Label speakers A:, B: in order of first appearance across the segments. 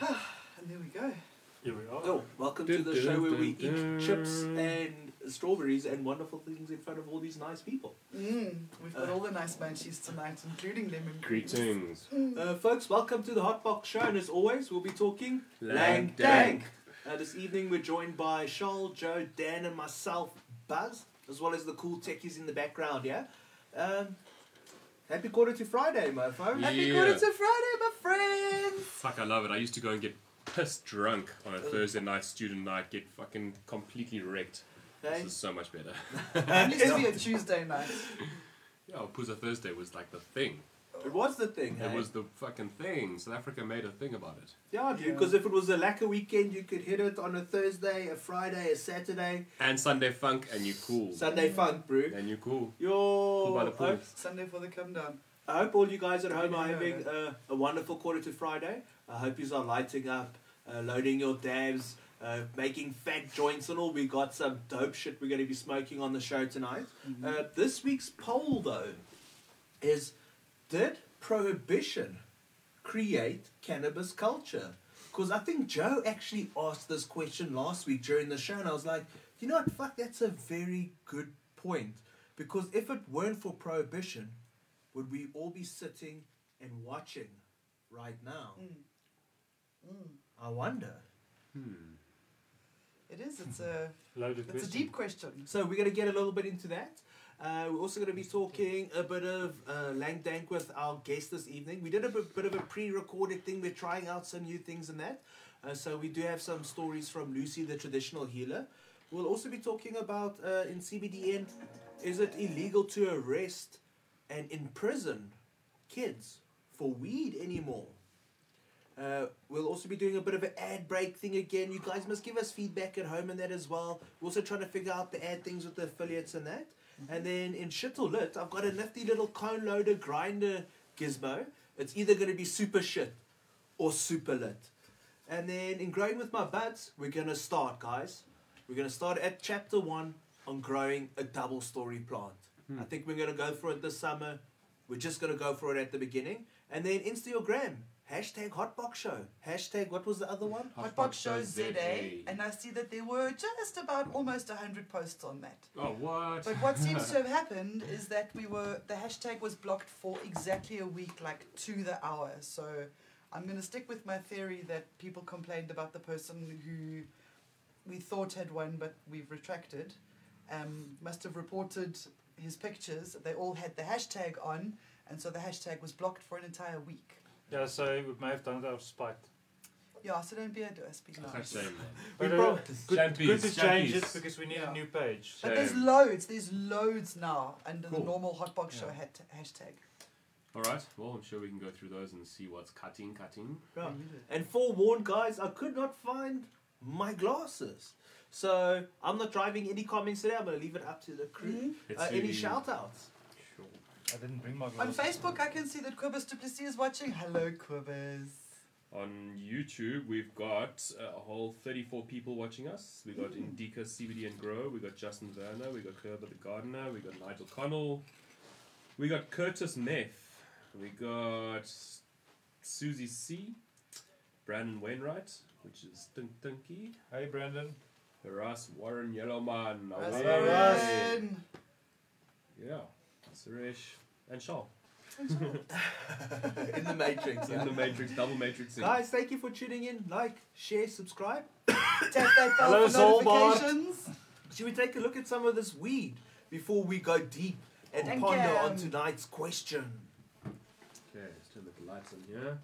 A: and there we go.
B: Here we are.
A: Oh, welcome to the show where we eat chips
B: Mm.
A: and strawberries and wonderful things in front of all these nice people.
C: Mm, we've got all the nice munchies tonight, including lemon creams.
B: Greetings.
A: Uh, folks, welcome to the Hot Box Show, and as always, we'll be talking Lang
B: Lang
A: Dang. Uh, this evening, we're joined by Charles, Joe, Dan, and myself, Buzz, as well as the cool techies in the background. Yeah. Um, happy quarter to Friday, mofo.
B: Yeah.
C: Happy quarter to Friday, my friends!
B: Fuck, I love it. I used to go and get pissed drunk on a Thursday night, student night, get fucking completely wrecked.
A: Hey.
B: This is so much better.
C: It used to be a Tuesday night.
B: yeah, Puza Thursday was like the thing.
A: It was the thing.
B: It
A: hey?
B: was the fucking thing. South Africa made a thing about it.
A: Yeah, dude.
C: Yeah.
A: Because if it was a lacquer weekend, you could hit it on a Thursday, a Friday, a Saturday,
B: And Sunday funk, and you cool.
A: Sunday funk, bro.
B: and you cool.
A: Yo.
B: Cool by the
A: I-
B: pool.
C: Sunday for the come down.
A: I hope all you guys at home are
C: Yeah.
A: having uh, a wonderful quarter to Friday. I hope you are lighting up, uh, loading your dabs, uh, making fat joints and all. We got some dope shit we're going to be smoking on the show tonight. Uh, this week's poll, though, is Did Prohibition create cannabis culture? Because I think Joe actually asked this question last week during the show, and I was like, you know what, fuck, that's a very good point. Because if it weren't for prohibition, would we all be sitting and watching right now? I wonder.
C: It is, it's a,
B: Loaded
C: it's a deep question.
A: So we're going to get a little bit into that. Uh, we're also going to be talking a bit of uh, Lang Dank with our guest this evening. We did a bit, bit of a pre-recorded thing. We're trying out some new things and that. Uh, so we do have some stories from Lucy, the traditional healer. We'll also be talking about uh, in CBDN, is it illegal to arrest and imprison kids for weed anymore? Uh, we'll also be doing a bit of an ad break thing again. You guys must give us feedback at home and that as well. We're also trying to figure out the ad things with the affiliates and that. And then in shit or lit, I've got a nifty little cone loader grinder gizmo. It's either going to be super shit or super lit. And then in growing with my buds, we're going to start, guys. We're going to start at chapter one on growing a double story plant. I think we're going to go for it this summer. We're just going to go for it at the beginning. And then Instagram, hashtag Hotbox Show. Hashtag, what was the other one?
C: Hotbox shows ZA, and I see that there were just about almost 100 posts on that.
B: Oh, what?
C: But what seems to have happened is that we were the hashtag was blocked for exactly a week, like to the hour. So I'm gonna stick with my theory that people complained about the person who we thought had won, but we've retracted. Um, must have reported his pictures. They all had the hashtag on, and so the hashtag was blocked for an entire week.
D: Yeah, so we may have done it out of spite.
C: Yeah, so don't be a doer, speak
B: That's
C: nice.
B: a shame.
A: We
D: But uh,
A: prob-
D: good,
B: Champies,
D: good to change it
B: champies.
D: because we need
C: Yeah.
D: a new page.
C: But there's
B: Shame.
C: loads, there's loads now under
B: Cool.
C: the normal Hotbox Show
D: Yeah.
C: hat- hashtag.
B: All right. Well, I'm sure we can go through those and see what's cutting, cutting.
A: Yeah. And forewarned, guys, I could not find my glasses. So I'm not driving any comments today. I'm going to leave it up to the
C: Hmm?
A: crew.
B: It's
A: Uh, any
B: you.
A: shout outs?
B: Sure.
D: I didn't bring my
C: On Facebook, I can see that Quibus Duplessis is watching. Hello, Quibus.
B: On YouTube, we've got uh, a whole 34 people watching us. We got Indika CBD and Grow. We got Justin Werner. We got Kerber the Gardener. We got Nigel Connell. We got Curtis Neff. We got Susie C. Brandon Wainwright, which is Tink Tinky.
D: Hey, Brandon.
B: Ras Warren Yellowman.
C: Russ
B: away.
C: Warren.
B: Yeah. Suresh and Shaw.
A: In the Matrix.
B: In the Matrix, double Matrix.
A: Guys, thank you for tuning in. Like, share, subscribe.
C: Tap that bell
D: Hello,
C: for
D: Solbart.
C: notifications.
A: Should we take a look at some of this weed before we go deep and
C: Thank
A: ponder
C: you.
A: on tonight's question?
B: Okay, let's turn the lights on here.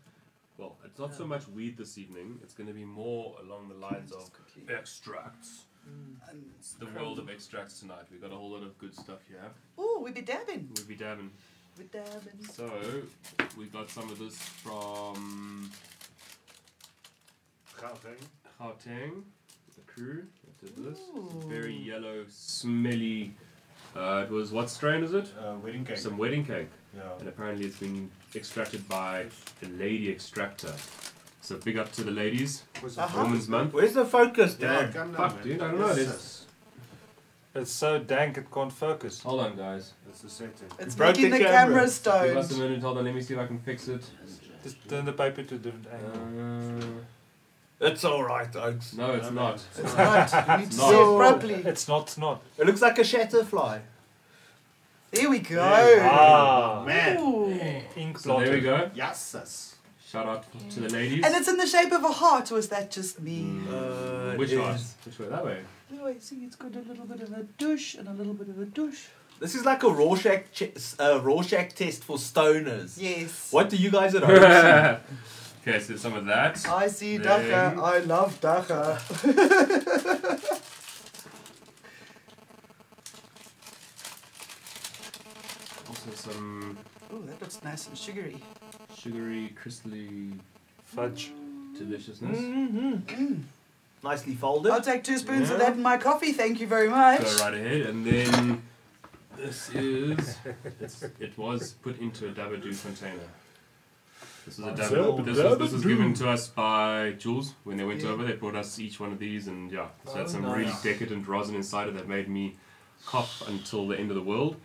B: Well, it's not so much weed this evening. It's going to be more along the lines of extracts.
C: Um,
B: It's the world of extracts tonight. We've got a whole lot of good stuff here.
C: oh, we be dabbing.
B: We'll be dabbing.
C: We dabbing.
B: So, we got some of this from
D: Gauteng.
B: Gauteng, the crew that did this. It's
C: Ooh.
B: very yellow, smelly. Uh, it was what strain is it?
E: Uh, wedding cake.
B: Some wedding cake.
E: yeah.
B: And apparently it's been extracted by the lady extractor. So big up to the ladies.
E: Where's the
C: Uh-huh.
E: focus?
B: Women's month.
A: Where's the focus,
E: Yeah,
A: Dad?
E: come now,
B: Fuck,
E: man.
B: dude, I don't know.
E: Yes,
B: There's-
E: yes.
D: It's so dank it can't focus.
B: Hold on, guys.
E: That's the setting.
C: It's
A: broke
C: making
A: the
C: the,
A: camera.
C: camera,
B: Give us a
C: stoned.
B: minute. Hold on. Let me see if I can fix it.
D: Just turn the paper to a different
B: Uh,
D: angle.
A: It's all right, Oaks.
B: no, it's not.
C: It's not. You need to
B: Not.
C: say it
A: No.
C: properly.
D: It's not snot.
A: It looks like a shatterfly.
C: There we go.
D: Ah,
E: Man.
C: Ooh.
D: ink
B: So there we
D: blotted.
B: go.
E: Yes, yes.
B: Shout out to the ladies.
C: And it's in the shape of a heart, or is that just me?
A: Uh,
B: Which
A: it
B: way?
A: is-
B: Which way? That way.
C: Oh, I see it's got a little bit of a douche and a little bit of a douche.
A: This is like a Rorschach, che- s- uh, Rorschach test for stoners.
C: Yes.
A: What do you guys at home see?
B: okay, so some of that.
C: I see
B: Then-
C: Dacha. I love Dacha.
B: Also some
C: Oh, that looks nice and sugary.
B: sugary, crystally
D: Fudge.
B: deliciousness.
A: Nicely folded.
C: I'll take two spoons of
B: Yeah.
C: that in my coffee, thank you very much.
B: Go right ahead, and then this is. It's, it was put into a Dabadoo container. This is a Dabadoo, but this was, this was given to us by Jules when they went
C: Yeah.
B: over. They brought us each one of these, and yeah, so had
D: Oh,
B: some
D: nice.
B: really decadent rosin inside it that made me cough until the end of the world.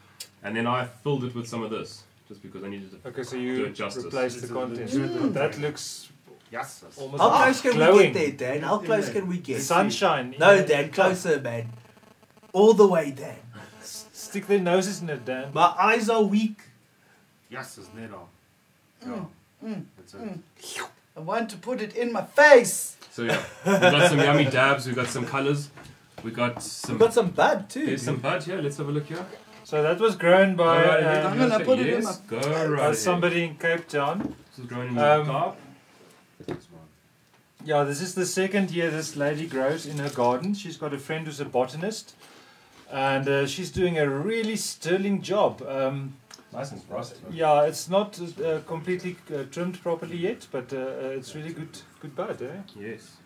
B: And then I filled it with some of this, just because I needed to.
D: Okay, so
B: Do
D: you
B: it justice.
D: replace
E: It's
D: the
E: a
D: content.
E: legitimate
D: That
E: thing.
D: looks
E: Yes, yes.
D: almost
A: How close can
D: glowing.
A: we get there, Dan? How close can we get?
D: Sunshine.
A: No,
D: in-
A: Dan, closer, man. All the way, Dan.
D: S- Stick their noses in it, Dan.
A: My eyes are weak.
E: Yes, it's net on.
C: Mm,
E: Yeah.
C: mm,
E: That's it.
C: mm. I want to put it in my face.
B: So yeah, we got some yummy dabs. We got some colors. We got some.
A: We've got some bud, too.
B: There's some
A: dude.
B: bud here. Let's have a look here.
D: So that was grown
B: Go
D: by,
B: right ahead,
D: um,
C: I'm gonna
B: Jose.
C: put it in
B: Yes,
C: my-
B: Go right
D: by
B: ahead.
D: somebody in Cape Town.
B: This is growing in
D: Um,
B: the top.
E: That's one.
D: Yeah, this is the second year this lady grows in her garden. She's got a friend who's a botanist, and uh, she's doing a really sterling job. Um,
B: Nice and frosty.
D: yeah, it's not uh, completely uh, trimmed properly yet, but uh, uh, it's really good, good bud, eh?
B: Yes.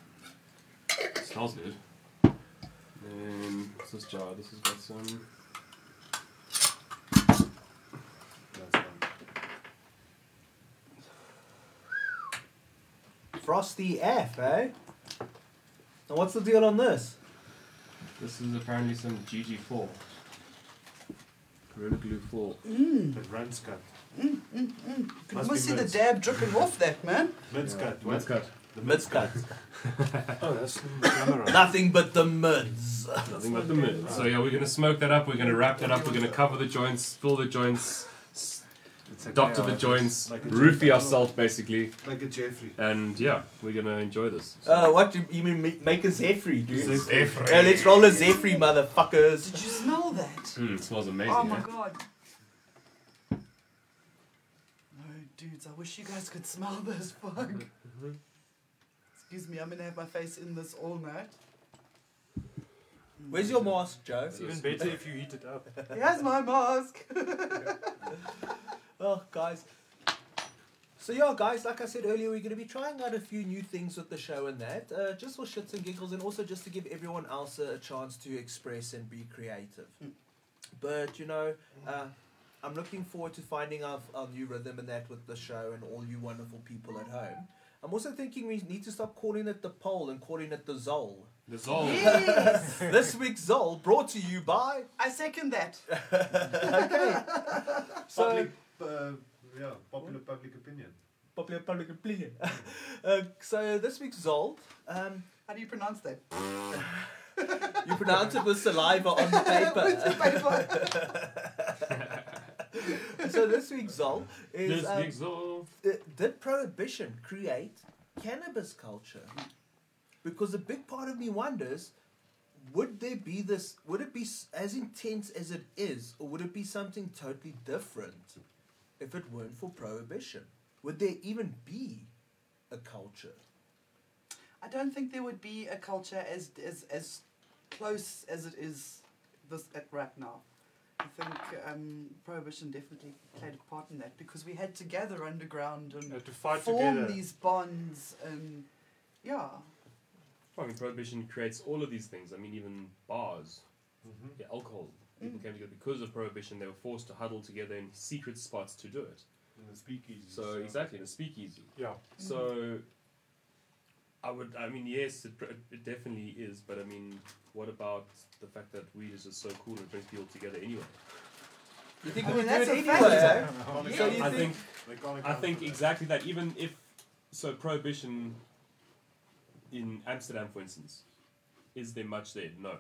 B: Smells good. Then what's this jar? This has got some.
E: That's one.
A: Frosty F, eh? And what's the deal on this?
B: This is apparently some GG4. Gorilla Glue 4.
C: Mm.
E: But runs cut.
C: You can
E: Must
C: almost
E: be
C: see the
E: mince.
C: dab dripping off that, man.
E: Mids cut.
B: Let's cut.
E: The
A: Mids cut.
D: Oh, that's camera.
A: Nothing but the mids.
B: Nothing but the mid. So yeah, we're gonna smoke that up. We're gonna wrap that up. We're gonna cover the joints, fill the joints, s-
E: It's a
B: doctor
E: chaos.
B: the joints,
E: Like a
B: roofie
E: Jeffrey.
B: ourselves basically,
E: Like a Jeffrey.
B: and yeah, we're gonna enjoy this.
A: Uh, what do you mean ma- make a Zephyr, dude?
B: Zephyr.
A: Yeah, let's roll a Zephyr, motherfuckers.
C: Did you smell that?
B: Mm, it smells amazing.
C: Oh my
B: eh?
C: god. No, dudes, I wish you guys could smell this fuck. Excuse me, I'm gonna have my face in this all night.
A: Where's your mask, Joe?
D: It's even better if you heat it up.
C: Here's my mask.
A: Well, guys. So yeah, guys. Like I said earlier, we're going to be trying out a few new things with the show and that, uh, just for shits and giggles, and also just to give everyone else a, a chance to express and be creative. But you know, uh, I'm looking forward to finding our, our new rhythm and that with the show and all you wonderful people at home. I'm also thinking we need to stop calling it the poll and calling it the Zol.
B: This all.
C: Yes.
A: this week's Zol brought to you by.
C: I second that.
A: Okay. so.
E: Public, uh, yeah, popular public opinion.
A: popular public opinion. uh, so this week's Zol, um,
C: How do you pronounce that?
A: you pronounce it with saliva on the
C: With the
A: paper.
C: paper.
A: so this week's Zol is
B: This
A: um,
B: big Zol.
A: uh, did prohibition create cannabis culture? Because a big part of me wonders. Would there be this? Would it be s- as intense as it is, or would it be something totally different if it weren't for prohibition? Would there even be a culture?
C: I don't think there would be a culture as as as close as it is this at right now. I think um, prohibition definitely played a part in that because we had to gather underground and
D: Uh, to fight
C: form
D: together.
C: these bonds and yeah.
B: Fucking prohibition creates all of these things. I mean, even bars,
E: Mhm.
B: yeah, alcohol.
C: Mm.
B: People came together because of prohibition. They were forced to huddle together in secret spots to do it.
E: And the speakeasies.
B: So exactly, in a speakeasy.
D: Yeah.
B: So, I would. I mean, yes, it, pr- it definitely is. But I mean, what about the fact that weed is just so cool and brings people together anyway?
A: You think
C: I mean,
A: we would
C: that's
A: do it
C: a
A: anyway? eh?
C: fact, though.
A: though?
E: Can't
A: So
E: account-
A: you
B: I
A: think-
B: think.
E: they can't
B: I
E: account
B: think
E: for that.
B: exactly that. Even if so, prohibition in Amsterdam, for instance, is there much there? No,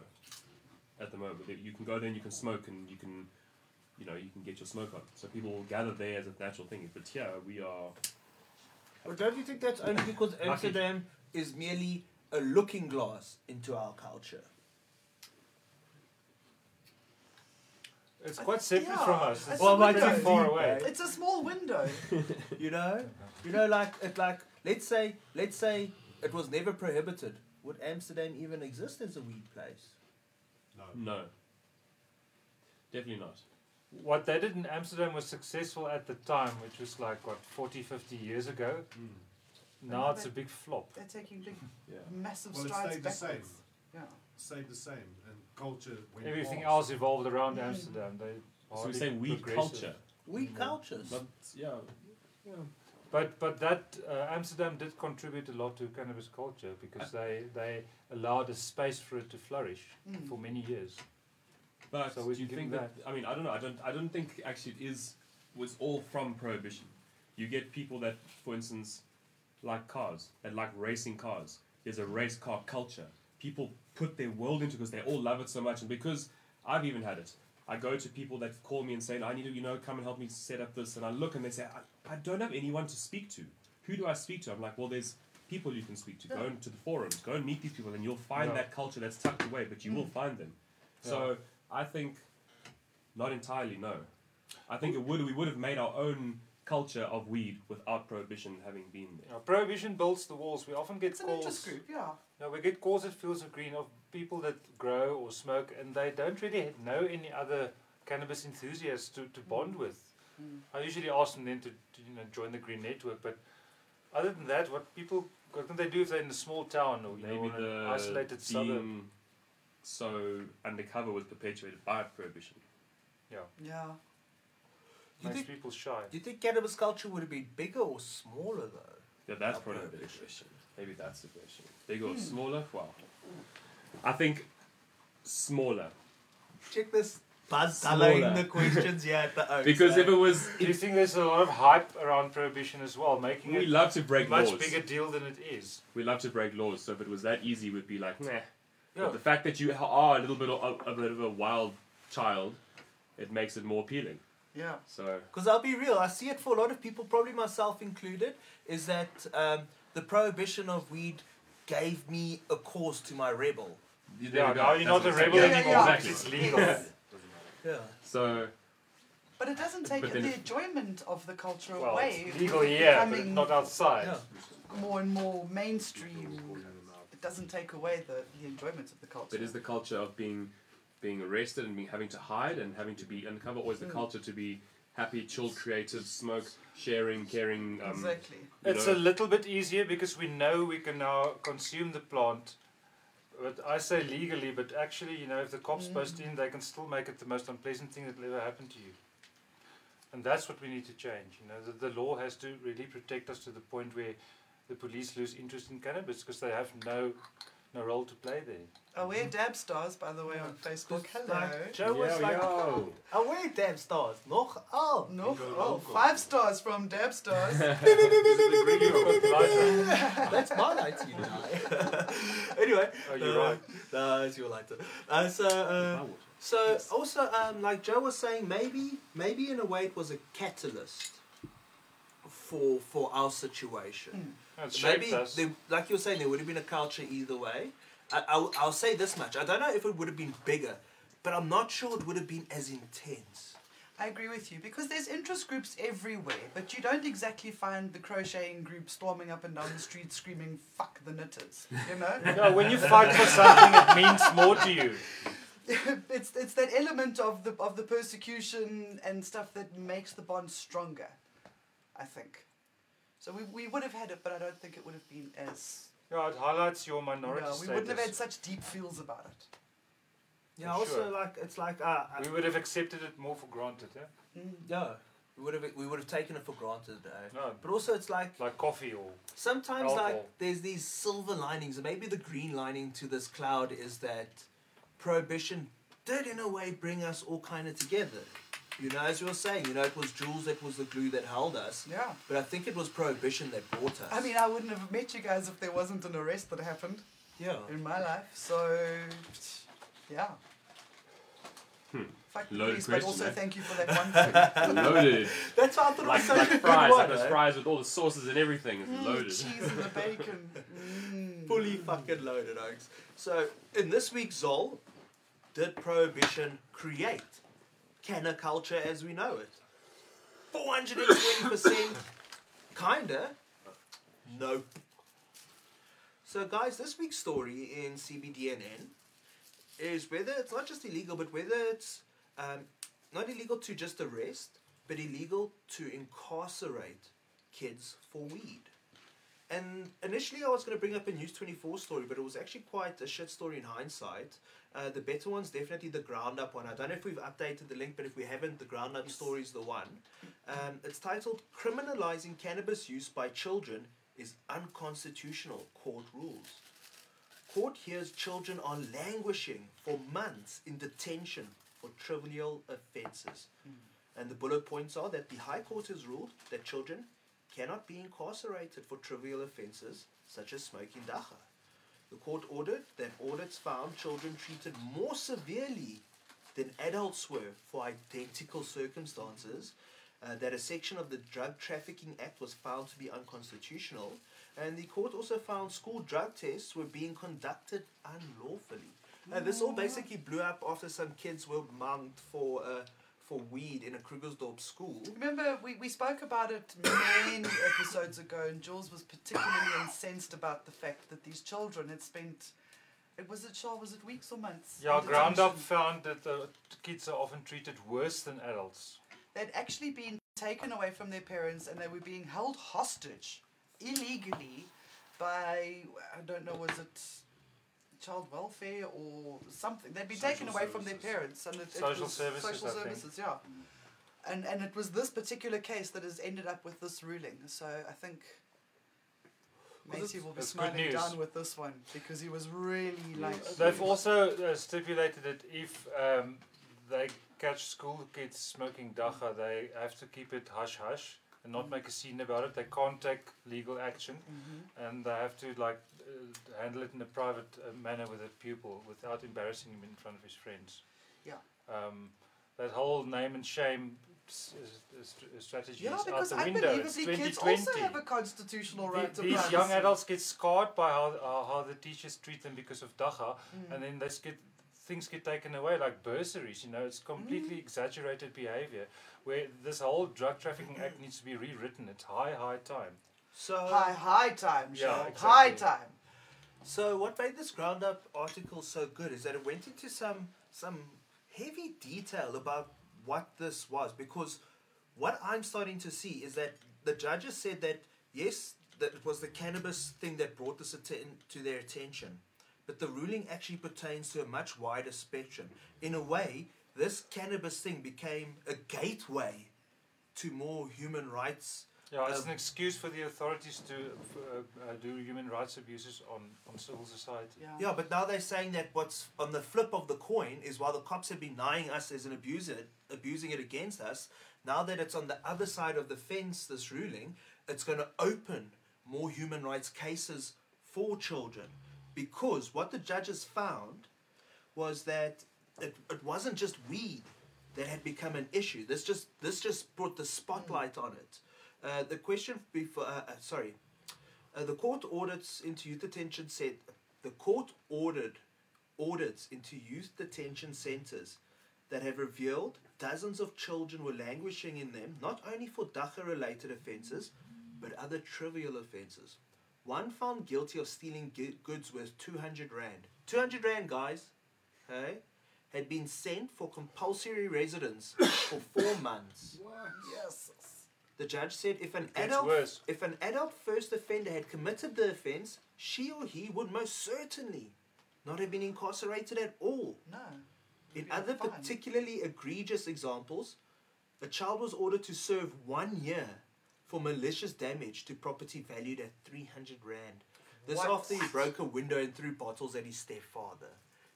B: at the moment There- you can go there and you can smoke and you can, you know, you can get your smoke on. So people will gather there as a natural thing. But here we are.
A: Well, don't you think that's only because Amsterdam is merely a looking glass into our culture?
D: It's quite separate from
C: Uh, Yeah,
D: us.
C: it's
D: It's
C: Well,
D: well,
C: a like
D: like
C: window.
D: too
C: too
D: far
A: far
D: away.
A: away.
C: It's a small window.
A: You know, you know, like it, like let's say, let's say it was never prohibited. Would Amsterdam even exist as a weed place?
E: No.
B: No, definitely not.
D: What they did in Amsterdam was successful at the time, which was like, what, 40, 50 years ago.
E: Mm.
D: Now it's a big flop.
C: They're taking big,
B: Yeah.
C: massive
E: Well, it
C: strides
E: stayed the
C: backwards.
E: same.
C: Yeah.
E: Stayed the same, and culture went
D: Everything
E: past.
D: else evolved around
C: Mm.
D: Amsterdam. They
B: So we
D: hardly
B: say weed
D: progressive.
B: culture,
A: Weed cultures.
B: but yeah, yeah.
D: But but that uh, Amsterdam did contribute a lot to cannabis culture because
B: Uh.
D: they they allowed a space for it to flourish
C: Mm.
D: for many years.
B: But
D: So we
B: do
D: can
B: you
D: give
B: think
D: them
B: that, I mean I don't know I don't I don't think actually it is was all from prohibition. You get people that, for instance, like cars that like racing cars. There's a race car culture. People put their world into because they all love it so much, and because I've even had it. I go to people that call me and say, "I need to, you know, come and help me set up this," and I look and they say, "I, I don't have anyone to speak to. Who do I speak to?" I'm like, "Well, there's." People you can speak to, go into the forums, go and meet these people, and you'll find
D: Yeah.
B: that culture that's tucked away, but you will find them. So I think not entirely, no. I think it would we would have made our own culture of weed without prohibition having been there.
D: Now, prohibition builds the walls. We often get
C: It's an interest
D: calls.
C: group, yeah.
D: No, we get calls at Fields of Green of people that grow or smoke, and they don't really know any other cannabis enthusiasts to, to bond with.
C: Mm.
D: I usually ask them then to, to you know join the Green Network, but other than that, what people what can they do if they're in a small town or you know,
B: Maybe
D: or an
B: the
D: isolated suburb?
B: being so undercover was perpetuated by prohibition.
D: Yeah,
C: Yeah.
A: You
D: makes
A: think,
D: people shy.
A: do you think cannabis culture would have been bigger or smaller though?
B: Yeah, that's
A: Not
B: probably the big
A: prohibition.
B: question. Maybe that's the question. Bigger or smaller? Wow. I think smaller.
A: Check this. Buzz
B: Smaller.
A: following the questions here at the Oaks.
B: Because
A: eh?
B: if it was
D: Do you think there's a lot of hype around prohibition as well, making
B: we
D: it
B: love to break
D: much
B: laws.
D: bigger deal than it is?
B: We love to break laws, so if it was that easy we'd be like, nah.
D: Yeah.
B: But the fact that you ha- are a little bit of a, a bit of a wild child, it makes it more appealing.
C: Yeah.
B: So
A: Because I'll be real, I see it for a lot of people, probably myself included, is that um, the prohibition of weed gave me a cause to my rebel.
B: there
D: Yeah,
B: you go.
D: now you're not
B: That's
D: a rebel
B: exactly-
C: Yeah, yeah,
D: anymore
C: yeah.
D: because it's legal.
A: Yeah.
B: So
C: But it doesn't take
B: But then
C: the
B: it-
C: enjoyment of the culture
D: well,
C: away.
D: it's
C: from
D: legal
C: it
D: here, but
C: becoming
D: not outside.
A: Yeah.
C: more and more mainstream. It doesn't take away the, the enjoyment of the culture.
B: it is the culture of being being arrested and being having to hide and having to be undercover, or is the culture to be happy, chill, creative, smoke, sharing, caring. Um,
C: exactly.
B: you
D: It's
B: know,
D: a little bit easier because we know we can now consume the plant. But I say legally, but actually, you know, if the cops post in, they can still make it the most unpleasant thing that'll ever happen to you. And that's what we need to change. You know, the, the law has to really protect us to the point where the police lose interest in cannabis because they have no no role to play there.
C: Aware Oh, dab stars, by the way, on Facebook.
A: Just
C: Hello.
A: like- Joe was
B: yo,
A: like,
B: yo.
A: away damn stars, noch al.
C: No,
E: Bingo,
C: oh,
E: bingo.
C: five stars from dab stars.
D: Lighter.
A: That's my lighter, you die. anyway,
D: Oh, you're
A: uh,
D: right.
A: No, it's your lighter. Uh, so, uh, so also, um, like Joe was saying, maybe, maybe in a way, it was a catalyst for for our situation.
D: No, it
A: Maybe,
D: shaped us.
A: there, like you were saying, there would have been a culture either way. I, I'll, I'll say this much. I don't know if it would have been bigger, but I'm not sure it would have been as intense.
C: I agree with you because there's interest groups everywhere, but you don't exactly find the crocheting group storming up and down the street screaming "fuck the knitters," you know.
D: No, when you fight for something, it means more to you.
C: it's it's that element of the of the persecution and stuff that makes the bond stronger, I think. So we, we would have had it, but I don't think it would have been as
D: Yeah, it highlights your minority
C: no, we
D: status.
C: wouldn't have had such deep feels about it.
A: Yeah,
D: For
A: also
D: sure.
A: like it's like uh, I-
D: We would have accepted it more for granted, eh? yeah?
C: Mm.
A: no, we would have we would have taken it for granted. Eh?
D: No,
A: But also, it's like
D: like coffee or
A: sometimes like
D: Alcohol.
A: there's these silver linings, and maybe the green lining to this cloud is that prohibition did in a way bring us all kind of together. You know, as you were saying, you know, it was Jules that was the glue that held us,
C: Yeah.
A: but I think it was prohibition that brought us.
C: I mean, I wouldn't have met you guys if there wasn't an arrest that happened
A: yeah.
C: in my life. So, yeah. Fuck the
B: Hmm. Loaded
C: police, but
B: question,
C: also
B: eh?
C: thank you for that one thing.
B: loaded.
A: That's why I thought
B: like
A: it was such
B: like
A: a good
B: fries, like
A: one,
B: those
A: eh?
B: fries with all the sauces and everything. It's
C: Mm,
B: loaded.
C: cheese and the bacon. Mm.
A: Fully fucking loaded, Oaks. So, in this week's Zol, did prohibition create canna culture as we know it? 420% kinda. Nope. So, guys, this week's story in CBDNN is whether it's not just illegal, but whether it's um, not illegal to just arrest, but illegal to incarcerate kids for weed. And initially, I was going to bring up a News 24 story, but it was actually quite a shit story in hindsight. Uh, the better one's definitely the ground up one. I don't know if we've updated the link, but if we haven't, the ground up
C: Yes.
A: story is the one. Um, it's titled Criminalizing Cannabis Use by Children is Unconstitutional Court Rules. Court hears children are languishing for months in detention for trivial offences. And the bullet points are that the High Court has ruled that children cannot be incarcerated for trivial offences such as smoking dacha. The court ordered that audits found children treated more severely than adults were for identical circumstances, uh, that a section of the Drug Trafficking Act was found to be unconstitutional, and the court also found school drug tests were being conducted unlawfully. Uh, this all basically blew up after some kids were mugged for uh, for weed in a Krugersdorp school.
C: Remember, we, we spoke about it many episodes ago, and Jules was particularly incensed about the fact that these children had spent. It was it Shaw, was it weeks or months?
D: Yeah,
C: in
D: Ground Up
C: detention?
D: found that the kids are often treated worse than adults.
C: They'd actually been taken away from their parents, and they were being held hostage illegally by I don't know, was it child welfare or something? They'd be taken
B: Social
C: away from their
B: services.
C: parents, and it, it
D: Social
C: was
D: services,
C: social
D: I think.
C: services, yeah. And and it was this particular case that has ended up with this ruling. So I think
A: Well,
C: Macy will be
D: that's good
C: smiling
D: news.
C: down with this one because he was really like
D: They've also uh, stipulated that if um, they catch school kids smoking dacha, they have to keep it hush hush and not make a scene about it. They can't take legal action,
C: Mhm.
D: and they have to like uh, handle it in a private uh, manner with a pupil without embarrassing him in front of his friends.
C: Yeah.
D: Um, that whole name and shame s- s- s- strategy
C: Yeah,
D: is out
C: because
D: the window. It's
C: unbelievably kids
D: 2020.
C: also have a constitutional right
D: The-
C: to
D: These
C: privacy.
D: young adults get scarred by how, uh, how the teachers treat them because of dacha,
C: Mm.
D: and then they s- get things get taken away like bursaries. You know, it's completely
C: Mm.
D: exaggerated behavior. Where this whole drug trafficking
C: Mm.
D: act needs to be rewritten. It's high, high time.
A: So
C: High, high time,
D: Yeah,
C: Shaw.
D: exactly.
C: High time.
A: So what made this ground up article so good is that it went into some some heavy detail about what this was because what I'm starting to see is that the judges said that yes that it was the cannabis thing that brought this atten- to their attention but the ruling actually pertains to a much wider spectrum in a way this cannabis thing became a gateway to more human rights
D: Yeah, it's
A: Um,
D: an excuse for the authorities to uh, uh, do human rights abuses on, on civil society.
A: Yeah, but now they're saying that what's on the flip of the coin is while the cops have been denying us as an abuser, abusing it against us, now that it's on the other side of the fence, this ruling, it's going to open more human rights cases for children. Because what the judges found was that it, it wasn't just weed that had become an issue. This just this just brought the spotlight on it. Uh, the question before, uh, uh, sorry, uh, the court audits into youth detention said the court ordered audits into youth detention centres that have revealed dozens of children were languishing in them, not only for Dacha related offences, but other trivial offences. One found guilty of stealing gi- goods worth 200 Rand. 200 Rand, guys, okay, had been sent for compulsory residence for four months.
C: Yes.
A: The judge said if an
D: gets
A: adult
D: worse.
A: if an adult first offender had committed the offence, she or he would most certainly not have been incarcerated at all.
C: No.
A: In
C: Be
A: other
C: fine.
A: particularly egregious examples, a child was ordered to serve one year for malicious damage to property valued at 300 Rand. This
C: What?
A: after he broke a window and threw bottles at his stepfather.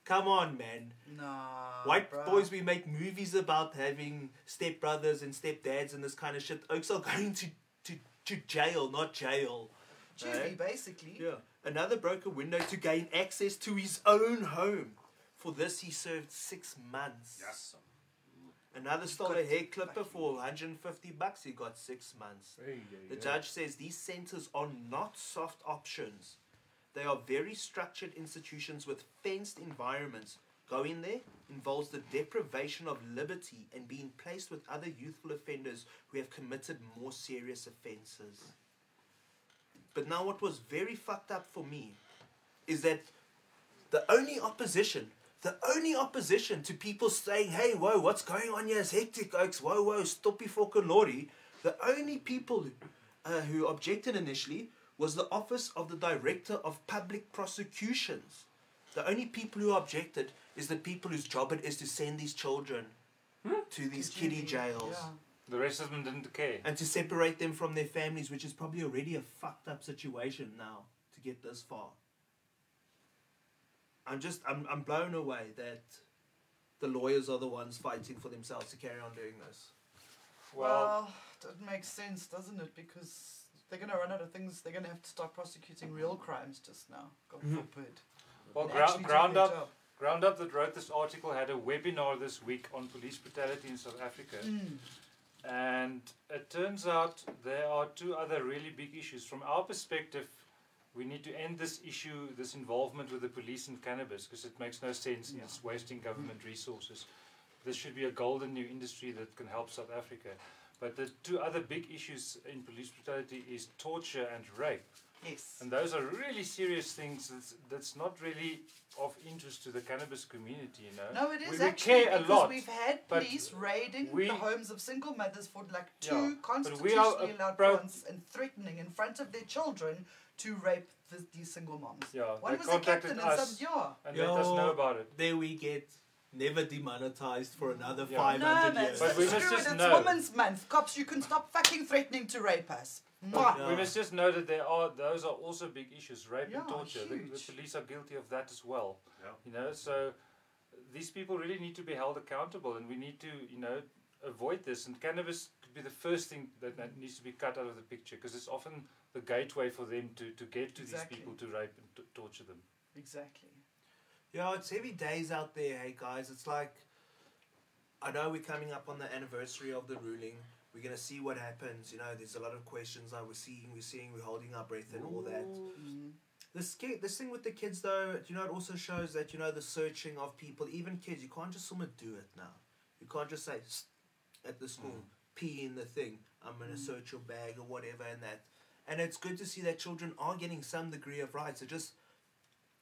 A: Come on, man.
C: Nah.
A: White
C: bruh.
A: boys, we make movies about having stepbrothers and stepdads and this kind of shit. Oaks are going to, to, to jail, not jail.
C: Juvie, basically.
A: Yeah. Another broke a window to gain access to his own home. For this, he served six months.
B: Yes.
A: Another stole a
C: got
A: hair
C: to
A: clipper
C: fucking-
A: for 150 bucks. He got six months. The judge says these centres are not soft options. They are very structured institutions with fenced environments. Going there involves the deprivation of liberty and being placed with other youthful offenders who have committed more serious offences. But now, what was very fucked up for me is that the only opposition, the only opposition to people saying, hey, whoa, what's going on here? It's hectic, Oaks. Whoa, whoa, stoppie fucking lorry. The only people uh, who objected initially was the Office of the Director of Public Prosecutions. The only people who objected is the people whose job it is to send these children Hmm? to these
C: Juvie,
A: kiddie jails
C: yeah.
D: The rest of them didn't care.
A: and to separate them from their families, which is probably already a fucked up situation now to get this far. I'm just I'm I'm blown away that the lawyers are the ones fighting for themselves to carry on doing this.
D: Well,
C: Well, it makes sense, doesn't it? Because they're going to run out of things. They're going to have to start prosecuting real crimes just now. God forbid.
D: Mm-hmm. well,
C: They
D: ground,
C: actually do
D: ground
C: their
D: up.
C: job.
D: Ground Up that wrote this article had a webinar this week on police brutality in South Africa.
C: Mm.
D: And it turns out there are two other really big issues. From our perspective, we need to end this issue, this involvement with the police and cannabis, because it makes no sense and
C: Yeah.
D: it's wasting government resources. This should be a golden new industry that can help South Africa. But the two other big issues in police brutality is torture and rape.
C: Yes.
D: And those are really serious things that's, that's not really of interest to the cannabis community, you know?
C: No, it
D: We-
C: is
D: we
C: actually
D: care a
C: because
D: lot,
C: we've had
D: but
C: police raiding
D: we-
C: the homes of single mothers for like
D: Yeah,
C: two
D: but we are
C: constitutionally allowed
D: appro-
C: months and threatening in front of their children to rape the, these single moms.
D: Yeah,
C: One
D: they
C: was a
D: contacted
C: captain and
D: us
C: some yeah.
D: and let us know
A: Yo.
D: about it.
A: There we get never demonetized for another
D: Yeah.
A: 500
C: no, man,
A: years.
D: But we
C: screw
D: must
C: it.
D: just
C: It's
D: know.
C: Women's Month. Cops, you can stop fucking threatening to rape us. Mwah.
A: Yeah.
D: We must just know that there are those are also big issues, rape and
C: Yeah,
D: torture. The, the
C: huge.
D: police are guilty of that as well.
E: Yeah.
D: You know, so these people really need to be held accountable, and we need to, you know, avoid this. And cannabis could be the first thing that, that needs to be cut out of the picture because it's often the gateway for them to, to get to
C: Exactly.
D: these people to rape and t- torture them.
C: Exactly.
A: Yeah, it's heavy days out there, hey guys. It's like I know we're coming up on the anniversary of the ruling. We're gonna see what happens. You know, there's a lot of questions that we're seeing, we're seeing, we're holding our breath and all that.
C: Mm.
A: The sca- this thing with the kids though, you know, it also shows that you know the searching of people, even kids. You can't just someone do it now. You can't just say "Sst," at the school,
C: Mm.
A: pee in the thing. I'm gonna search your bag or whatever, and that. And it's good to see that children are getting some degree of rights. It just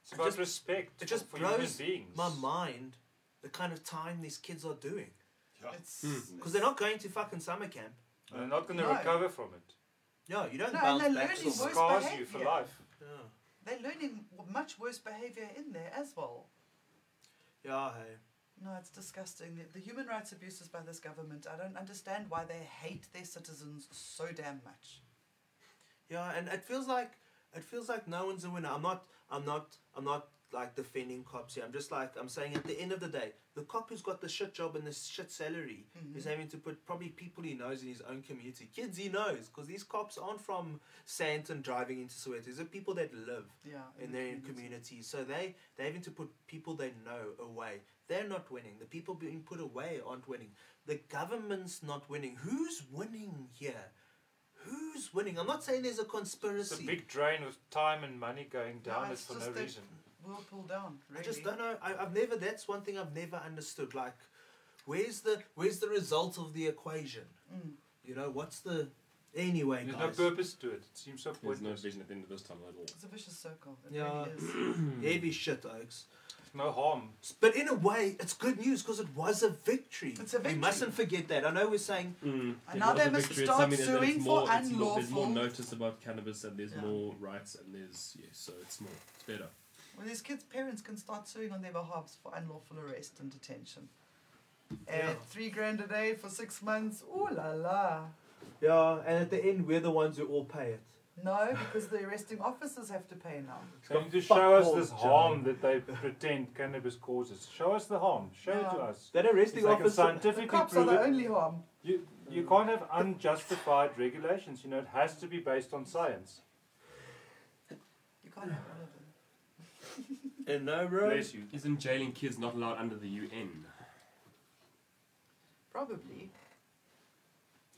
D: It's about
A: just-
D: respect
A: it just
D: for
A: blows
D: human beings.
A: my mind the kind of time these kids are doing
C: It's
A: because they're not going to fucking summer camp.
D: And they're not going to
C: No.
D: recover from it.
A: No, you don't
C: No,
A: bounce
C: and they're
A: back.
D: It
A: from
C: learning
A: it.
C: worse
D: scars you for
C: behaviour.
D: life.
A: Yeah.
C: they're learning w- much worse behavior in there as well.
A: yeah, hey.
C: No, it's disgusting. The, the human rights abuses by this government. I don't understand why they hate their citizens so damn much.
A: Yeah, and it feels like it feels like no one's a winner. I'm not. I'm not. I'm not like defending cops here. I'm just like I'm saying. At the end of the day, the cop who's got the shit job and the shit salary
C: Mm-hmm.
A: is having to put probably people he knows in his own community, kids he knows, because these cops aren't from Santon driving into Soweto. These are people that live
C: Yeah.
A: in
C: the
A: their communities. So they they're having to put people they know away. They're not winning. The people being put away aren't winning. The government's not winning. Who's winning here? Who's winning? I'm not saying there's a
D: It's a
A: conspiracy.
D: big drain of time and money going down
C: it's
D: it for
C: just
D: no
C: that-
D: reason.
C: We'll pull down. Really.
A: I just don't know. I, I've never. That's one thing I've never understood. Like, where's the where's the result of the equation?
C: Mm.
A: You know, what's the anyway,
D: There's no
A: guys?
D: purpose to it. It seems so
B: There's no
D: pointless.
B: vision at the end of this tunnel at all.
C: It's a vicious circle. It
A: Yeah.
C: really is.
D: Hmm.
A: Heavy shit, Oaks.
D: There's no harm.
A: S- But in a way, it's good news because it was a victory.
C: It's a
A: We
C: victory.
A: mustn't forget that. I know we're saying
B: Mm.
C: And now they must start suing for
B: There's more
C: unlawful-
B: notice about cannabis and there's
C: Yeah.
B: more rights and there's yeah, so it's more it's better.
C: Well, these kids' parents can start suing on their behalves for unlawful arrest and detention.
A: Yeah.
C: At three grand a day for six months, ooh la la.
A: Yeah, and at the end, we're the ones who all pay it.
C: No, because the arresting officers have to pay now.
D: Can
A: got
D: you
A: fuck
D: show us
A: all
D: this
A: done.
D: harm that they pretend cannabis causes? Show us the harm. Show it to
C: Yeah.
D: us.
A: That
D: If they
A: arresting
D: can
A: officer.
C: The
D: scientifically
C: cops are
D: prove
C: the
D: it,
C: only harm.
D: you, you can't have unjustified regulations. You know, it has to be based on science.
C: You can't have one of them.
A: And no, bro.
D: Bless you.
B: Isn't jailing kids not allowed under the UN?
C: Probably.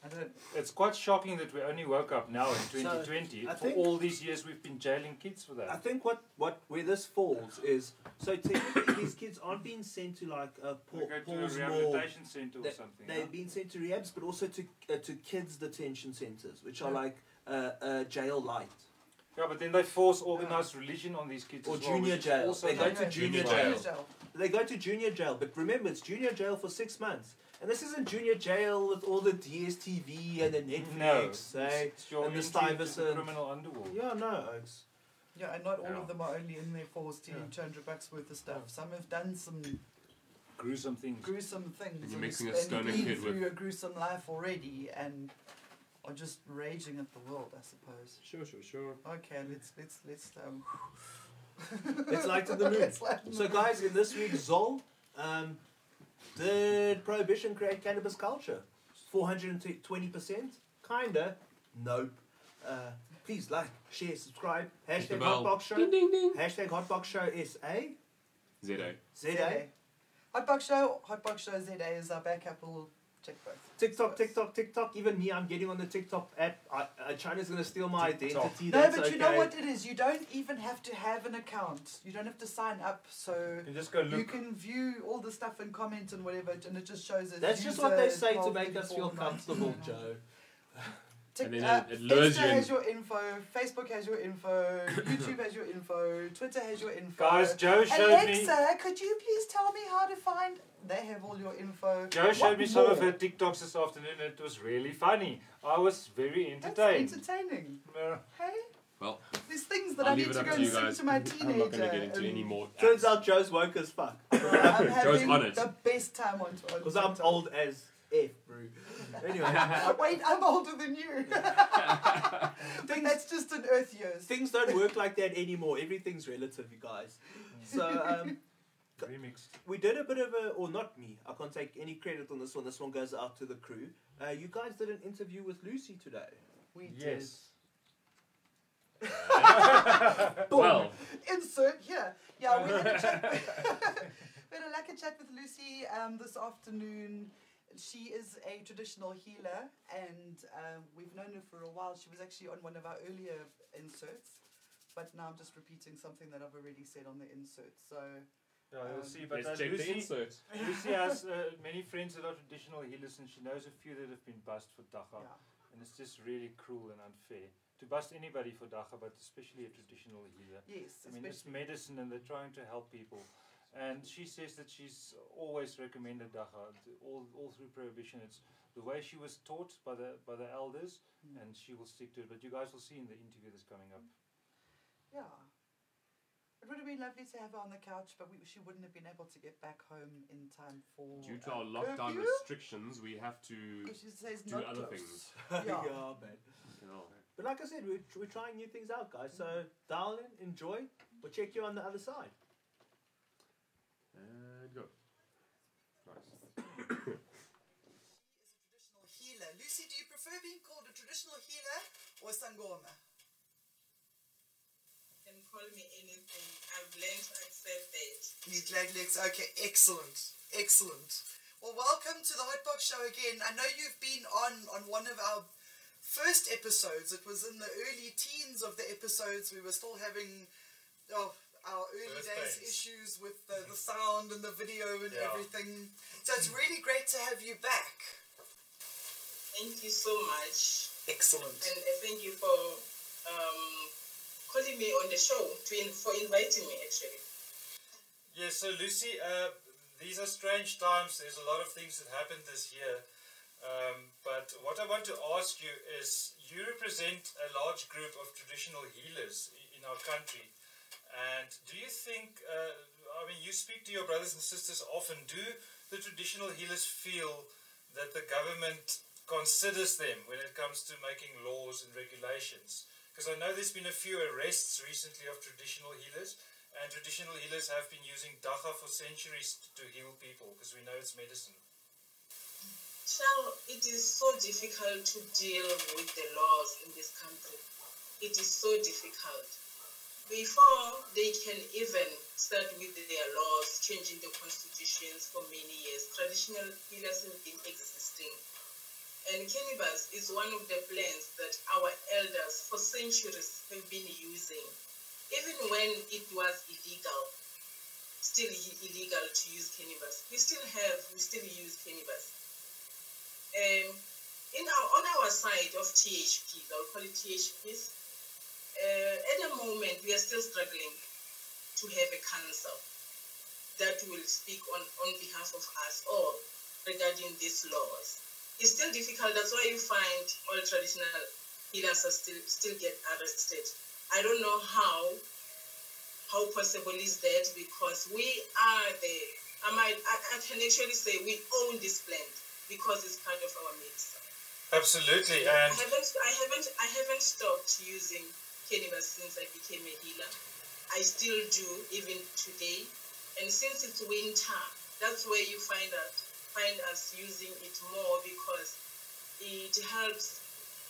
C: I don't.
D: It's quite shocking that we only woke up now in
A: So,
D: 2020.
A: I
D: For
A: think-
D: all these years, we've been jailing kids for
A: I
D: that.
A: think what, what where this falls is so technically these kids aren't being sent to like uh,
D: They go
A: Paul,
D: to a
A: Paul's Mall.
D: rehabilitation center or
A: They-
D: something.
A: They've
D: huh?
A: been sent to rehabs, but also to uh, to kids detention centres, which are like uh, uh, jail light
D: Yeah, but then they force organized religion on these kids
A: or
D: as well,
A: junior
D: which is
A: jail.
D: also
A: They go
D: not-
A: to junior
B: Junior jail.
A: jail. They go to junior jail, but remember, it's junior jail for six months. And this isn't junior jail with all the DSTV and the
D: No,
A: Netflix. eh?
D: it's your
A: and the
D: entry into the
A: Stuyvesant.
D: criminal underworld.
A: Yeah, no, Oaks.
C: Yeah, and not all
B: Yeah.
C: of them are only in there for stealing
A: Yeah.
C: 200 bucks worth of stuff. Some have done some
D: Gruesome things.
C: gruesome things.
B: And you're mixing a
C: and
B: stoner
C: been
B: kid with-
C: through a gruesome life already and are just raging at the world, I suppose.
B: Sure, sure, sure.
C: Okay, let's let's let's um.
A: Let's lighten the mood.
C: Let's lighten the
A: So, guys, in this week's Zol, um, did prohibition create cannabis culture? 420%? Kinda. Nope. Uh, please like, share, subscribe.
B: Hit the
A: Hashtag
B: bell.
A: Hotbox
B: Ding
A: Show.
B: ding ding.
A: Hashtag Hotbox Show SA.
B: ZA.
A: ZA.
C: Hotbox Show, Hotbox Show ZA is our backup. We'll check both.
A: TikTok, TikTok, TikTok. Even me, I'm getting on the TikTok app. I, I, China's gonna steal my
D: TikTok.
A: identity.
C: No,
A: That's
C: but you
A: okay.
C: know what it is? You don't even have to have an account. You don't have to sign up, so
D: You just go
C: you
D: look.
C: can view all the stuff and comment and whatever, and it just shows us.
A: That's just what they
C: user
A: say to
C: 12,
A: make us feel
C: 34, 90.
A: comfortable, Joe.
C: Tik-
B: And then
C: uh,
B: it- it lures
C: Insta
B: you in.
C: has your info, Facebook has your info, YouTube has your info, Twitter has your info.
D: Guys, Joe showed me.
C: Alexa, could you please tell me how to find? They have all your info.
D: Joe showed
C: What
D: me some of
C: more?
D: her TikToks this afternoon and it was really funny. I was very
C: That's
D: entertained.
C: entertaining.
D: Yeah.
C: Hey,
B: Well,
C: these things that
B: I'll
C: I
B: leave
C: need
B: it
C: to
B: up
C: go
B: to
C: and
B: you
C: sing
B: guys.
C: to my
B: I'm
C: teenager.
B: not gonna get into
C: and
B: any more.
A: Turns
B: apps.
A: out Joe's woke as fuck.
C: I'm
B: Joe's
C: having
B: on it.
C: the best time on
A: Because
C: Because
A: I'm old as f, bro. Anyway,
C: Wait, I'm older than you. but that's just in Earth years.
A: things don't work like that anymore. Everything's relative, you guys. So um,
D: Remixed.
A: we did a bit of a, or not me. I can't take any credit on this one. This one goes out to the crew. Uh, you guys did an interview with Lucy today.
C: We
D: Yes.
C: did. Boom.
B: well,
C: Insert here. Yeah, we had a chat. we had a lucky chat with Lucy um, this afternoon. She is a traditional healer, and um, we've known her for a while. She was actually on one of our earlier inserts, but now I'm just repeating something that I've already said on the insert. So
D: Yeah, you'll
C: Um,
D: see. But uh,
B: let's check the
D: Lucy,
B: insert.
D: Lucy has uh, many friends that are traditional healers and she knows a few that have been bust for Dacha.
C: yeah.
D: And it's just really cruel and unfair to bust anybody for Dacha, but especially a traditional healer.
C: Yes,
D: I mean, it's
C: especially-
D: medicine and they're trying to help people. And she says that she's always recommended dacha th- all, all through prohibition. It's the way she was taught by the by the elders,
C: Mm.
D: and she will stick to it. But you guys will see in the interview that's coming up.
C: yeah. It would have been lovely to have her on the couch, but we, she wouldn't have been able to get back home in time for.
B: Due to
C: uh,
B: our lockdown
C: curfew,
B: restrictions, we have to.
C: because she says
B: do
C: not
B: other
C: close.
B: things. Oh,
A: yeah,
C: Yeah.
A: man.
B: You know,
A: But like I said, we're, we're trying new things out, guys. So dial in, enjoy. We'll check you on the other side.
B: and go. Nice.
C: is a traditional healer. Lucy, do you prefer being called a traditional healer or sangoma?
F: can call me anything. I've learned to accept that.
C: You'd like Lex. Okay, excellent, excellent. Well, welcome to the Hotbox Show again. I know you've been on on one of our first episodes. It was in the early teens of the episodes. We were still having oh, our early days issues with the, the sound and the video and
D: Yeah.
C: everything. So it's really great to have you back.
F: Thank you so much.
C: Excellent.
F: And uh, thank you for um, calling me on the show, to in, for inviting me, actually.
D: Yeah, so Lucy, uh, these are strange times. There's a lot of things that happened this year. Um, but what I want to ask you is you represent a large group of traditional healers i- in our country. And do you think, uh, I mean, you speak to your brothers and sisters often. Do the traditional healers feel that the government considers them when it comes to making laws and regulations? Because I know there's been a few arrests recently of traditional healers, and traditional healers have been using dacha for centuries t- to heal people because we know it's medicine.
F: Child, it is so difficult to deal with the laws in this country. It is so difficult. Before they can even start with their laws, changing the constitutions for many years, traditional healers have been existing. And cannabis is one of the plants that our elders for centuries have been using. Even when it was illegal, still i- illegal to use cannabis, we still have, we still use cannabis um, in our, on our side of THPs, I'll call it THPs, uh, at the moment we are still struggling to have a council that will speak on, on behalf of us all regarding these laws. It's still difficult, that's why you find all traditional healers are still, still get arrested. I don't know how how possible is that because we are the I might I, I can actually say we own this plant because it's part of our mix.
D: Absolutely,
F: I
D: and
F: haven't I haven't I haven't stopped using cannabis since I became a healer. I still do even today. And since it's winter, that's where you find out find us using it more because it helps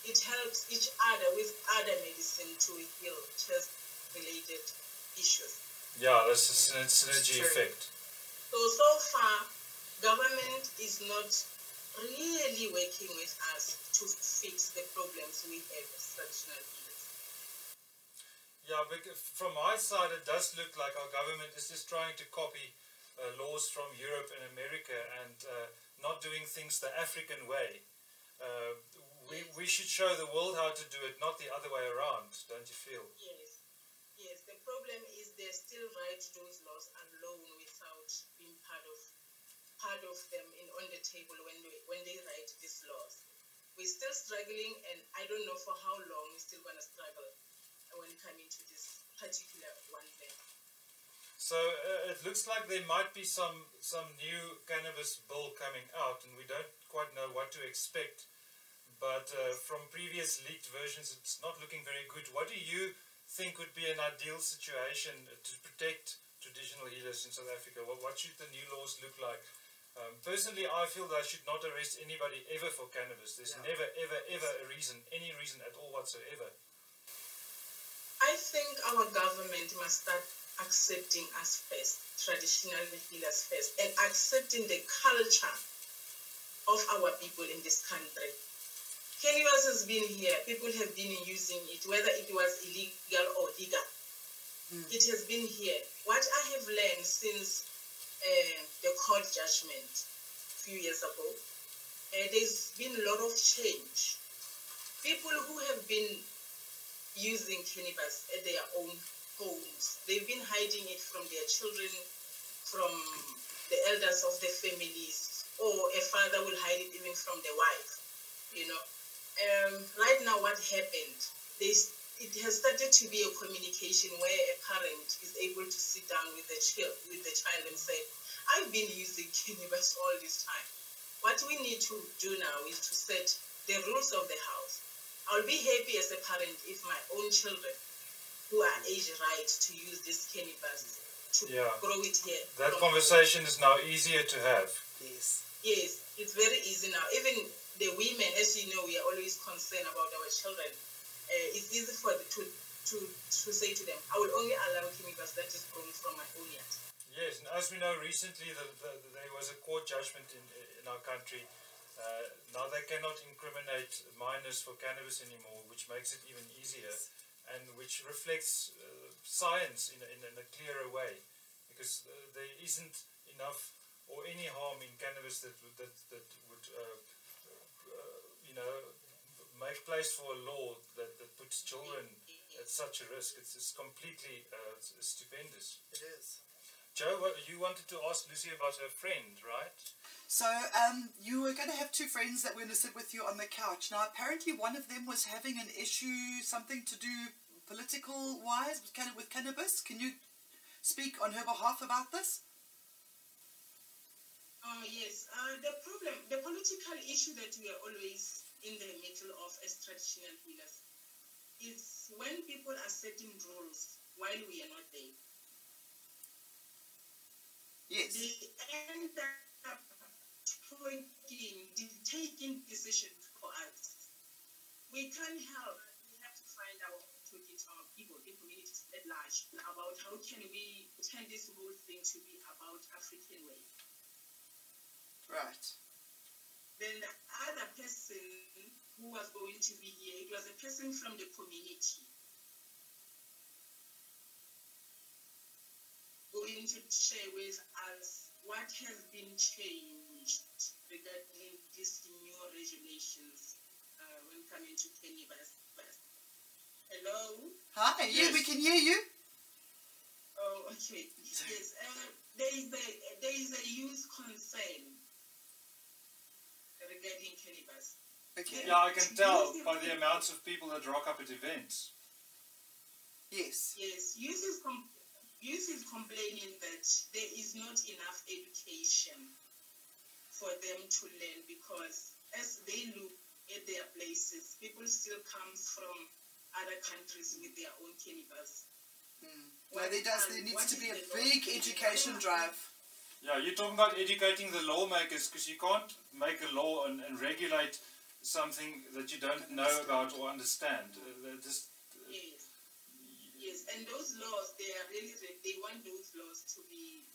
F: it helps each other with other medicine to heal chest related issues.
D: yeah, that's a syn- synergy
F: Sure.
D: effect.
F: So so far, government is not really working with us to fix the problems we have as traditional healers.
D: Yeah, bec- from my side, it does look like our government is just trying to copy uh, laws from Europe and America and uh, not doing things the African way. Uh, we, we should show the world how to do it, not the other way around, don't you feel?
F: Yes, yes. The problem is they still write those laws alone without being part of part of them in on the table when they when they write these laws. We're still struggling, and I don't know for how long we're still gonna struggle when coming to this particular one thing.
D: So uh, it looks like there might be some some new cannabis bill coming out, and we don't quite know what to expect. But uh, from previous leaked versions, it's not looking very good. What do you think would be an ideal situation to protect traditional healers in South Africa? What, what should the new laws look like? Um, personally, I feel that I should not arrest anybody ever for cannabis. There's
C: Yeah.
D: never, ever, ever a reason, any reason at all whatsoever.
F: I think our government must start accepting us first, traditional healers first, and accepting the culture of our people in this country. Cannabis has been here, people have been using it, whether it was illegal or legal. It has been here. What I have learned since uh, the court judgment a few years ago, uh, there's been a lot of change. People who have been using cannabis at their own homes. They've been hiding it from their children, from the elders of the families, or a father will hide it even from the wife. You know, um, right now what happened? They s- it has started to be a communication where a parent is able to sit down with the child, with the child and say, "I've been using cannabis all this time." What we need to do now is to set the rules of the house. I'll be happy as a parent if my own children, who are age right to use this cannabis, to
D: Yeah.
F: grow it here.
D: That
F: from-
D: conversation is now easier to have.
C: Yes.
F: Yes, it's very easy now. Even the women, as you know, we are always concerned about our children. Uh, it's easy for the, to, to to say to them, I will only allow chemicals that is grown from my own yard.
D: Yes, and as we know recently, the, the, there was a court judgment in, in our country. Uh, now they cannot incriminate minors for cannabis anymore, which makes it even easier and which reflects uh, science in a, in, a- in a clearer way. because uh, there isn't enough or any harm in cannabis that would- that that would uh, uh, you know make place for a law that, that puts children at such a risk. It's, it's completely uh, it's- it's stupendous.
C: It is.
D: Joe, what, you wanted to ask Lucy about her friend, right?
C: So um, you were going to have two friends that were going to sit with you on the couch. Now apparently one of them was having an issue, something to do political wise with, canna- with cannabis. Can you speak on her behalf about this?
F: Oh yes, uh, the problem, the political issue that we are always in the middle of as traditional healers is when people are setting rules while we are not there.
C: Yes.
F: They end up taking, taking decisions for us. We can't help. but We have to find our own toolkit, our people, the communities at large, about how can we turn this whole thing to be about African way.
C: Right.
F: then the other person who was going to be here, it was a person from the community going to share with us what has been changed regarding these new regulations uh, when coming to cannabis. Hello?
C: Hi. Yeah, we can hear you.
F: Oh, okay. Yes, uh, there is a there is a youth concern regarding cannabis.
C: Okay.
D: Yeah, I can tell by the amounts of people that rock up at events.
C: Yes.
F: Yes, youth is, com- youth is complaining that there is not enough education for them to learn because as they look at their places, people still come from other countries with their own um, cannabis.
C: Hmm. Well, there does.
D: um,
C: There needs to be a big education drive.
D: Yeah, you're talking about educating the lawmakers because you can't make a law and, and regulate something that you don't know about or understand. Uh, that just,
F: Yes. Yes, and those laws, they are really, they want those laws to be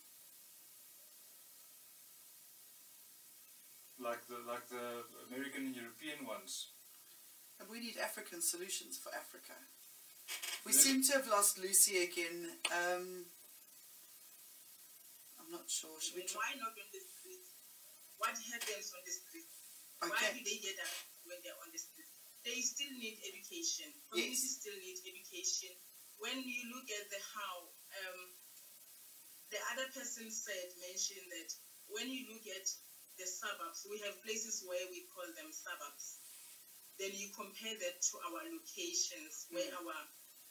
D: like the like the American and European ones.
C: And we need African solutions for Africa. We
D: Yeah.
C: seem to have lost Lucy again. Um, I'm not sure. Should we
F: And
C: try?
F: why not on the street? What happens on the street? Why do
C: Okay.
F: they get up when they're on the street? They still need education. Communities still need education. When you look at the how, um, the other person said, mentioned that when you look at the suburbs, we have places where we call them suburbs. Then you compare that to our locations where our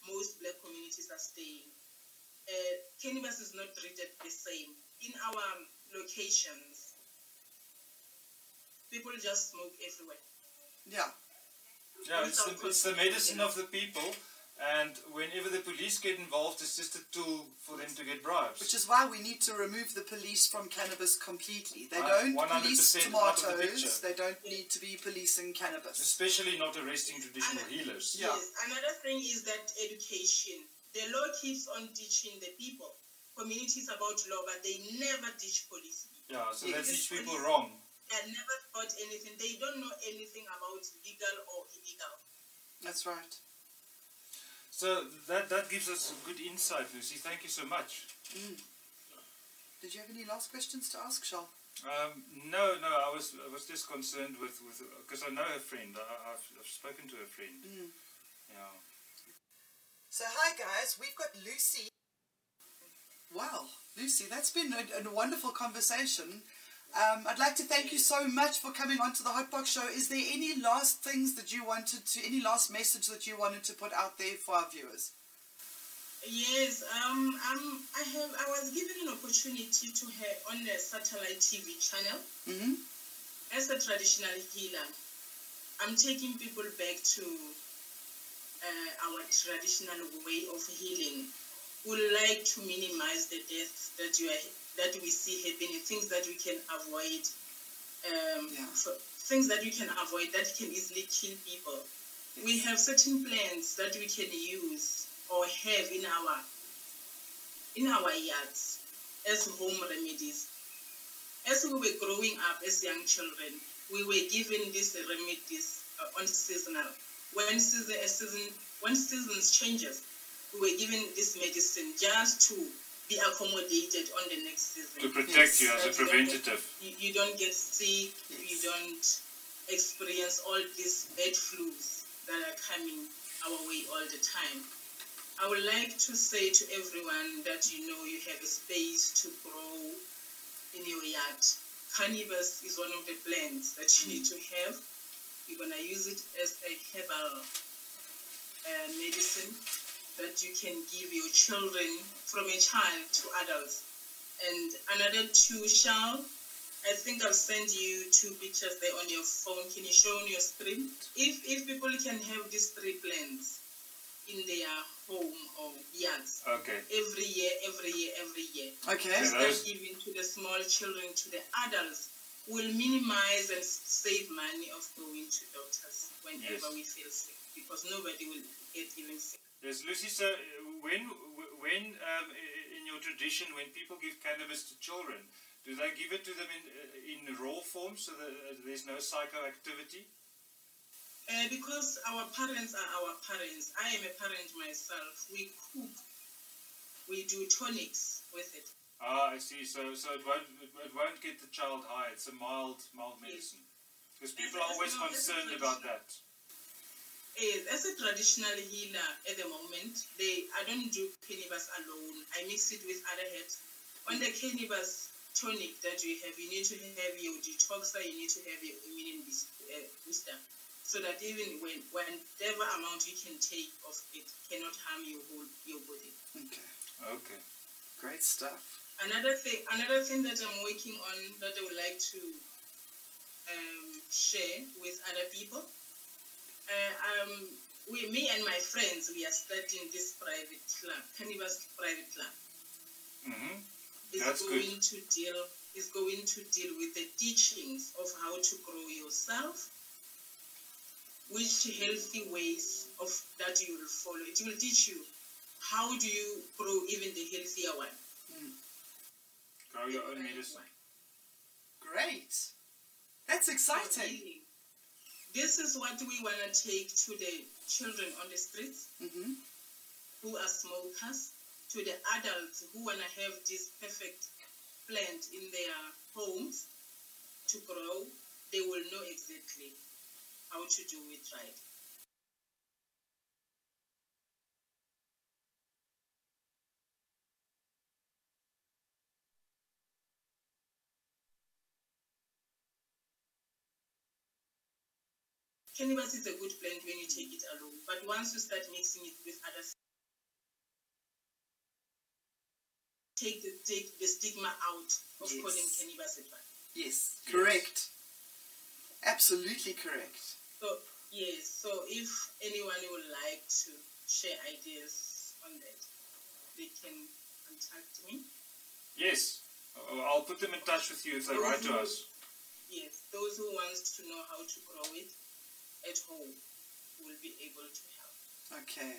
F: most black communities are staying uh, cannabis is not treated the same in our um, locations. People just smoke everywhere.
C: Yeah.
D: Yeah, it's the, it's the medicine of the people, and whenever the police get involved, it's just a tool for them to get bribes.
C: Which is why we need to remove the police from cannabis completely. They
D: Uh,
C: don't
D: 100%
C: police
D: out of the
C: tomatoes.
D: picture.
C: they don't need to be policing cannabis.
D: especially not arresting traditional healers.
C: Yeah.
F: Yes. Another thing is that education. The law keeps on teaching the people, communities about law, but they never teach police.
D: Yeah, so they
C: Yes.
D: teach people wrong.
F: They are never taught anything. They don't know anything about legal or illegal.
C: That's right.
D: So that that gives us good insight, Lucy. Thank you so much.
C: Did you have any last questions to ask, Charles?
D: Um, no, no, I was I was just concerned with with because I know her friend. I, I've I've spoken to her friend.
C: Mm.
D: Yeah.
C: So, hi guys, we've got Lucy. Wow, Lucy, that's been a, a wonderful conversation. Um, I'd like to thank you so much for coming onto the Hotbox Show. Is there any last things that you wanted to, any last message that you wanted to put out there for our viewers?
F: Yes, um, um, I have. I was given an opportunity to have on the satellite TV channel
C: Mm-hmm.
F: as a traditional healer. I'm taking people back to uh, our traditional way of healing. We like to minimize the deaths that you are, that we see happening, things that we can avoid, um,
C: Yeah.
F: so things that we can avoid that can easily kill people. We have certain plants that we can use or have in our in our yards as home remedies. As we were growing up as young children, we were given these remedies uh, on seasonal. When season, a season, when seasons changes, we were given this medicine just to be accommodated on the next season.
D: To protect
F: Yes.
D: you as a
F: That you don't get-
D: preventative.
F: You, you don't get sick, you
C: Yes.
F: don't experience all these bad flus that are coming our way all the time. I would like to say to everyone that you know you have a space to grow in your yard. Cannabis is one of the plants that you need to have. You're gonna use it as a herbal uh, medicine that you can give your children from a child to adults. And another two shall. I think I've sent you two pictures there on your phone. Can you show on your screen? If if people can have these three plants in their home or yards
D: Okay.
F: every year, every year, every year
C: Okay.
D: Yeah.
F: that
D: Those-
F: giving to the small children, to the adults, will minimize and s- save money of going to doctors whenever
D: Yes.
F: we feel sick because nobody will get even sick.
D: Yes, Lucy. So, uh, when when um, i- in your tradition, when people give cannabis to children, do they give it to them in uh, in raw form so that uh, there's no psychoactivity?
F: Uh, because our parents are our parents. I am a parent myself. We cook, we do tonics with it.
D: Ah, I see. So, so it won't it won't get the child high. It's a mild mild medicine. Because people are
F: Yes,
D: always
F: no, it's a
D: concerned about
F: tradition.
D: that.
F: Yes, as a traditional healer at the moment, they I don't do cannabis alone. I mix it with other herbs. On the cannabis tonic that you have, you need to have your detoxer, you need to have your immune boost- uh, booster, so that even when whatever amount you can take of it cannot harm your whole your body.
C: Okay.
D: Okay.
C: Great stuff.
F: Another thing, another thing that I'm working on that I would like to um, share with other people. Uh, um, we, me and my friends, we are starting this private club, Cannabis Private Club.
D: Mm-hmm.
F: It's
D: That's good.
F: going to deal is going to deal with the teachings of how to grow yourself, which healthy ways of that you will follow. It will teach you how do you grow even the healthier one.
D: Grow your
F: the
D: own
F: organic
D: medicine.
F: one.
C: Great. That's exciting.
F: Really. This is what we want to take to the children on the streets
C: Mm-hmm.
F: who are smokers, to the adults who want to have this perfect plant in their homes to grow. They will know exactly how to do it right. Cannabis is a good plant when you take it alone, but once you start mixing it with other take the take the stigma out of
C: Yes.
F: calling cannabis a drug.
C: Yes. Correct. Absolutely correct.
F: So yes, so if anyone would like to share ideas on that, they can contact me.
D: Yes. Uh, I'll put them in touch with you if they write to us.
F: Yes, those who want to know how to grow it at home will be able to help.
C: Okay.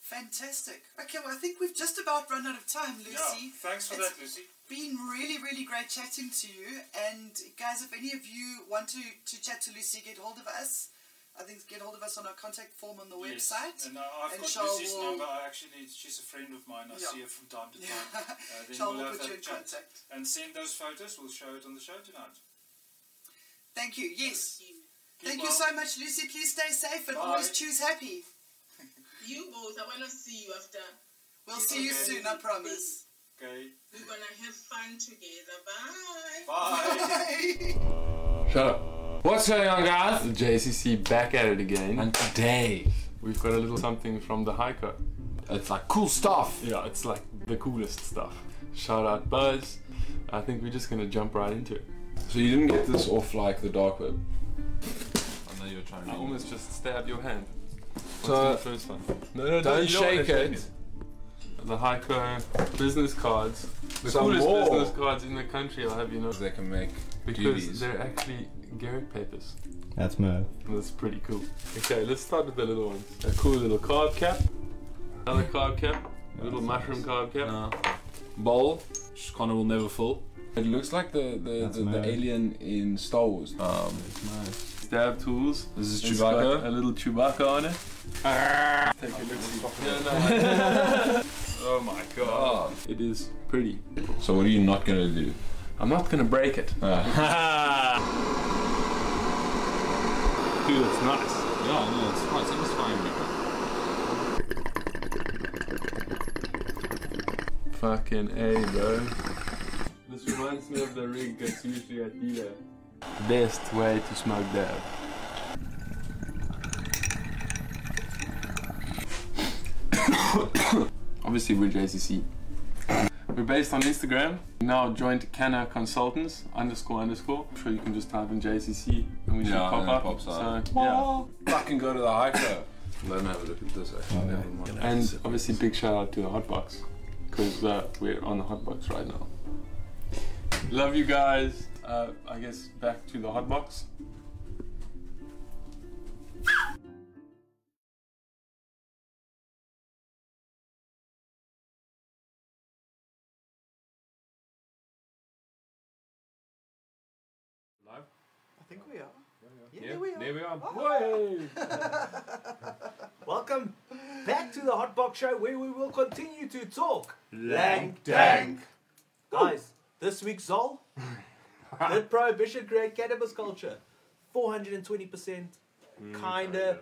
C: Fantastic. Okay, well, I think we've just about run out of time, Lucy.
D: Yeah. Thanks for
C: It's-
D: that, Lucy.
C: been really, really great chatting to you. And guys, if any of you want to, to chat to Lucy, get hold of us. I think get hold of us on our contact form on the
D: Yes,
C: website.
D: And I- I've
C: And
D: got
C: Charl
D: Lucy's
C: will-
D: number. I actually, she's a friend of mine. I
C: Yeah.
D: see her from time to time.
C: Yeah.
D: Uh, then
C: Charl
D: we'll
C: will
D: have
C: put you
D: that
C: in
D: chat.
C: contact.
D: And send those photos. We'll show it on the show tonight.
C: Thank you. Yes.
F: You-
D: Keep
C: Thank you
D: well.
C: so much, Lucy. Please stay safe and
D: Bye.
C: always choose happy.
F: You both, I want to see you after.
C: We'll see you
D: Okay.
C: soon, I promise.
D: Okay.
F: We're going to have fun together. Bye.
D: Bye.
G: Shut up. What's going on, guys? The JCC back at it again. And today, we've got a little something from the Hiker. It's like cool stuff. Yeah, it's like the coolest stuff. Shout out Buzz. I think we're just gonna jump right into it.
H: So you didn't get this off like the dark web. I know you were trying
G: I almost just stabbed your hand. What's
H: So-
G: in the first one? No, no,
H: Don't
G: you know what
H: shake
G: the thing
H: it.
G: is. The Heiko business cards. The
H: Some
G: coolest
H: more.
G: business cards in the country, I'll have you know.
H: They can make
G: Because
H: doobies.
G: they're actually Garrett papers.
I: That's mad.
G: That's pretty cool. Okay, let's start with the little ones. A cool little carb cap. Another carb cap. little mushroom carb cap.
H: No. bowl, which Connor will never fill. It looks like the the,
I: That's
H: the,
I: mad.
H: the alien in Star Wars. Um,
I: It's nice.
G: Stab tools.
H: this is
G: It's got
H: Chewbacca.
G: Ah! a little Chewbacca on it. Take a look. No, no. Oh my god. It is pretty.
H: So what are you not gonna do?
G: I'm not gonna break it.
H: Ah.
G: Dude, it's nice.
H: yeah, no, it's quite satisfying.
G: Fucking A, bro. This reminds me of the rig that's usually at dealer. Best way to smoke dab. Obviously, we're JCC. We're based on Instagram. We now joined Canna Consultants underscore underscore. I'm sure you can just type in JCC and we should
H: Yeah,
G: pop
H: and it
G: up.
H: pops
G: so,
H: up.
G: yeah.
H: Fucking go to the hyper. Let me have a look at this actually. Never mind.
G: Oh, And obviously, big shout out to the Hotbox because uh, we're on the Hotbox right now. Love you guys. Uh, I guess back to the Hotbox.
B: Live?
C: I think we are. Yeah,
B: Yeah,
C: we are. Oh.
B: there we are.
A: Welcome back to the Hot Box Show where we will continue to talk. Lang
B: Dang.
A: Guys, this week's Zol Did prohibition create cannabis culture? 420%. Kinda.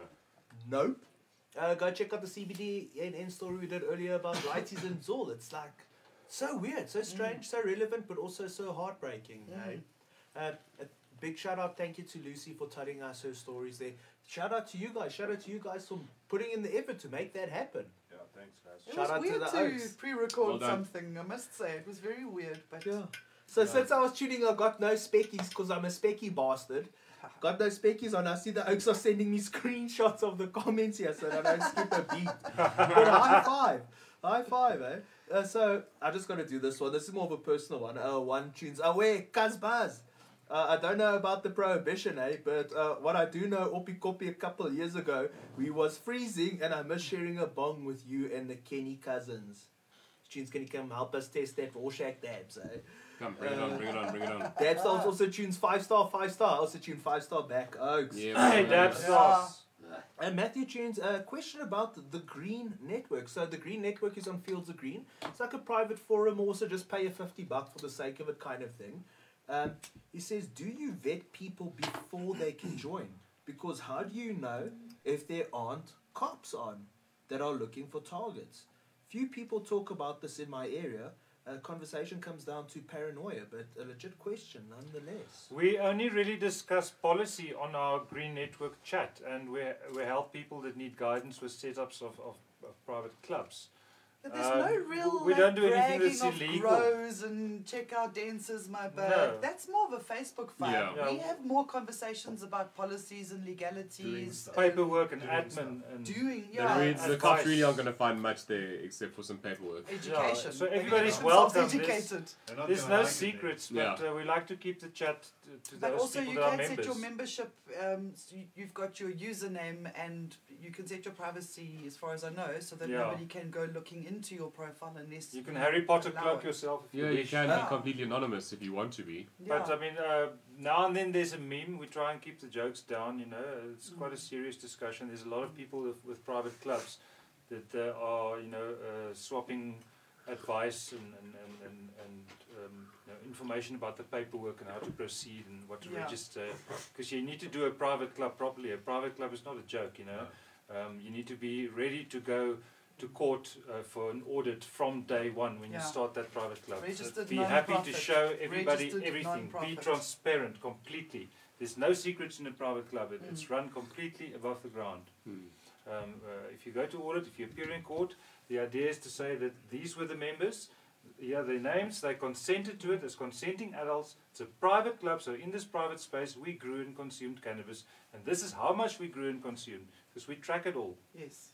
A: Nope. Uh, go check out the CBD and N story we did earlier about righties and Zol. It's like so weird, so strange, so relevant, but also so heartbreaking. eh? Uh, a big shout out, thank you to Lucy for telling us her stories there. Shout out to you guys, shout out to you guys for putting in the effort to make that happen.
E: Yeah, thanks, guys.
C: It
A: Shout
C: was
A: out to
C: weird
A: the
C: to,
A: Oaks.
C: pre-record
B: Well done.
C: something. I must say it was very weird, but
A: Yeah. So since I was tuning, I got no speckies because I'm a specky bastard. Got no speckies on. I see the Oaks are sending me screenshots of the comments here so that I don't skip a beat. But high five. High five, eh? Uh, so I'm just going to do this one. This is more of a personal one. Uh, one tunes away, Kazbaz. Uh, I don't know about the prohibition, eh? But uh, what I do know, Opi Kopi a couple of years ago, we was freezing and I miss sharing a bong with you and the Kenny cousins. Tunes, can you come help us test that for all shack dabs, eh?
B: Come, bring it on, bring it on, bring it on.
A: Dad Stars also tunes five star, five star. I Also tune five star back Oaks.
B: Yeah,
D: Hey,
B: bring it on.
D: that's us.
A: And Matthew tunes a question about the Green Network. So the Green Network is on Fields of Green. It's like a private forum. Also, just pay a fifty buck for the sake of it, kind of thing. Um, he says, "Do you vet people before they can join? Because how do you know if there aren't cops on that are looking for targets? Few people talk about this in my area. Uh, conversation comes down to paranoia, but a legit question nonetheless."
D: We only really discuss policy on our Green Network chat, and we we help people that need guidance with setups of, of, of private clubs.
C: But there's
D: Uh,
C: no
D: w-
C: real
D: we
C: like,
D: don't do anything
C: bragging
D: that's
C: of
D: illegal.
C: grows and check out dances, my bag.
D: No.
C: That's more of a Facebook fight.
B: Yeah.
D: Yeah.
C: We have more conversations about policies and legalities.
D: Paperwork and
E: Doing
D: admin and
C: and Doing,
B: The,
C: yeah.
B: reads, the
D: advice.
B: cops really aren't going to find much there except for some paperwork.
C: Education.
D: Yeah, so
C: They get
D: everybody's
C: themselves
D: welcome.
C: Educated.
E: They're not
D: There's
E: gonna
D: no
E: like it there.
D: secrets, but
B: Yeah.
D: uh, we like to keep the chat to, to
C: But
D: those
C: also,
D: people
C: you
D: that are
C: can set
D: members.
C: your membership. Um, so you- you've got your username, and you can set your privacy, as far as I know, so that
D: Yeah.
C: nobody can go looking into your profile unless
D: you can Harry Potter
C: Allow
D: cloak
C: it.
D: yourself. If
B: Yeah,
D: you
B: you
D: wish.
B: can
C: Yeah.
B: be completely anonymous if you want to be.
C: Yeah.
D: But I mean, uh, now and then there's a meme. We try and keep the jokes down. You know, it's quite a
C: Mm.
D: serious discussion. There's a lot of people with, with private clubs that uh, are you know uh, swapping advice and and and, and, and um, you know, information about the paperwork and how to proceed and what to
C: Yeah.
D: register. Because you need to do a private club properly. A private club is not a joke. You know, um, you need to be ready to go. To court uh, for an audit from day one when you
C: Yeah.
D: start that private club. So
C: Registered
D: be happy to
C: non-profit.
D: show everybody
C: Registered
D: everything. Be
C: non-profit.
D: transparent completely. There's no secrets in a private club. It, It's run completely above the ground.
B: Hmm.
D: Um, uh, if you go to audit, if you appear in court, the idea is to say that these were the members. Here are their names. They consented to it as consenting adults. It's a private club, so in this private space, we grew and consumed cannabis, and this is how much we grew and consumed because we track it all
C: yes,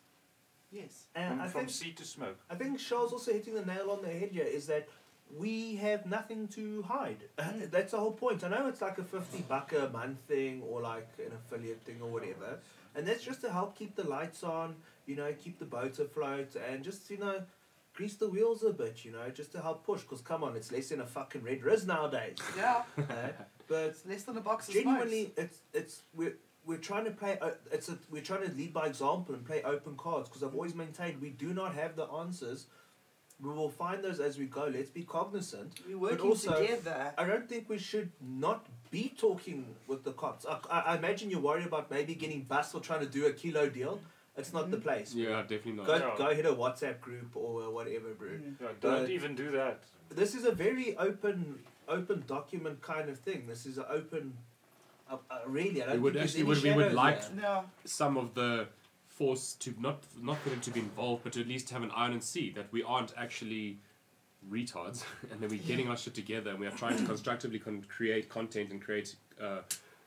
C: yes.
A: And
D: from,
A: I
D: from
A: think
D: seed to smoke.
A: I think Charles also hitting the nail on the head here is that we have nothing to hide. That's the whole point. I know it's like a 50 buck a month thing or like an affiliate thing or whatever. And that's just to help keep the lights on, you know, keep the boat afloat and just, you know, grease the wheels a bit, you know, just to help push. Because come on, it's less than a fucking red riz nowadays.
C: Yeah,
A: eh? But
C: it's less than a box of smokes.
A: genuinely, it's it's we're we're trying to play. o- It's a, we're trying to lead by example and play open cards because I've always maintained we do not have the answers We will find those as we go. Let's be cognizant.
C: We're working
A: but also,
C: together.
A: I don't think we should not be talking with the cops. I, I, I imagine you worry about maybe getting bust or trying to do a kilo deal. It's not the place.
B: Yeah, definitely not.
A: Go,
D: No.
A: go hit a WhatsApp group or whatever, bro.
E: Mm-hmm.
D: Yeah, don't
A: But-
D: even do that.
A: This is a very open, open document kind of thing. This is an open. Uh, uh, really, I don't
B: It would
A: think there's
B: actually-
A: any
B: would- we would
A: shadows
B: like-
A: there.
C: No.
B: Some of the force to not not for them to be involved, but to at least have an iron and see that we aren't actually retards, and that we're getting our shit together, and we are trying to constructively con- create content and create. Uh,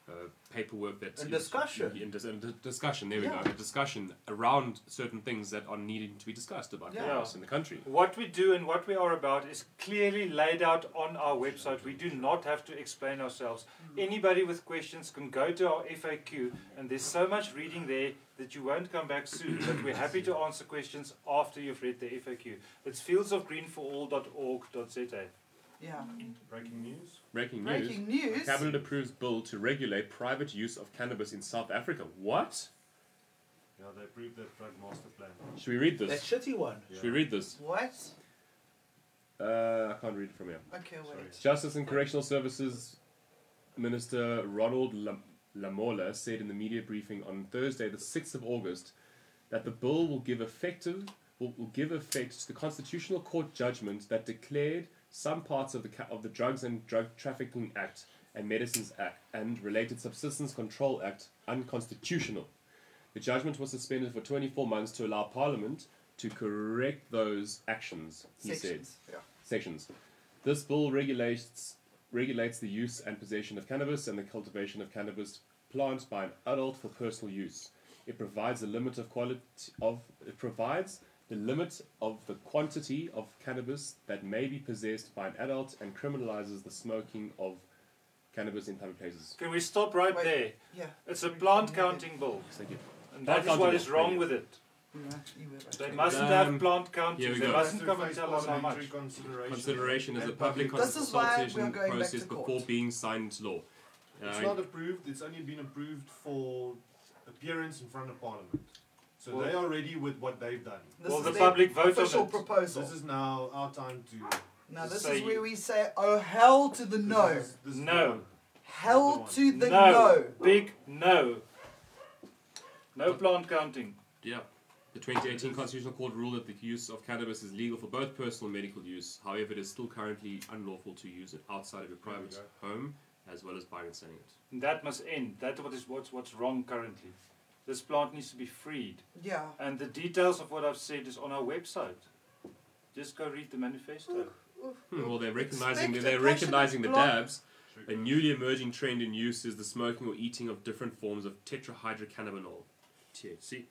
B: uh, paperwork that's
A: And discussion.
B: in, dis- and di- discussion there we
A: Yeah.
B: go a discussion around certain things that are needing to be discussed about
C: Yeah.
B: laws in the country
D: What we do and what we are about is clearly laid out on our website. We do not have to explain ourselves. Anybody with questions can go to our FAQ, and there's so much reading there that you won't come back soon. But we're happy to answer questions after you've read the FAQ. It's fieldsofgreenforall.org.za.
C: Yeah.
E: Breaking news.
B: breaking news
C: Breaking news.
B: Cabinet approves bill to regulate private use of cannabis in South Africa. What?
E: Yeah, they approved their drug master plan.
B: Should we read
A: That
B: this?
A: shitty one.
B: Should we read this?
C: What?
B: Uh, I can't read it from here.
C: Okay, wait.
B: Justice and Correctional Services Minister Ronald Lam- Lamola said in the media briefing on Thursday, the 6th of August, that the bill will give effective will, will give effect to the constitutional court judgment that declared some parts of the ca- of the Drugs and Drug Trafficking Act and Medicines Act and related Subsistence Control Act unconstitutional. The judgment was suspended for 24 months to allow Parliament to correct those actions, he said
C: Sections. Yeah.
B: sections. This bill regulates regulates the use and possession of cannabis and the cultivation of cannabis plants by an adult for personal use. It provides a limit of quality of it provides the limit of the quantity of cannabis that may be possessed by an adult and criminalizes the smoking of cannabis in public places.
D: Can we stop right
C: Wait.
D: there?
C: Yeah.
D: It's a plant counting bill,
B: Thank you.
D: and
B: Plant
D: that is what
B: counting
D: is
B: bill.
D: wrong with it.
C: No, you were right.
D: They mustn't
B: Um,
D: have plant
B: here
D: counting.
B: we
D: They
B: go.
D: mustn't
E: Through
D: come and
E: face
D: tell us how much.
E: parliamentary Consideration.
B: Consideration as a
E: and
B: public
C: This is why we are
B: consultation
C: going back
B: process
C: to court.
B: before being signed into law.
E: It's
B: Uh,
E: not approved. It's only been approved for appearance in front of Parliament. So
D: Well-
E: they are ready with what they've done.
C: This
D: Well,
C: is
D: the
C: their
D: public vote on
C: official
D: it.
C: proposal.
E: This is now our time to.
C: now this
D: Say-
C: is where we say, "Oh hell to the no,
E: This is- this is
D: No.
E: the one.
C: hell to the
D: no.
C: no."
D: Big no. No plant counting.
B: Yeah. The 2018 Constitutional Court ruled that the use of cannabis is legal for both personal and medical use. However, it is still currently unlawful to use it outside of your private home as well as buying and selling it.
D: And that must end. That's what is what's what's wrong currently. This plant needs to be freed.
C: Yeah.
D: And the details of what I've said is on our website. Just go read the manifesto.
B: Hmm, well, they're recognizing
C: Expect
B: they're
C: a
B: recognizing the
C: passionate block.
B: dabs. A newly emerging trend in use is the smoking or eating of different forms of tetrahydrocannabinol, THC,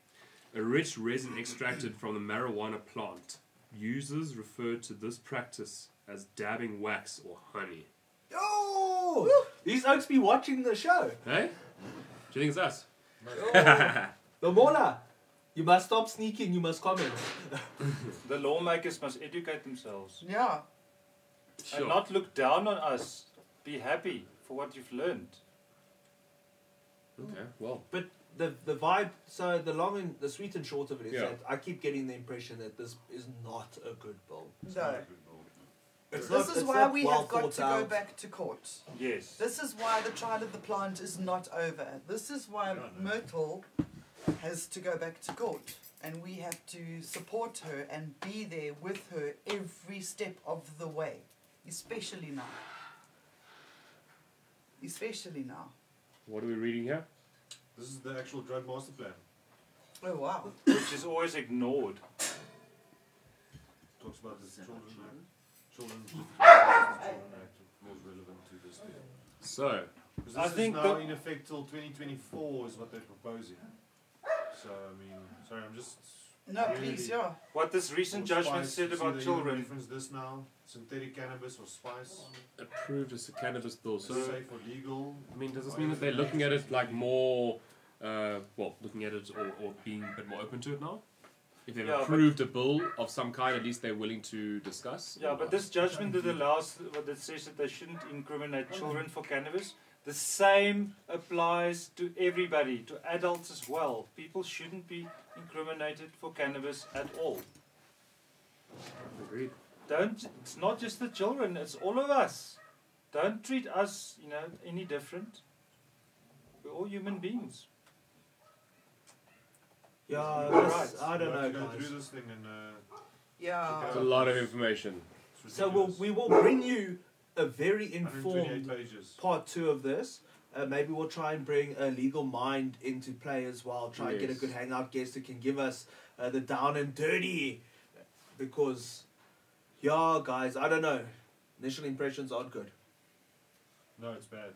B: a rich resin extracted from the marijuana plant. Users refer to this practice as dabbing wax or honey.
A: Oh, these oaks be watching the show.
B: Hey? Do you think it's us?
A: The Mola, you must stop sneaking. You must comment.
D: The lawmakers must educate themselves
C: Yeah.
D: and not look down on us. Be happy for what you've learned.
B: Okay, well.
A: But the the vibe. So the long and the sweet and short of it is
B: Yeah.
A: that I keep getting the impression that this is not a good bill.
C: No.
A: It's
C: This
A: not-
C: is
A: it's
C: why
A: not
C: we
A: well
C: have got
A: thought
C: to go
A: out.
C: back to court.
D: Yes.
C: This is why the trial of the plant is not over. This is why Myrtle has to go back to court. And we have to support her and be there with her every step of the way. Especially now. Especially now.
B: What are we reading here?
E: This is the actual drug master plan.
C: Oh, wow.
D: Which is always ignored.
E: Talks about this children act. Children. children act most relevant to this thing.
B: So,
E: Because
D: I
E: this
D: think
E: is now
D: the-
E: in effect till 2024 is what they're proposing. So I mean, sorry, I'm just.
C: No,
E: really
C: please, yeah.
D: What this recent judgment
E: surprised to
D: said
E: see
D: about
E: that you would
D: children
E: Reference this now: synthetic cannabis or spice,
B: approved as a cannabis bill.
E: is
B: So,
E: safe or legal.
B: I mean, does this mean that they're looking at it like more, uh, well, looking at it or, or being a bit more open to it now? If they've
D: Yeah, but-
B: approved a bill of some kind, at least they're willing to discuss?
D: Yeah,
B: or
D: but
B: not?
D: this judgment that allows that says that they shouldn't incriminate children for cannabis, the same applies to everybody, to adults as well. People shouldn't be incriminated for cannabis at all.
B: Agreed.
D: Don't. It's not just the children. It's all of us. Don't treat us, you know, any different. We're all human beings.
A: Yeah,
D: You're
A: Uh, this-
D: right.
A: I don't
E: We'll have to
A: know,
E: Go
A: guys.
E: through this thing and. Uh,
C: Yeah.
B: It's a lot of information.
E: it's
A: So we'll,
E: ridiculous.
A: we will bring you a very
E: 128
A: informed
E: pages.
A: part two of this. Uh, maybe we'll try and bring a legal mind into play as well. Try and get a
B: Yes.
A: good hangout guest who can give us uh, the down and dirty. Because, yeah, guys, I don't know. Initial impressions aren't good.
E: No, it's bad.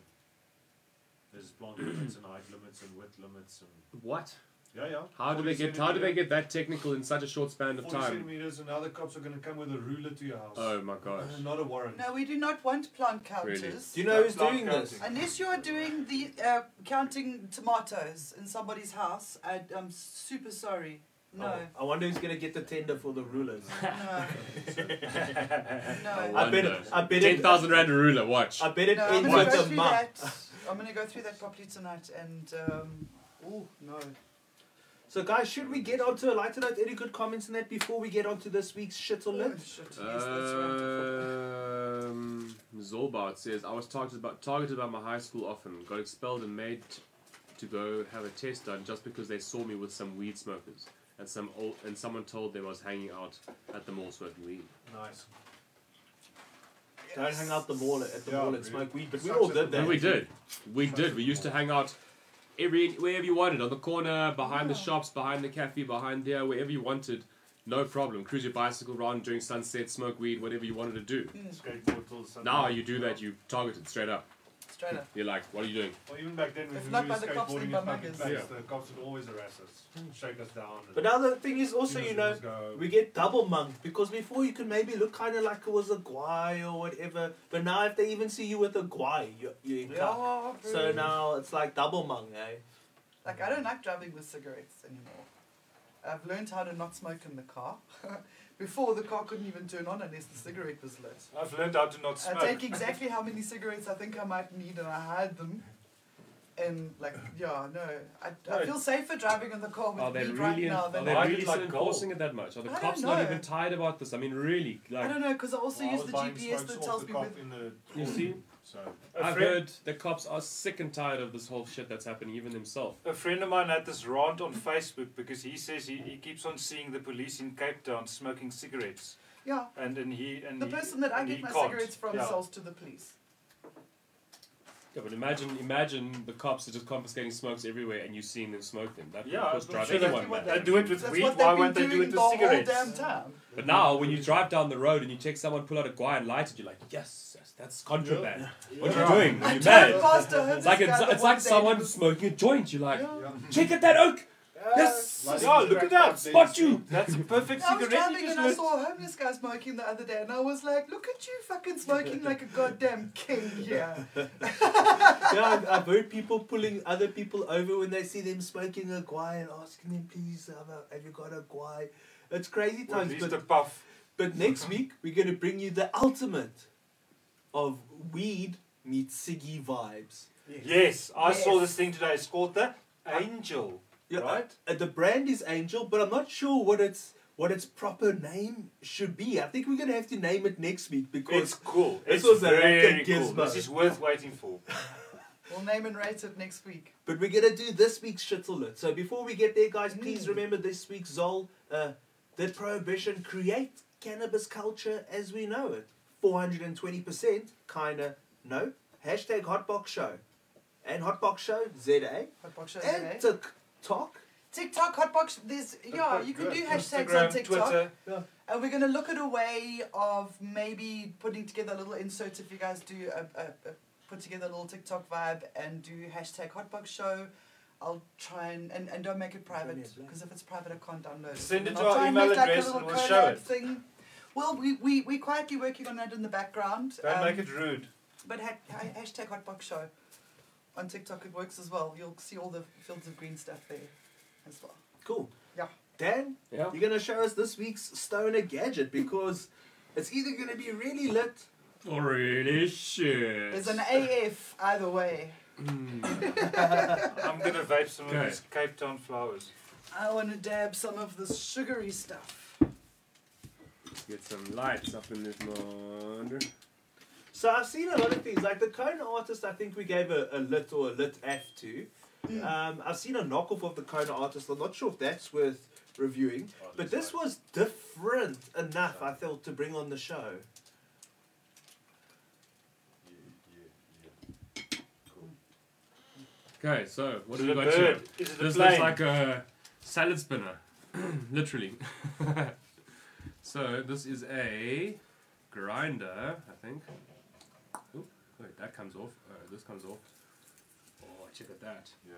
E: There's plant limits and height limits and width limits and
B: What?
E: yeah, yeah.
B: How do
E: 40
B: they get? How do they
E: centimeter-
B: get that technical in such a short span of
E: 40
B: time?
E: centimeters, and now the cops are going to come with a ruler to your house.
B: Oh my gosh.
D: Um,
E: Not a warrant.
C: No, we do not want plant
B: Really?
C: counters.
A: Do you know who's
D: Plant
A: doing this?
D: counting.
C: Unless you are doing the uh, counting tomatoes in somebody's house, I, I'm super sorry. No,
A: Oh, I wonder who's going to get the tender for the rulers.
C: no, no.
A: I bet,
G: Wonder.
A: I bet
B: Ten
A: it, I
B: thousand rand a ruler. Watch.
A: bet it
C: no, I'm
A: ends
C: gonna
A: with
C: go
A: a
C: through
A: mum.
C: that. I'm gonna go through that properly tonight, and um, oh no,
A: So, guys, should we get onto a lighter note? Any good comments on that before we get onto this week's shit or
C: oh
A: lint?
C: shit, yes, that's
A: Uh,
C: right.
B: Um, Zolbart says I was targeted about targeted by my high school often. Got expelled and made t- to go have a test done just because they saw me with some weed smokers and some old, and someone told them I was hanging out at the mall smoking weed.
E: Nice.
A: Don't hang out the mall at the
E: Yeah,
A: mall and
E: really.
A: smoke weed, but we
E: Sucks
A: all
E: at
A: did
E: the
A: that.
B: And we did, we did. We used to hang out every wherever you wanted on the corner, behind the shops, behind the cafe, behind there, wherever you wanted. No problem. Cruise your bicycle round during sunset, smoke weed, whatever you wanted to do.
E: Skateboard till sundown.
B: Now you do that, you targeted straight up.
C: Straight up.
B: You're like, what are you doing?
E: Well, even back then, when
C: If
E: we
C: not
E: were
C: by the cops, then
E: skateboarding
C: by
E: in public
C: muggers.
E: place,
B: Yeah.
E: the cops would always harass us, shake us down. and
A: But now the thing is
E: see
A: also,
E: us
A: you know,
E: always
D: uh,
E: go,
A: we get double monked because before you could maybe look kind of like it was a guy or whatever, but now if they even see you with a guy, you're, you're in cuff.
C: Yeah,
A: So now it's like double mung, eh?
C: Like I don't like driving with cigarettes anymore. I've learned how to not smoke in the car. Before the car couldn't even turn on unless the cigarette was lit.
D: I've learned how to not
C: I
D: smoke.
C: take exactly how many cigarettes I think I might need and I hide them. And like yeah, no. I, I
D: Right.
C: feel safer driving in the car with
B: Are they
C: weed
B: really,
C: right now
B: are
C: than
B: they
D: Why
B: really
D: did, like,
B: still
D: gold?
B: enforcing it that much? Are the
C: I don't
B: cops not
C: know.
B: even tired about this? I mean, really?
C: I
B: Like,
C: don't know because I also
E: Well, I
C: use
E: was
C: the
E: buying
C: GPS
E: smokes
C: that
E: off
C: tells
E: the
C: me
E: cop
C: with.
E: in the
B: you see,
E: so
D: A
B: I've
D: friend,
B: heard the cops are sick and tired of this whole shit that's happening, even themselves.
D: a friend of mine had this rant on Facebook because he says he, he keeps on seeing the police in Cape Town smoking cigarettes.
C: Yeah,
D: And then he and
C: the
D: he-
C: person that I
D: and
C: get
D: he
C: my
D: can't.
C: cigarettes from
D: Mm. yeah.
C: sells to the police.
B: Yeah, but imagine, imagine the cops are just confiscating smokes everywhere, and you seeing them smoke them. That would
D: Yeah,
B: of course
D: that's
B: drive
D: exactly
B: anyone
D: what
B: mad.
D: They do it with
C: That's
D: weed.
C: what
D: Why
C: they've
D: won't they
C: been
D: do
C: doing
D: it
C: the
D: with
C: whole
D: cigarettes?
C: damn time.
B: But now, when you drive down the road and you check someone pull out a guy and light it, you're like, yes, yes that's contraband. What are you
D: Yeah.
B: doing?
C: I
B: You're
C: drove
B: mad.
C: past a
B: It's like
C: homeless guy
B: it's,
C: the one
B: it's like
C: day and he
B: someone
C: was-
B: smoking a joint. You're like,
C: Yeah.
B: check at that oak. Yes,
E: Lighting
D: Yeah,
E: the
D: look
E: track
D: at that.
E: up there,
B: spot
E: so-
B: you.
D: That's a perfect
C: I was
D: cigarette.
C: driving
D: You just
C: and I
D: lit.
C: saw a homeless guy smoking the other day, and I was like, "Look at you, fucking smoking like a goddamn king here."
A: yeah, I've, I've heard people pulling other people over when they see them smoking a guai and asking them, please, have, a, have you got a guai? It's crazy
D: Or at
A: times,
D: least
A: but
D: a puff.
A: But next week we're gonna bring you the ultimate of weed meets Siggy vibes.
D: Yes, I
C: Yes.
D: saw this thing today. It's called the Angel.
A: Yeah,
D: Right?
A: uh, the brand is Angel, but I'm not sure what its what its proper name should be. I think we're gonna have to name it next week
D: It's
A: because
D: cool.
A: This
D: it's
A: was a
D: very
A: racket
D: cool.
A: gizmo.
D: This is worth waiting for.
C: We'll name and rate it next week.
A: but we're gonna do this week's shitlet. So before we get there, guys, please
C: Mm.
A: remember this week's Zol. Uh, did prohibition create cannabis culture as we know it? Four hundred and twenty percent, kinda no. Hashtag Hotbox Show, and Hotbox Show ZA.
C: Hotbox shows today.
A: and TikTok.
C: TikTok, Hotbox. There's yeah, you can do hashtags on TikTok,
D: Twitter.
C: and we're gonna look at a way of maybe putting together a little insert if you guys do a, a, a put together a little TikTok vibe and do hashtag Hotbox show. I'll try and, and, and don't make it private
A: Brilliant.
C: because if it's private, I can't download it.
D: Send it
C: And
D: to
C: I'll
D: our
C: try and
D: email
C: make, like, a
D: address
C: little
D: and we'll show
C: collab
D: it.
C: Thing. Well, we, we, we're quietly working on that in the background.
D: Don't
C: um,
D: make it rude.
C: But ha- ha- hashtag Hotbox Show on TikTok, it works as well. You'll see all the fields of green stuff there as well.
A: Cool.
C: Yeah.
A: Dan,
B: Yeah.
A: you're gonna show us this week's stoner gadget because it's either gonna be really lit.
B: Really shit.
C: There's an AF either way.
D: I'm going to vape some
B: Okay.
D: of these Cape Town flowers.
C: I want to dab some of this sugary stuff.
B: Get some lights up in this monitor.
A: So I've seen a lot of things. Like the cone artist, I think we gave a, a lit or a lit F to. Um, I've seen a knockoff of the cone artist. I'm not sure if that's worth reviewing, but this was different enough. I felt to bring on the show.
B: Okay, so what
D: Is it
B: have we
D: a
B: got here?
D: bird? Is it a
B: this looks
D: plane?
B: like a salad spinner, literally. so this is a grinder, I think. Oop, wait, that comes off. Oh, this comes off. Oh, check at that.
E: Yeah.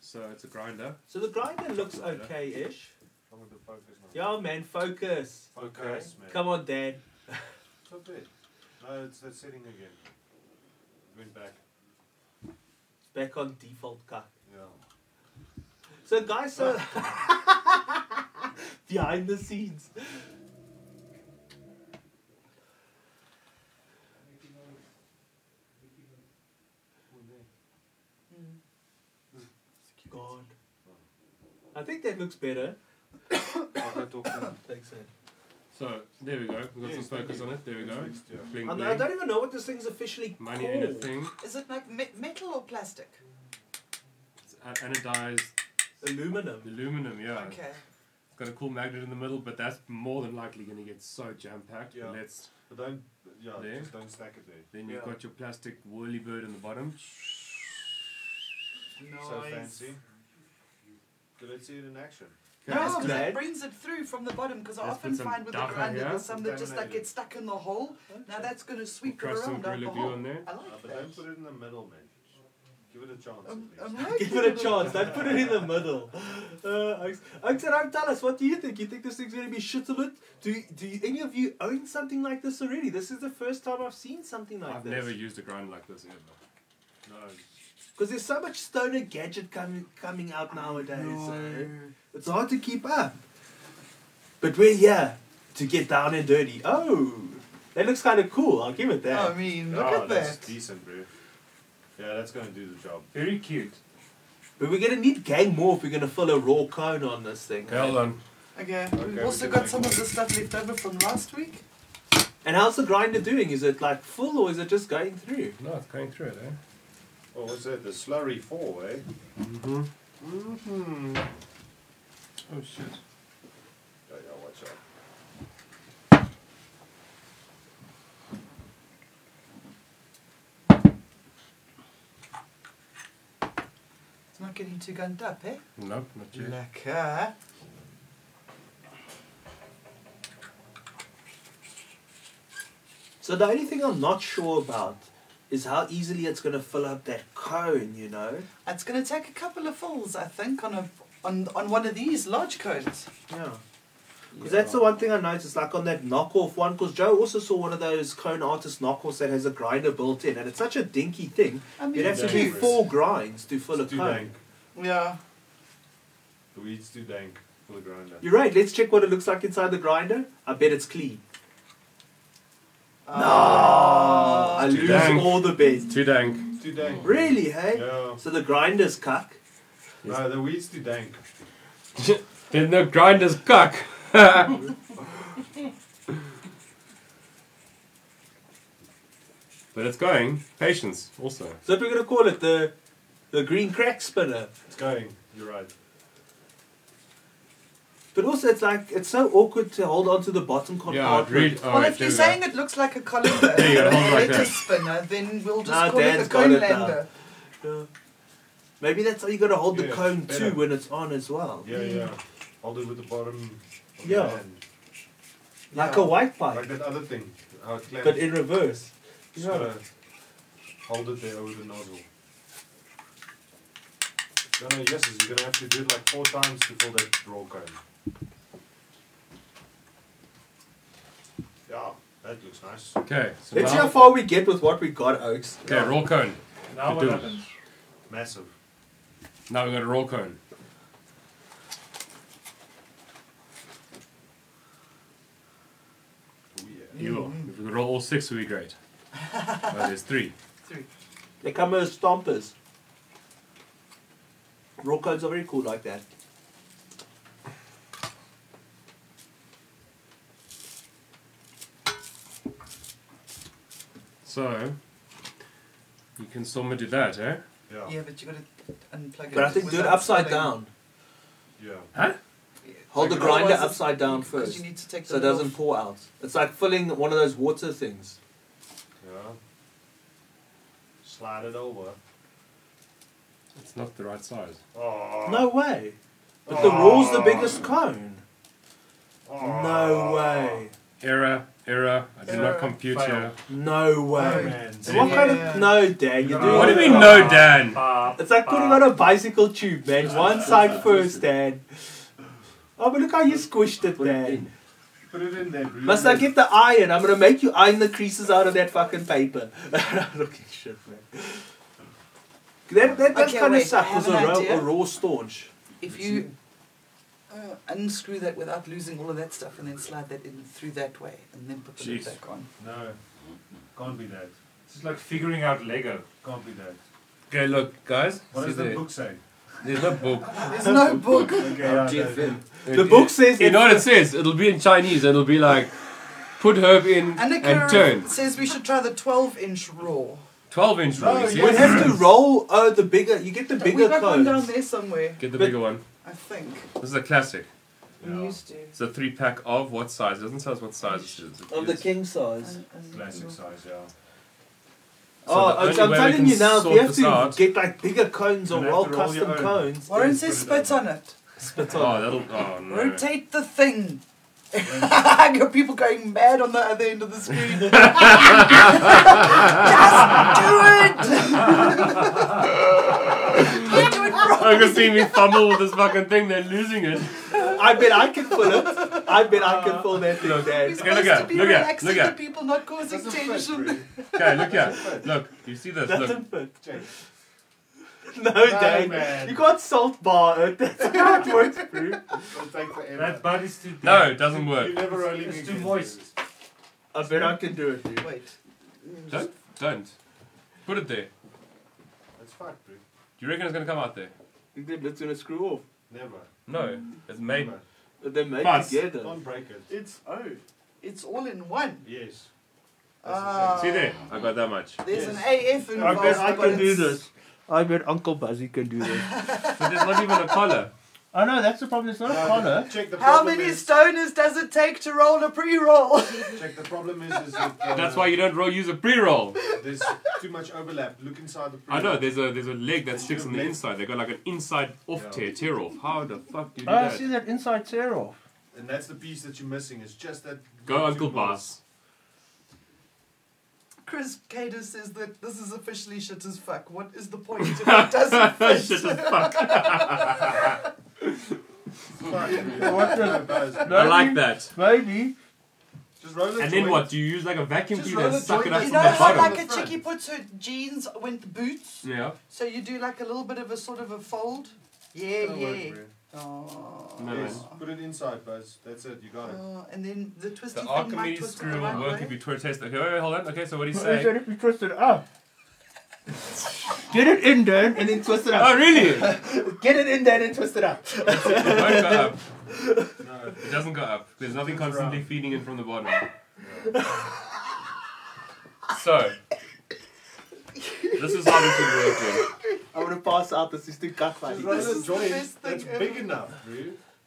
B: So it's a grinder.
A: So the grinder looks okay-ish.
E: I'm going to focus now.
A: Yo, man, focus.
D: Okay.
E: Focus, man.
A: Come on, Dad.
E: It's not bad. No, it's the setting again. Went back.
A: It's back on default cut.
E: Yeah.
A: So guys, so behind the scenes.
B: Hmm.
A: God. I think that looks better.
D: I'll go talk to him.
A: Thanks, man.
B: So there we go. We've got
E: Yes,
B: some focus on it. There we go.
E: Next, yeah.
B: Bling
A: I, I
B: bling.
A: don't even know what this thing's officially
B: Money
A: called.
B: ain't a thing.
C: Is it like me- metal or plastic?
B: It's a- anodized
A: Aluminum.
B: aluminum. Yeah.
C: Okay.
B: It's got a cool magnet in the middle, but that's more than likely going to get so jam packed.
E: Yeah.
B: Let's
E: But don't, yeah,
B: There.
E: just don't stack it there.
B: Then you've
D: Yeah.
B: got your plastic whirly bird in the bottom.
E: So fancy. Did I see it in action?
B: Okay,
C: no,
B: let's do
C: because
B: that.
C: it brings it through from the bottom. Because I
B: Let's
C: often
B: put some
C: find with the
B: data
C: grinder,
B: here.
C: there's some that just like
E: Contaminated.
C: get stuck in the hole. Now that's going to sweep
B: We'll
C: it
B: crush some
C: around out the
B: Gorilla Glue
C: hole.
B: on there.
C: I
E: Uh,
C: like
E: but
C: that.
E: don't put it in the middle, man. Give it a chance.
C: Um,
E: at least.
C: um, right.
A: Give it a chance. Don't put it in the middle. Uh, Oaks- Oaks and Oak, tell us, what do you think? You think this thing's going to be shit a lot? Do, do you, any of you own something like this already? This is the first time I've seen something like
B: I've
A: this.
B: never used a grinder like this ever.
E: no,
A: Because there's so much stoner gadget coming coming out nowadays. eh? It's hard to keep up. But we're here to get down and dirty. Oh, that looks kind of cool. I'll give it that.
C: Oh, I mean, look
E: Ah,
C: at
E: that's
C: that.
E: decent, bro. Yeah, that's gonna do the job.
D: Very cute.
A: but we're going to need gang more if we're going to fill a raw cone on this thing. eh?
B: Hold on.
C: Okay. We've
E: we
C: also
E: can
C: got
E: make
C: some of
E: one.
C: the stuff left over from last week.
A: And how's the grinder doing? Is it like full or is it just going through?
B: No, it's going through it, eh?
E: Oh, what's that? The slurry four, eh?
B: Mm-hmm. Mm-hmm. Oh shit.
E: Yeah, yeah, watch out.
C: It's not getting too gunned up, eh?
B: Nope, not yet.
C: Lekker.
A: So the only thing I'm not sure about is how easily it's going to fill up that cone, you know?
C: It's going to take a couple of fills, I think, on a on on one of these large cones.
A: Yeah. Because that's the one thing I noticed, like on that knockoff one, because Joe also saw one of those cone artist knockoffs that has a grinder built in, and it's such a dinky thing.
C: I mean,
A: You'd have to
E: Yeah.
A: do four grinds to fill a
E: It's too
A: cone.
E: dank.
C: yeah.
E: The weed's too dank for the grinder.
A: You're right, let's check what it looks like inside the grinder. I bet it's clean. no! I
B: Too
A: lose
B: dank.
A: all the bets.
B: Too dank.
E: It's too dank.
A: Really, hey?
E: Yeah.
A: So the grinder's cuck.
E: No, the weed's too dank.
B: Then the grinder's cuck. but it's going. Patience also.
A: Is that what we're going to call it? The, the green crack spinner.
E: It's going. You're right.
A: But also, it's like, it's so awkward to hold on to the bottom
B: Yeah,
A: compartment.
B: read.
C: Well, if you're saying it looks like a colander
B: There you
C: or
B: go,
C: a
B: hold like
C: lettuce
B: that.
C: spinner, then we'll just
A: Nah,
C: call
A: Ah, Dan's
C: it a
A: got
C: cone
A: it now.
C: lander.
A: Yeah. Maybe that's how you got to hold the
E: Yeah,
A: cone
E: better.
A: too when it's on as well.
E: Yeah, yeah. Hold it with the bottom. of your
A: Yeah.
E: hand.
A: Like
E: Yeah.
A: a white
E: Like
A: pipe,
E: that other thing. How it clamps.
A: but in reverse.
E: Just
A: Yeah.
E: gotta hold it there eh, over the nozzle. No, no, yes, is you're gonna have to do it like four times to fill that raw cone. Yeah, that looks nice.
B: Okay, so
A: Let's see how
B: now,
A: far we get with what we got, Oaks.
B: okay, roll cone.
D: Now
B: do
D: what
B: it.
D: happens?
E: Massive.
B: Now we've got a roll cone.
E: Oh, yeah.
B: You will. If we could roll all six, would be great. well, there's three.
C: Three.
A: They come as stompers. Raw cones are very cool like that.
B: So, you can still do that, eh?
C: Yeah, but you gotta unplug it.
A: But I think do it
C: without
A: upside
C: stopping.
A: down.
E: Yeah.
B: Huh?
A: Hold the
C: Like,
A: grinder
C: otherwise it's-
A: upside down
C: because
A: first,
C: you need to take
A: so it
C: the lid
A: doesn't
C: off.
A: pour out. It's like filling one of those water things.
E: Yeah. Slide it over.
B: It's not the right size.
E: Oh.
A: No way. But the roll's the biggest cone. No way.
B: Error, error. I did
D: Error.
B: not compute
D: Fail.
B: here.
A: No
E: Oh,
A: way.
E: man.
A: What kind
C: Yeah.
A: of no, Dan? You're doing
B: What do you
A: it.
B: mean, no, Dan?
A: It's like putting on a bicycle tube, man. One side first, Dad. Oh, but look how you squished it, Dad.
E: Put it in there, Bruce.
A: Must I get the iron? I'm gonna make you iron the creases out of that fucking paper. Look at shit, man. That, that, that
C: Okay,
A: kind
C: wait,
A: of stuff
C: I
A: is
C: have
A: a
C: an
A: raw,
C: idea.
A: a raw staunch.
C: If you uh, unscrew that without losing all of that stuff, and then slide that in through that way, and then put the lid
B: Jeez.
C: back on.
E: No. Can't be that.
D: It's like figuring out Lego.
E: Can't be that.
B: Okay, look, guys.
E: What
B: see
E: does the
B: there-
E: book say?
B: There's no book.
C: There's no book.
E: Okay, yeah, no.
A: The book says
B: You know what it says? It'll be in Chinese. It'll be like, put herb in
C: Annika
B: and turn.
C: says we should try the 12 inch raw.
B: 12 inch rulers,
A: you
B: yes?
A: Oh, have to roll. Oh, the bigger you get the
C: we
A: bigger
C: got one down
A: cones.
C: there somewhere,
B: Get the
A: But-
B: bigger one.
C: I think.
B: This is a classic.
C: We
E: Yeah.
C: used to.
B: It's a three pack of what size? It doesn't tell us what size it is. It
A: Of the
B: is-
A: king size.
E: Classic size, yeah.
B: So
A: oh,
B: the
A: I'm-
B: only
A: I'm
B: way we
A: telling
B: can
A: you now, if
B: sort
A: you have
B: this
A: to
B: out-
A: get like bigger cones or
E: You'll have
A: roll
E: to roll your
A: custom
E: own.
A: cones.
C: Warren
E: Yes,
C: says
E: put it
C: spit on it.
A: Spit on.
B: Oh, that'll. Oh, no.
C: Rotate the thing. I got people going mad on the other end of the screen. Just do it! Don't do it wrong.
B: I can see me fumble with this fucking thing, they're losing it.
A: I bet I can fill it. I bet I can fill that thing,
C: We're
A: Dad.
C: supposed
B: look
C: to
B: at-
C: be
B: look at-
C: relaxing
B: look at.
C: the people, not causing tension.
B: Okay, look here. Look, you see this? Look.
A: Doesn't fit.
E: Jake.
A: No, Dad.
E: man.
A: You can't salt bar it. That's how it works, bro.
E: It'll take forever.
D: That bud is too
B: No, it doesn't
E: You
B: work.
E: never really
D: It's
E: need
D: too
E: to
D: moist.
E: do
A: I bet I can do it, dude.
C: Wait.
B: Don't. Don't. Put it there.
E: this. It's fucked, Bruce.
B: Do you reckon it's gonna come out there?
A: You think that's gonna screw off?
E: Never.
B: No. It's made.
E: Never.
A: But they make
B: Fast.
A: together.
E: Can't break it.
C: It's oh, it's all in one.
E: Yes.
C: Ah,
B: See there? I got that much.
C: There's an AF
A: I
C: involved.
A: bet I
C: but
A: can do
C: it's-
A: this. I bet Uncle Buzzy can do this.
B: So there's not even a collar.
A: I know that's the problem. It's not a collar.
E: Check the
C: How
E: problem
C: many
E: is,
C: stoners does it take to roll a pre-roll?
E: Check the problem is, is that, uh,
B: That's why you don't roll, use a pre-roll.
E: there's too much overlap. Look inside the.
B: I
E: problem.
B: know there's a there's a leg that sticks on the inside. They got like an inside off
E: Yeah.
B: tear tear off. How the fuck do you do
A: Oh,
B: that?
A: see that inside tear off.
E: And that's the piece that you're missing. It's just that.
B: Go Uncle
E: two balls.
B: Boss.
C: Chris Cadus says that this is officially shit as fuck. What is the point if it doesn't fit?
B: Shit as fuck.
E: Fuck, man. What the- Buzz.
B: I like that.
A: Maybe.
E: Just roll it.
B: And then what? Do you use like a vacuum
E: Just
B: cleaner and
E: roll the
B: suck it
E: joint
B: up
E: in.
C: You
B: from
C: know
B: the
C: how
B: bottom?
C: like a chickie puts her jeans with the boots?
B: Yeah.
C: So you do like a little bit of a sort of a fold? Yeah, yeah. Oh.
B: No,
E: Yes,
B: man.
E: put it inside, Buzz. That's it. You got it.
C: Oh, and then the twisty thing
B: The
C: might
B: Archimedes
C: twist
B: screw
C: it the
B: will
C: right
B: work
C: way.
B: if you twist it. Okay, wait, wait, hold on. Okay, so what he's
A: Is
B: saying?
A: that if you twist it up? Get it in, Dan, and then twist it
B: Oh
A: up.
B: really? It
A: Get it in, Dan, and twist it up.
B: won't go up.
E: No.
B: It doesn't go up. There's nothing constantly feeding in from the bottom. So this is how this would work. Then.
A: I'm gonna pass out. This is too cut fight.
E: Just roll
C: This
E: a
C: is the
E: joint
C: best thing
E: that's
C: ever.
E: big enough, bro.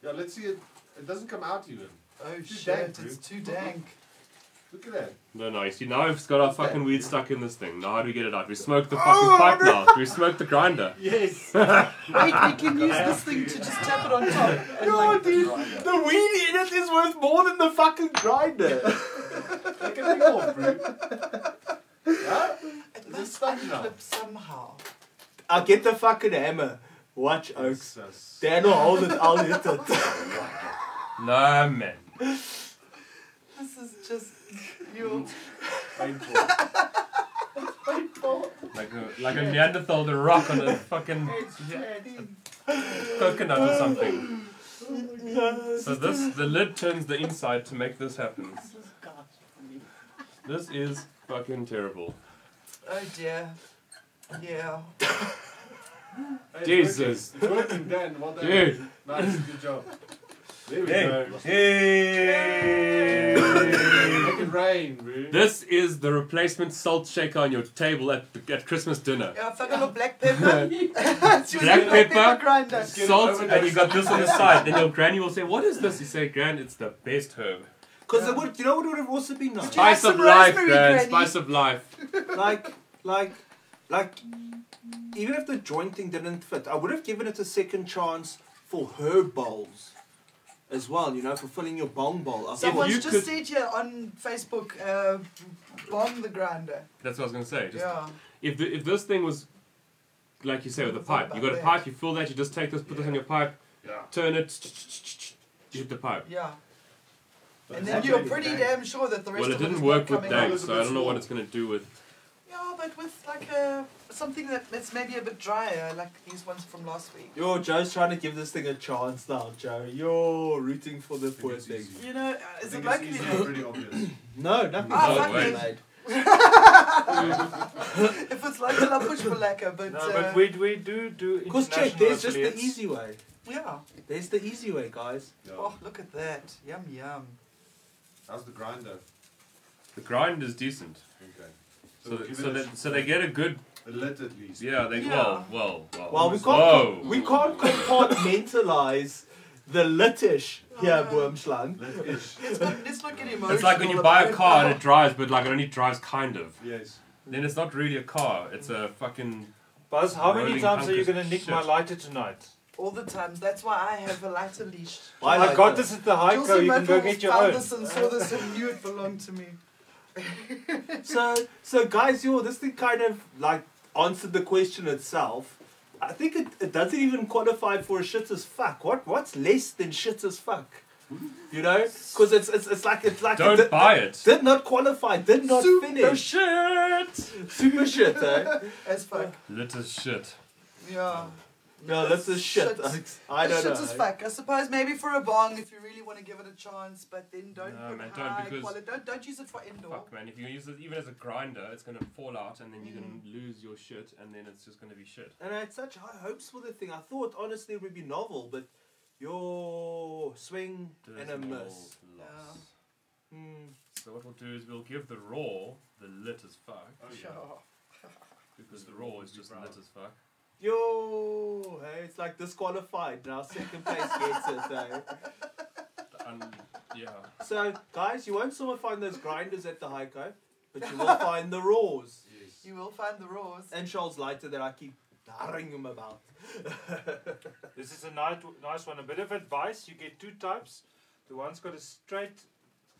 E: Yeah, let's see it. It doesn't come out even.
C: Oh
E: Too
C: shit,
E: dank,
C: it's
E: Ruth.
C: too dank.
E: Look at that.
B: No, no, you see, now we've got our fucking weed stuck in this thing. Now how do we get it out? We smoked the fucking pipe now. We smoked the grinder.
E: Oh, Yes.
C: Wait, we can use this thing to just tap it on top. and
A: No,
C: like-
A: dude, the weed in it is worth more than the fucking grinder.
E: Take it off, bro. Huh? Is it stuck now?
C: clip somehow.
A: I'll get the fucking hammer. Watch Oaks.
E: Jesus.
A: Dan will hold it, I'll hit it.
B: No, man.
C: This is just you.
E: Painful.
B: Like a, like a Neanderthal with a rock on a fucking coconut or something.
E: Oh
B: So this, the lid turns the inside to make this happen. This is fucking terrible.
C: Oh dear. Yeah.
E: Hey, it's
B: Jesus.
E: working. It's working, Dan. Well done.
B: Dude.
E: Nice. Good job. There we
B: Yay.
E: go.
B: Yay.
E: Make it rain, bro.
B: This is the replacement salt shaker on your table at, at Christmas dinner.
C: Yeah, fuck a little black pepper. It's your
B: Black
C: little pepper
B: pepper.
C: grinder.
B: Salt, and you got this on the side. Then your granny will say, "What is this?" You say, "Gran, it's the best herb,
A: Because it would, you know what would have also been nice?
C: have
B: spice of
C: some
B: life,
C: raspberry,
B: Gran,
C: Granny?"
B: spice of life."
A: like, like, like, even if the joint thing didn't fit, I would have given it a second chance for herb bowls as well, you know, for filling your bong bowl. I think
B: Someone-
C: Someone's
B: you
C: just
B: could-
C: said here on Facebook, uh, bomb the grinder.
B: That's what I was gonna say. Just,
C: yeah.
B: If the, if this thing was, like you say, with a
C: It's all
B: pipe, you
C: about
B: got a
C: that.
B: pipe, you fill that, you just take this, put this on your pipe,
E: Yeah.
B: turn it, you hit the pipe.
C: Yeah.
E: But
C: And
E: it's
C: then
E: not
C: you're
E: really
C: pretty
E: bang.
C: damn sure that the rest
B: Well, it
C: of it
B: didn't
C: is not
B: work
C: coming
B: with
E: that.
B: dank,
E: out.
B: so I don't know what it's gonna do with.
C: Yeah, but with like a something that that's maybe a bit drier, like these ones from last week.
A: Yo, Joe's trying to give this thing a chance now, Joe. You're rooting for the poor
E: it's
A: thing.
E: easy.
C: You know, uh,
E: I
C: is
E: think
C: it
E: it's
C: likely
E: easy
C: that
E: and pretty obvious.
A: No, nothing.
C: Ah,
A: like
B: fuck
A: that,
C: it.
A: mate.
C: if it's likely, I'll push for lacquer, but,
D: No,
C: uh,
D: but we, we do do
A: Because
D: international
A: check, there's just the
D: affiliates.
A: easy way.
C: yeah.
A: There's the easy way, guys.
E: Yeah.
C: Oh, look at that. Yum yum.
E: How's the grinder?
B: The grind is decent,
E: Okay.
B: so
E: we'll
B: that,
E: give
B: so,
E: it a
B: that, so they get a good
E: A lit at least.
B: yeah. They
C: Yeah.
B: well well
D: Oh
B: well.
A: Well, we
B: Whoa.
A: can't, we can't compartmentalize the litish here,
C: Oh.
A: Wormschlang.
E: Lit-ish.
C: Let's not, let's not get emotional.
B: It's like when you buy a
C: about
B: car and
C: it.
B: it drives, but like it only drives kind of.
E: Yes.
B: Then it's not really a car. It's a fucking.
D: Buzz, how many
B: Rolling
D: times are you
B: hunk
D: going
B: of
D: to nick
B: shit.
D: my lighter tonight?
C: All the times. That's why I have a lighter leash.
A: Why
D: I
A: like
D: got
A: that?
D: this at the Heiko, you can
C: Metal
D: go get your
C: found
D: own.
C: this and saw this and knew it belonged to me.
A: So, so guys, yo, this thing kind of like answered the question itself. I think it, it doesn't even qualify for shit as fuck. What what's less than shit as fuck? You know, because it's, it's it's like it's like
B: Don't
A: it did,
B: buy it.
A: did not qualify, did not
C: Super
A: finish.
B: Shit.
A: Super shit, eh?
C: As fuck.
B: Little shit.
C: Yeah.
A: No, that's a shit. I don't
C: shit
A: know.
C: is fuck. I suppose maybe for a bong if you really want to give it a chance, but then don't
B: No,
C: put
B: man, don't,
C: high
B: because-
C: quality. Don't, don't use it for indoor.
B: Fuck man, if you use it even as a grinder, it's gonna fall out and then you're gonna lose your shit and then it's just gonna be shit.
A: And I had such high hopes for the thing. I thought honestly it would be novel, but your swing and a
B: There's no
A: miss.
B: loss.
A: Hmm.
B: So what we'll do is we'll give the raw the lit as fuck
E: Oh, yeah.
C: Sure.
B: because the raw is just lit as fuck.
A: Yo, hey, it's like disqualified now. Second place gets it. eh?
B: And yeah.
A: So, guys, you won't sort of find those grinders at the Heiko, but you will find the raws
E: Yes.
C: You will find the raws.
A: and Charles Lighter that I keep darring him about.
D: This is a nice, nice one. A bit of advice: you get two types. The one's got a straight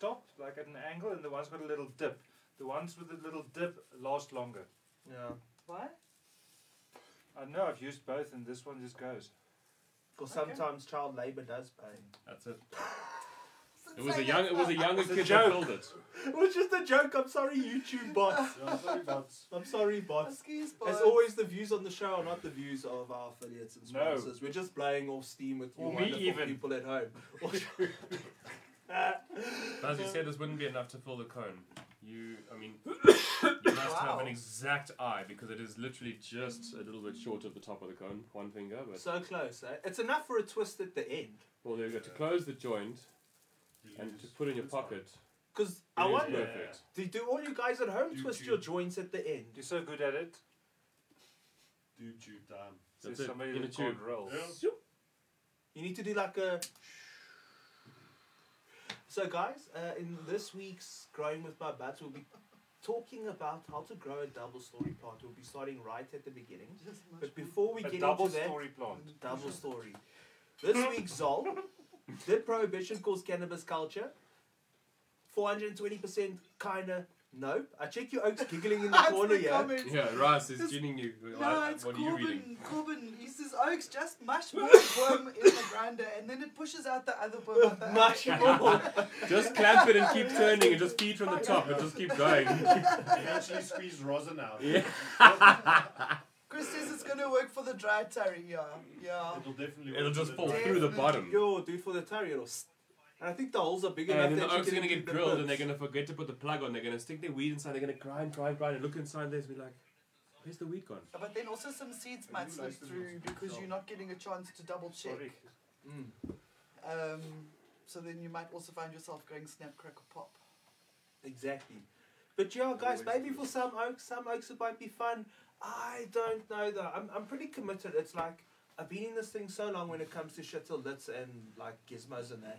D: top, like at an angle, and the one's got a little dip. The ones with the little dip last longer.
A: Yeah,
C: Why?
D: I know I've used both, and this one just goes.
A: because sometimes child labor does pay.
B: That's it. It was a young it was a younger kid that built it.
A: Which is the joke. I'm sorry, YouTube bots.
E: Yeah, sorry, bots.
A: I'm sorry, bots.
C: Excuse
A: As
C: boy.
A: always, the views on the show are not the views of our affiliates and
D: No.
A: sponsors. We're just playing off steam with you
D: Or me
A: wonderful
D: even.
A: people at home.
B: As you said, this wouldn't be enough to fill the cone. You, I mean, you must have
C: Wow.
B: an exact eye because it is literally just a little bit short of the top of the cone, one finger. But
A: so close, eh? It's enough for a twist at the end.
B: well, there you go. To close the joint and to put in your pocket,
A: Because
B: it
A: I
B: is
A: wonder,
B: perfect.
A: do, do all you guys at home
E: Do
A: twist
E: you-
A: your joints at the end?
D: You're so good at it.
E: Do tube time.
D: There's
B: That's it.
D: somebody
B: In
D: that
B: a
D: can't
B: tube.
D: roll.
A: You need to do like a. So, guys, uh, in this week's Growing with My Buds, we'll be talking about how to grow a double story plant. We'll be starting right at the beginning. But before we
D: A
A: get
D: double
A: into that,
D: story plant.
A: double story. This week's Zol did prohibition cause cannabis culture? 420% kinda nope. I check your oaks giggling in the
C: That's
A: corner
C: the
A: yeah.
C: comment.
B: Yeah, Rice is
C: This-
B: tuning you.
C: No,
B: Like,
C: it's
B: what are you reading?
C: Corbin. Corbin. He says oaks just mush one worm in the grinder and then it pushes out the other worm. out the other
A: Mush
C: end.
A: more.
B: Just clamp it and keep turning and just feed from the top and just keep going.
E: You can actually squeeze rosin out.
B: Yeah.
C: Chris says it's going to work for the dry tarry. Yeah. Yeah.
E: It'll definitely.
B: It'll
E: work
B: just
E: for
B: fall
E: the dry.
B: through the bottom.
A: Yo, do it for the tarry. it'll st- And I think the holes are big enough
B: And Uh, then
A: that
B: the
A: you
B: oaks are
A: can
B: gonna get
A: keep the
B: drilled and
A: bits.
B: they're gonna forget to put the plug on. They're gonna stick their weed inside. They're gonna grind, grind, grind, and look inside there and be like, "Where's the weed gone?"
C: But then also some seeds might slip through because you're not getting a chance to double check.
D: Sorry.
A: Mm.
C: Um, So then you might also find yourself going snap, crackle, pop.
A: Exactly. But yeah, guys, maybe for some oaks, some oaks it might be fun. I don't know though. I'm, I'm pretty committed. It's like I've been in this thing so long when it comes to shit till lits and like gizmos and that.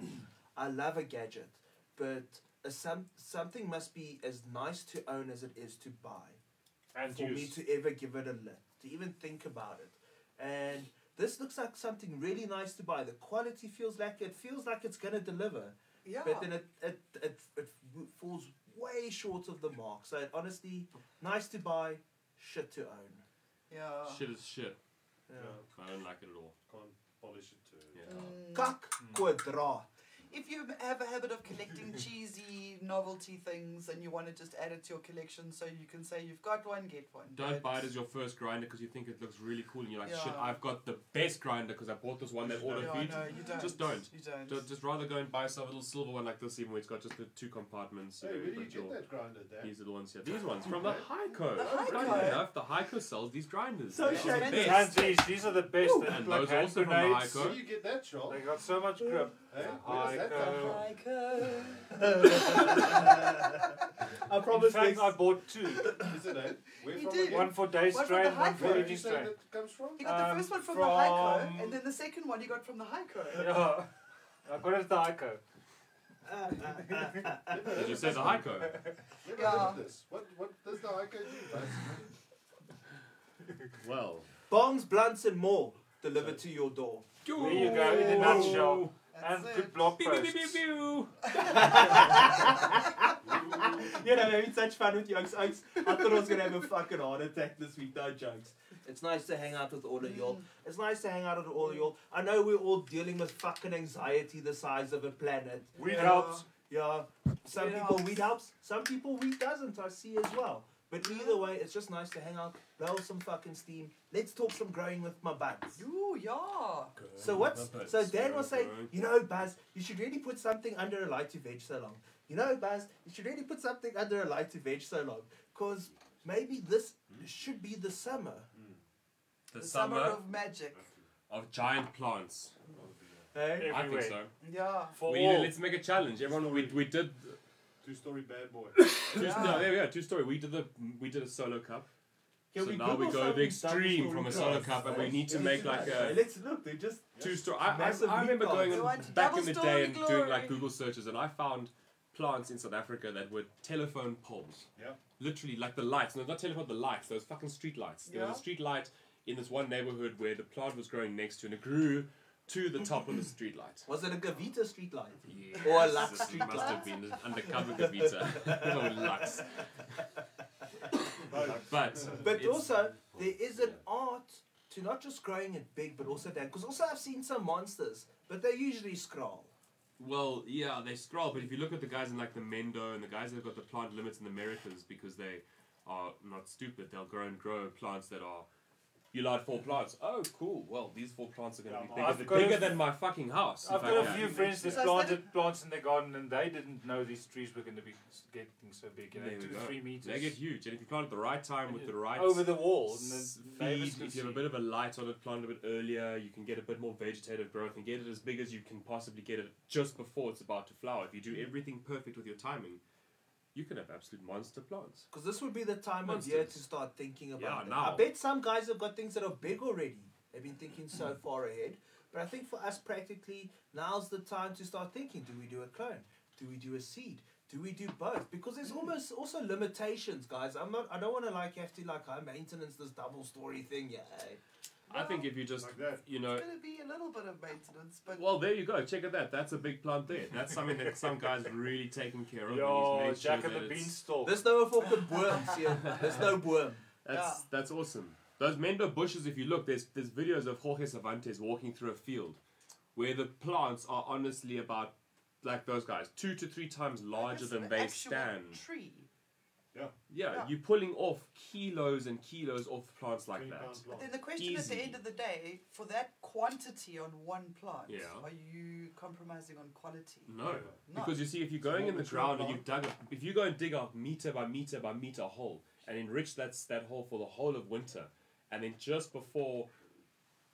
A: I love a gadget, but a, some something must be as nice to own as it is to buy
D: And
A: for me
D: use.
A: to ever give it a lit, to even think about it. And this looks like something really nice to buy. The quality feels like it feels like it's gonna deliver,
C: Yeah.
A: but then it it, it it falls way short of the mark. So it, honestly, nice to buy, shit to own.
C: yeah.
B: Shit is shit.
A: Yeah.
B: I don't like it at all.
E: Can't polish it to.
B: Yeah.
A: Kak
C: Mm.
A: kwadraat.
C: If you have a habit of collecting cheesy novelty things and you want to just add it to your collection so you can say you've got one, get one.
B: Don't
C: But-
B: buy it as your first grinder because you think it looks really cool and you're like, shit,
C: Yeah.
B: I've got the best grinder because I bought this one that all
C: Yeah,
B: it beat.
C: no, you don't.
B: Just don't.
C: You don't.
B: Just, just rather go and buy some little silver one like this, even where it's got just the two compartments. you
E: Hey,
B: know,
E: where do
B: but
E: you get
B: your-
E: that grinder, Dad?
B: These are the ones here. These ones from the Heiko.
C: The
B: Funnily
C: Heiko.
B: enough, the Heiko sells these grinders.
A: So
B: They are the
A: shaggy.
B: best.
D: And these, these are the best. They look
B: And
D: like
B: those
D: hand
B: also from the
D: grenades.
B: Heiko.
E: Where do you get that, Charles?
D: They got so much grip. uh,
E: Hey, where does that come from?
A: I
D: In
A: promise.
D: fact,
A: next-
D: I bought two.
E: Is it, eh? Where
C: He
E: from
C: did.
E: again?
D: One for Day's
C: One for the
D: Train, one
C: Heiko.
D: for
E: Where did you
D: Eddie's
E: say
D: Train.
E: that comes from?
C: He got the
D: Um,
C: first one from, the
D: from-
C: Heiko, and then the second one he got from the Heiko.
D: Yeah. I got it at the Heiko.
B: Did you say the Heiko?
E: Never
C: Yeah.
E: heard of this. What, what does the Heiko do, basically?
B: Well,
A: Bongs, blunts, and more delivered to your door.
D: There you go, in a nutshell.
C: That's
D: and
C: it.
D: good blog
B: Pew, pew,
D: posts.
B: pew, pew, pew.
A: you know, having such fun with Yokes Oaks. I thought I was gonna have a fucking heart attack this week. No jokes. It's nice to hang out with all of y'all. It's nice to hang out with all of y'all. I know we're all dealing with fucking anxiety the size of a planet.
D: Weed
A: Yeah.
D: helps.
A: Yeah, some
C: Weed
A: people
C: helps.
A: weed helps, some people weed doesn't. I see as well. But either way, it's just nice to hang out, blow some fucking steam. Let's talk some growing with my buds.
C: Ooh, yeah.
A: So what's
B: But
A: so
B: it's
A: Dan
B: very
A: was saying,
B: good.
A: you know, Buzz, you should really put something under a light to veg so long. You know, Buzz, you should really put something under a light to veg so long. Cause maybe this should be the summer.
B: The,
C: The summer
B: summer
C: of magic.
B: of giant plants.
A: Hey?
B: I think
D: Everywhere.
B: so.
C: Yeah.
D: For
B: We,
E: Oh.
D: all.
B: let's make a challenge. Everyone, we, we did.
E: Two-story bad boy.
B: Two,
C: Yeah.
B: No, there we go. Two story. We did the we did a solo cup.
A: Can
B: so
A: we
B: now we
A: Google
B: go the
A: something
B: extreme
A: double
B: from a
A: story
B: solo
A: glass?
B: cup, and we need to
A: Yeah,
B: make like
A: Hey,
B: a
A: let's look, they just
B: two story. I, I,
A: Massive
B: I remember
A: meatballs.
B: going
C: You want
B: back
C: double
B: in the
C: story
B: day and doing
C: glory.
B: like Google searches, and I found plants in South Africa that were telephone poles.
E: Yeah.
B: Literally, like the lights. No, not telephone, the lights. Those fucking street lights. There was
C: Yeah.
B: a street light in this one neighborhood where the plant was growing next to, and it grew to the top of the street light.
A: Was it a Gavita street light?
B: Yes,
A: Or a Lux
B: this
A: street
B: must have been an undercover Gavita. or Lux. But,
A: But
B: it's-
A: also, there is an art to not just growing it big, but also that. Because also I've seen some monsters, but they usually scroll.
B: Well, yeah, they scroll, but if you look at the guys in like the Mendo and the guys that have got the plant limits in the Americas because they are not stupid, they'll grow and grow plants that are. You allowed four plants. Oh, cool. Well, these four plants are going to
E: Yeah,
B: be bigger,
D: I've
B: than-
D: got a
B: bigger
D: f-
B: than my fucking house.
D: I've
B: if I
D: got a
B: can.
D: few friends that
C: So I started-
D: planted plants in their garden and they didn't know these trees were going to be s- getting so big. You know,
B: There we
D: two,
B: go.
D: three meters.
B: They get huge, and if you plant at the right time with the right
D: Over the wall. And
B: s-
D: then neighbors
B: feed,
D: could
B: if you have a
D: see.
B: bit of a light on it, plant a bit earlier, you can get a bit more vegetative growth and get it as big as you can possibly get it just before it's about to flower. If you do everything perfect with your timing, you can have absolute monster plants.
A: Because this would be the time of year to
B: Monsters.
A: start thinking about
B: Yeah,
A: it.
B: now.
A: I bet some guys have got things that are big already. They've been thinking so
B: Hmm.
A: far ahead. But I think for us, practically, now's the time to start thinking do we do a clone? Do we do a seed? Do we do both? Because there's
B: Hmm.
A: almost also limitations, guys. I'm not. I don't want to like have to like high maintenance this double story thing. Yeah. eh?
B: I think if you just,
E: Like that.
B: you know,
C: It's going to be a little bit of maintenance, but
B: well, there you go. Check out that. That's a big plant there. That's something that some guy's really taken care of. and
D: Yo,
B: he's made
D: Jack
B: sure
D: and
B: that
D: the
B: it's-
D: Beanstalk.
A: There's no fucking worms here. There's no worm.
B: That's
C: Yeah.
B: that's awesome. Those Mendo bushes, if you look, there's there's videos of Jorge Cervantes walking through a field where the plants are honestly about like those guys, two to three times larger
C: It's
B: than
C: an
B: they
C: actual
B: stand.
C: Tree.
B: Yeah,
C: Yeah.
B: you're pulling off kilos and kilos off plants like
E: 20
B: that.
E: pounds long.
C: Then the question at
B: Easy.
C: the end of the day, for that quantity on one plant,
B: Yeah. Mm,
C: are you compromising on quality?
B: No.
C: No.
B: Because you see, if you're going
E: more
B: in the
E: mature
B: ground and you've dug, a- if you go and dig out meter by meter by meter hole and enrich that that hole for the whole of winter, and then just before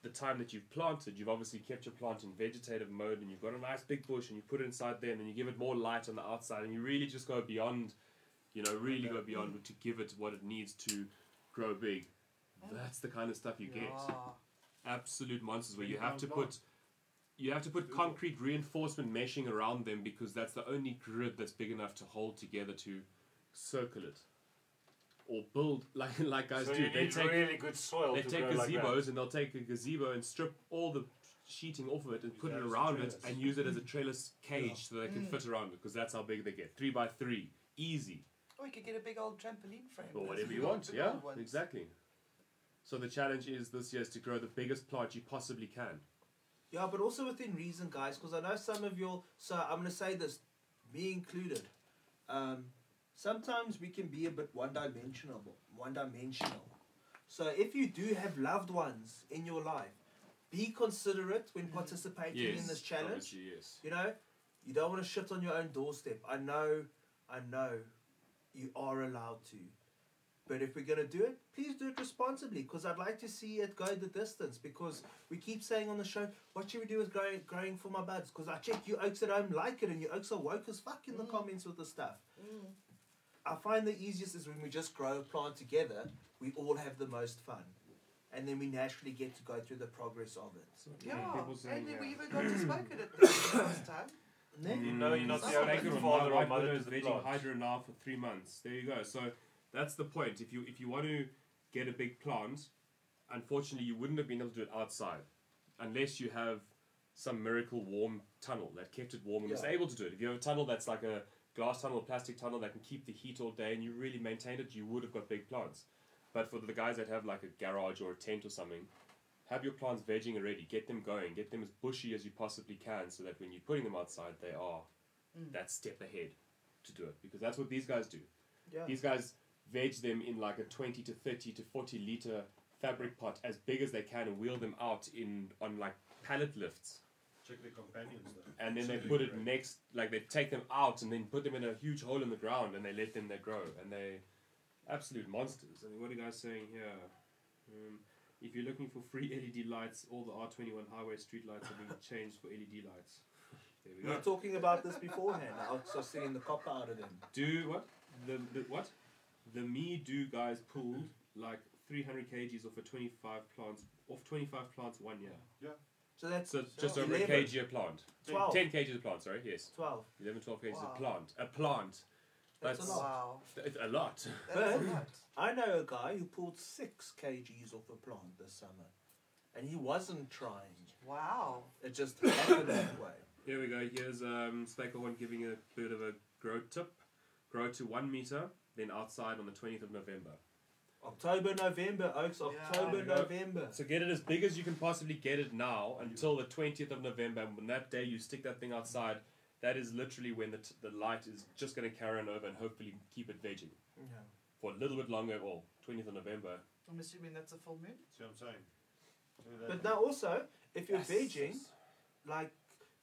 B: the time that you've planted, you've obviously kept your plant in vegetative mode and you've got a nice big bush and you put it inside there and then you give it more light on the outside and you really just go beyond, you know, really go beyond to give it what it needs to grow big. That's the kind of stuff you get.
C: Yeah.
B: Absolute monsters where you have to
E: Compound
B: put you have to put concrete reinforcement meshing around them because that's the only grid that's big enough to hold together to circle it. Or build like like guys
D: so
B: do.
D: you
B: They
D: need
B: take
D: really good soil
B: they
D: to
B: take
D: grow like
B: gazebos
D: that.
B: and they'll take a gazebo and strip all the sheeting off of it and
E: Use
B: put it
E: that as a
B: around it
E: trellis.
B: and use it as a trellis cage so they can fit around it because that's how big they get. Three by three, easy
C: Or you could get a big old trampoline frame.
B: or
C: Those
B: whatever
C: big
B: you
C: old-
B: want.
C: big
B: Yeah,
C: old ones.
B: exactly. So the challenge is this year is to grow the biggest plant you possibly can.
A: Yeah, but also within reason, guys, because I know some of your. So I'm going to say this, me included. Um, sometimes we can be a bit one-dimensional. One-dimensional. So if you do have loved ones in your life, be considerate when participating in this challenge.
B: obviously, yes.
A: You know, you don't want to shit on your own doorstep. I know, I know, you are allowed to. But if we're going to do it, please do it responsibly because I'd like to see it go the distance because we keep saying on the show, what should we do with growing, growing for my buds? Because I check you oaks at home like it and you oaks are woke as fuck in the comments with the stuff. I find the easiest is when we just grow a plant together, we all have the most fun. And then we naturally get to go through the progress of it.
C: Yeah,
B: People saying,
C: and then we
B: yeah.
C: even got to smoke it at the last time.
A: Then-
D: You know, you're not the
C: Someone
D: only
B: Take it or
D: father
B: not,
D: or
B: white
D: mother
B: widow
D: to
B: is
D: the
B: vegging
D: plant.
B: hydra now for three months. There you go. So that's the point. If you if you want to get a big plant, unfortunately you wouldn't have been able to do it outside, unless you have some miracle warm tunnel that kept it warm and was
A: Yeah.
B: able to do it. If you have a tunnel that's like a glass tunnel, a plastic tunnel that can keep the heat all day, and you really maintained it, you would have got big plants. But for the guys that have like a garage or a tent or something, have your plants vegging already. Get them going. Get them as bushy as you possibly can, so that when you're putting them outside, they are that step ahead to do it because that's what these guys do.
A: Yeah.
B: These guys veg them in like a 20 to 30 to 40 liter fabric pot as big as they can and wheel them out in on like pallet lifts
E: Check the companions though.
B: and then they
E: Check
B: put
E: the
B: it
E: grade.
B: next like they take them out and then put them in a huge hole in the ground and they let them they grow and they absolute monsters i mean what are you guys saying here um, if you're looking for free led lights all the r21 highway street lights have been changed for led lights there we
A: We were
B: go
A: talking about this beforehand. I was just seeing the copper out of them.
B: do what the, the what the me do guys pulled like 300 kgs off a 25 plants off 25 plants one year
A: So that's
B: so just over a
A: 11,
B: kg a plant
A: 12.
B: 10 kgs a plant sorry yes
A: 12.
B: 11 12 kgs
C: Wow.
B: a plant a plant
A: That's a lot.
C: Wow.
B: It's a lot.
C: That's a lot.
A: I know a guy who pulled six kgs off a plant this summer. And he wasn't trying.
C: Wow.
A: It just happened that way.
B: Here we go. Here's um, Spakerhorn giving a bit of a grow tip. Grow to one meter, then outside on the 20th of November.
A: October, November, Oaks. October,
B: Yeah.
A: November.
B: So get it as big as you can possibly get it now until the 20th of November. And when that day you stick that thing outside, that is literally when the, t- the light is just going to carry on over and hopefully keep it vegging
A: Yeah.
B: for a little bit longer. Well, 20th of November.
C: I'm assuming that's a full moon.
E: See what I'm saying? Do that.
A: But now also, if you're vegging, like,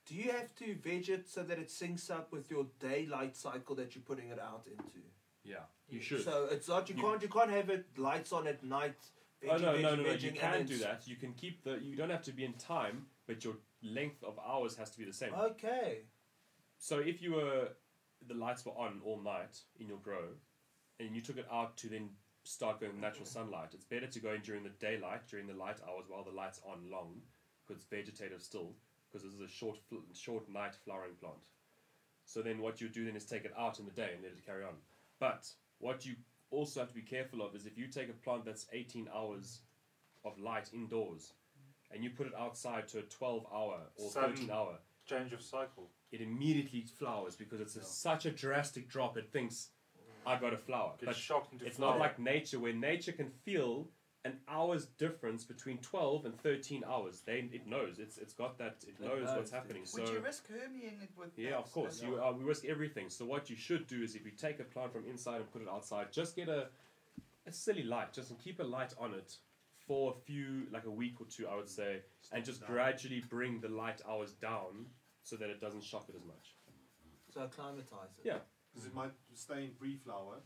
A: do you have to veg it so that it syncs up with your daylight cycle that you're putting it out into?
B: Yeah, you should.
A: So it's not you
B: You-
A: can't you can't have it lights on at night.
B: Oh
A: vegging,
B: no,
A: vegging,
B: no, no, no!
A: vegging,
B: You
A: and
B: can
A: then
B: do that. You can keep the. You don't have to be in time, but your length of hours has to be the same.
A: Okay.
B: So if you were the lights were on all night in your grow, and you took it out to then start going with natural sunlight, it's better to go in during the daylight, during the light hours while the light's on long, because it's vegetative still, because this is a short fl- short night flowering plant. So then what you do then is take it out in the day and let it carry on. But what you also have to be careful of is if you take a plant that's 18 hours of light indoors, and you put it outside to a 12 hour or
D: Sun.
B: 13 hour,
D: Change of cycle.
B: it immediately flowers because it's a, such a drastic drop. It thinks, I got a flower.
D: Gets
B: but
D: shocked into
B: it's
D: flower.
B: not like nature, where nature can feel an hour's difference between 12 and 13 hours. They, it knows. It's, it's got that, it knows what's
A: knows, yeah.
B: happening.
C: Would
B: so,
C: you risk herming it with
B: yeah,
C: that?
B: of course.
C: That's-
B: You uh, we risk everything. So what you should do is if you take a plant from inside and put it outside, just get a a silly light, just keep a light on it for a few like a week or two, I would say, and just gradually bring the light hours down so that it doesn't shock it as much.
A: So acclimatize it.
B: Yeah.
E: Because it might stay in pre-flower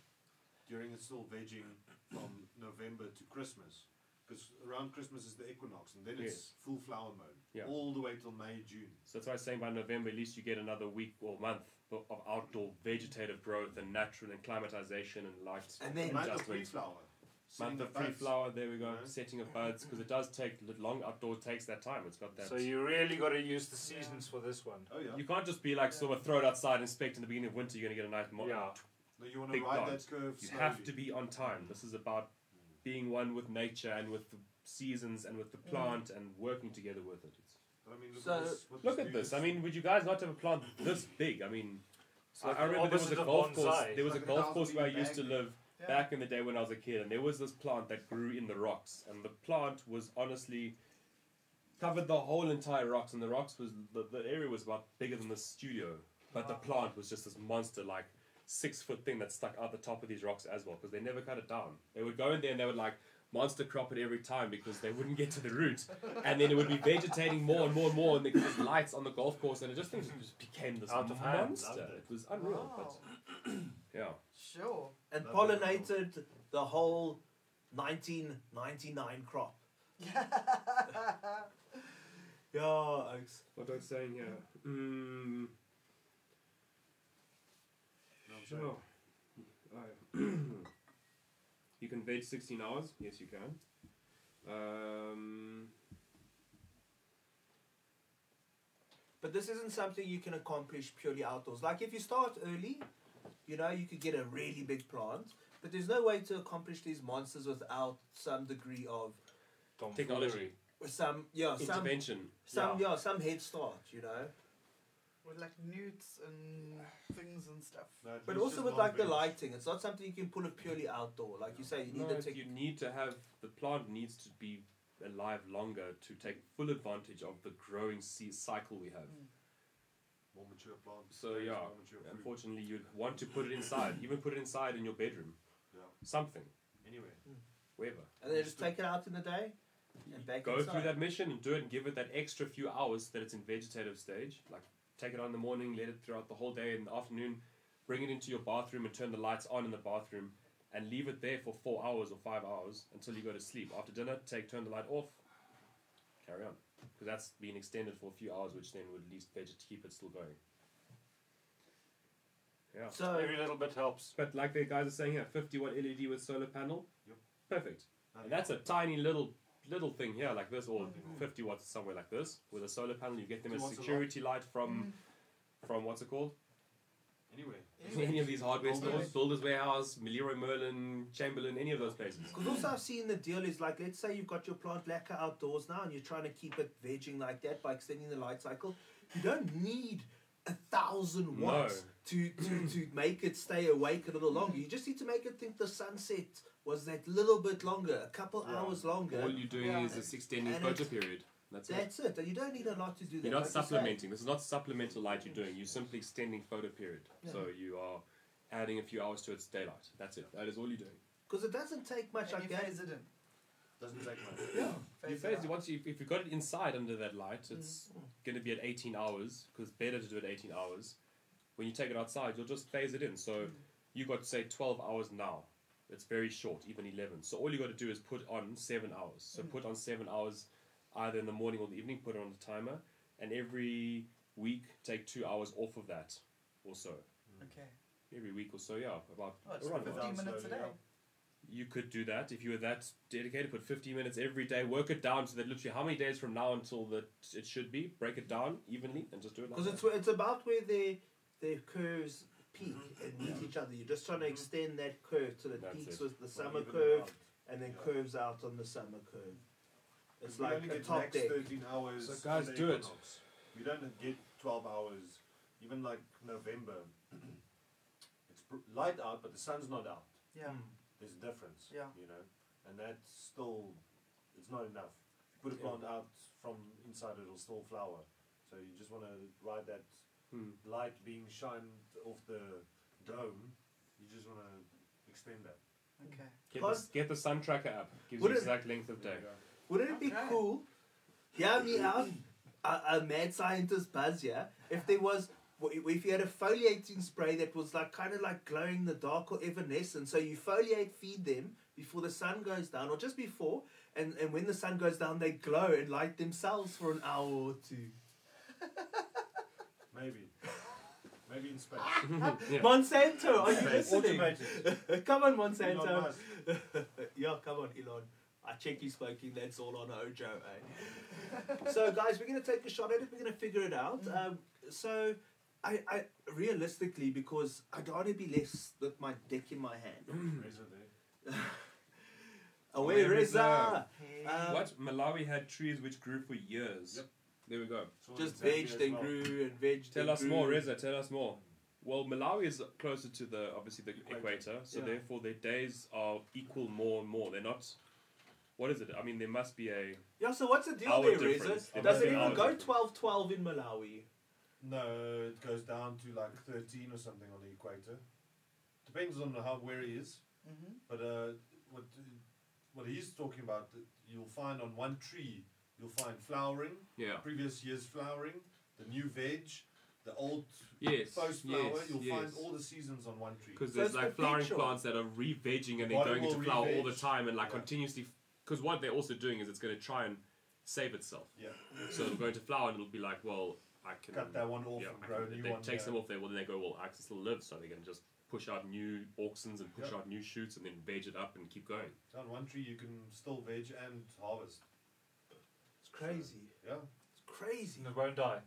E: during it's still vegging from November to Christmas. Because around Christmas is the equinox, and then it's
B: Yes.
E: full flower mode
B: Yeah.
E: all the way till May June.
B: So that's why I was saying by November, at least you get another week or month of of outdoor vegetative growth and natural and climatization and light
A: And then-
E: Month of free
B: adjustments.
E: flower.
B: Month of free flower, there we go, setting of buds, because it does take li- long outdoor takes that time. It's got that.
D: So you really got to use the seasons for this one.
E: Oh yeah.
B: you can't just be like sort of throw it outside and expect in the beginning of winter you're going to get a nice mo-
D: Yeah.
E: No, you want to
B: Big
E: ride
B: plant.
E: that curve.
B: You
E: slowly.
B: have to be on time. This is about being one with nature and with the seasons and with the plant and working together with it. It's,
E: But I mean, look
A: So-
E: at this. what
B: look at
E: dude
B: this.
E: is-
B: I mean, would you guys not have a plant this big? I mean, I,
D: like
B: I
D: the
B: remember there was a
D: opposite of
B: golf course.
D: bonsai.
B: There was a
E: Like a
B: golf
E: thousand
B: course where I
E: bean
B: used to
E: bag.
B: live
C: Yeah.
B: back in the day when I was a kid, and there was this plant that grew in the rocks, and the plant was honestly covered the whole entire rocks, and the rocks was the, the area was about bigger than the studio, but the plant was just this monster like. Six foot thing that stuck out the top of these rocks as well because they never cut it down. They would go in there and they would like monster crop it every time because they wouldn't get to the root, and then it would be vegetating more and more and more, and there was lights on the golf course, and it just, things just became this
D: Out of hand,
B: monster.
D: loved it.
B: It was unreal,
C: Wow.
B: but yeah.
C: Sure.
A: and
E: That'd be
A: pollinated the whole 1999 crop. yeah, oaks.
B: What I'm saying, yeah. Mm,
E: No, I'm sorry.
B: sure. you can veg 16 hours? Yes, you can. Um,
A: But this isn't something you can accomplish purely outdoors. Like if you start early, you know, you could get a really big plant, but there's no way to accomplish these monsters without some degree of
B: Technology.
A: with some yeah, some
B: intervention.
A: some yeah. some head start, you know.
C: With like newts and things and stuff.
E: No, at
A: But
E: least
A: also
E: it's
A: with
E: not
A: like the
E: big.
A: lighting, it's not something you can pull it purely outdoor. Like you say, you need
B: No,
A: to
B: if
A: take
B: you need to have the plant needs to be alive longer to take full advantage of the growing sea cycle we have.
E: More mature plants.
B: So yeah,
E: More mature fruit.
B: unfortunately, you'd want to put it inside. Even put it inside in your bedroom,
E: Yeah.
B: something,
E: Anywhere.
B: wherever.
A: and then just take it out in the day and back
B: go
A: inside.
B: through that mission and do it and give it that extra few hours that it's in vegetative stage like take it out in the morning let it throughout the whole day in the afternoon bring it into your bathroom and turn the lights on in the bathroom and leave it there for four hours or five hours until you go to sleep after dinner take turn the light off carry on because that's been extended for a few hours which then would at least veget- keep it still going yeah
A: So
D: Every little bit helps.
B: but like the guys are saying here 50 watt led with solar panel
E: Yep.
B: perfect and that's a tiny little little thing here, like this, or 50 watts somewhere like this, with a solar panel. You get them
E: So
B: as
E: what's a
B: security light from from what's it called?
E: Anywhere.
B: Any of these hardware
E: Builders.
B: stores, Builders Warehouse, Leroy Merlin, Chamberlain, any of those places.
A: Because also I've seen the deal is like, let's say you've got your plant lacquer outdoors now and you're trying to keep it vegging like that by extending the light cycle. You don't need a thousand
B: No.
A: watts to, to, to make it stay awake a little longer. You just need to make it think the sunset was that little bit longer, a couple hours
B: All
A: longer.
B: you're doing
C: Yeah.
B: is a 16
A: And
B: photo
A: it's-
B: period. That's it.
A: That's it. And you don't need a lot to do that.
B: You're
A: like
B: not
A: you say.
B: supplementing. This is not supplemental light you're doing. You're simply extending photo period. So you are adding a few hours to its daylight. That's it. That is all you're doing.
A: Because it doesn't take
C: And
A: much like
C: you
A: that.
C: phase it in.
E: Doesn't take much.
B: You
C: Phase it
B: phase
C: out. Mm.
B: it once you, if you've got it inside under that light, it's going to be at 18 hours because better to do it 18 hours. When you take it outside, you'll just phase it in. So
C: Mm.
B: you got say 12 hours now. It's very short, even 11. So all you got to do is put on seven hours. So
C: Mm.
B: put on seven hours, either in the morning or the evening. Put it on the timer, and every week take two hours off of that, or so.
C: Okay.
B: Every week or so, yeah, about
C: Oh, it's
B: around about
C: 15
E: Down
C: minutes a
E: slowly,
C: day.
E: yeah.
B: you could do that if you were that dedicated. Put 15 minutes every day. Work it down to that literally how many days from now until that it should be. Break it down evenly and just do it like
A: Because
B: that.
A: it's, where- it's about where their, their curves peak
E: Mm-hmm.
A: and meet each other. You're just trying to extend that curve till it
B: That's
A: peaks
B: it.
A: with the summer
E: Even
A: curve.
E: out.
A: and then
E: Yeah.
A: curves out on the summer curve. It's
E: we
A: like
E: only
A: a
E: get
A: top
E: max
A: deck.
E: 13 hours.
B: So guys,
E: in the
B: do it.
E: equinox. We don't get 12 hours, even like November. it's br- light out, but the sun's not out.
C: Yeah.
B: Hmm.
E: There's a difference.
C: Yeah.
E: You know, and that's still, it's not enough. Put a plant out from inside, it'll still flower. So you just want to ride that
B: Hmm.
E: light being shined off the dome. You just want to extend that.
C: Okay.
B: Get the, get the sun tracker app. Gives you
A: Would it-
B: exact length of day.
A: Wouldn't it be
C: Okay.
A: cool? Hear me out, a, a mad scientist buzz yeah. If there was, if you had a foliating spray that was like kind of like glowing in the dark or evanescent, so you foliate feed them before the sun goes down, or just before, and, and when the sun goes down, they glow and light themselves for an hour or two.
E: Maybe. Maybe in space.
B: Yeah.
A: Monsanto, are you
E: Space.
A: listening?
E: Automated.
A: come on,
E: Elon
A: Monsanto.
E: Musk.
A: yeah, come on, Elon. I check you smoking, that's all on Ojo, eh? so, guys, we're going to take a shot at it, we're going to figure it out.
E: Mm-hmm.
A: Um, so, I, I realistically, because I'd rather be less with my dick in my hand.
E: Razor there.
A: Away,
B: Away,
A: Reza! Um,
B: What? Malawi had trees which grew for years.
E: Yep.
B: There we go.
E: It's all
A: Just
E: in
A: veg,
E: Zambia as
A: then
E: well.
A: grew, and veg,
B: Tell
A: then
B: us
A: grew.
B: more, Reza. Tell us more. Well, Malawi is closer to the obviously the
E: Equator.
B: equator, so
A: Yeah.
B: therefore their days are equal more and more. They're not. What is it? I mean, there must be a.
A: Yeah, so what's the deal
B: Hour
A: there, Reza?
B: difference.
E: There
A: Does
E: must
A: it
E: be an
A: even
E: hour
A: go
B: difference.
A: 12 12 in Malawi?
E: No, it goes down to like 13 or something on the equator. Depends on how where he is.
C: Mhm.
E: But uh, what what he's talking about, that you'll find on one tree, you'll find flowering,
B: Yeah.
E: previous year's flowering, the new veg, the old
B: Yes.
E: post flower. you'll find
B: yes.
E: all the seasons on one tree.
B: Because
A: So
B: there's
A: it's
B: like
A: the
B: flowering
A: picture.
B: plants that are re-vegging and they're
E: What
B: going
E: will
B: into flower all the
E: re-veg?
B: time and like
E: Yeah.
B: continuously. Because what they're also doing is it's going to try and save itself.
E: Yeah,
B: So it'll go into flower and it'll be like, well, I can
E: cut that one off
B: Yeah,
E: and
B: I
E: grow a
B: can-
E: new
B: they
E: one.
B: takes
E: yeah.
B: them off there. Well, then they go, well, I can still live, so they can just push out new auxins and push
E: Yeah.
B: out new shoots and then veg it up and keep going.
E: So on one tree, you can still veg and harvest.
A: It's crazy.
E: Yeah.
A: It's crazy.
D: And it won't die.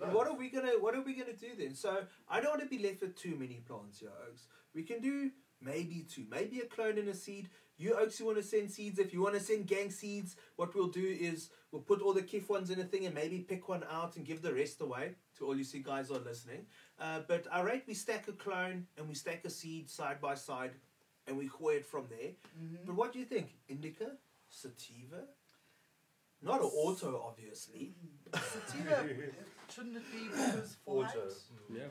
A: And What are we gonna What are we gonna do then? So I don't want to be left with too many plants here, Oaks. We can do maybe two, maybe a clone and a seed. You Oaks, you want to send seeds? If you want to send gang seeds, what we'll do is we'll put all the kiff ones in a thing and maybe pick one out and give the rest away to all you see guys who are listening. Uh, but I rate we stack a clone and we stack a seed side by side, and we hoy it from there. But what do you think? Indica, sativa. Not an auto, obviously.
C: Sativa, shouldn't it be because for height?
D: Auto.
B: Yeah.
C: Sat-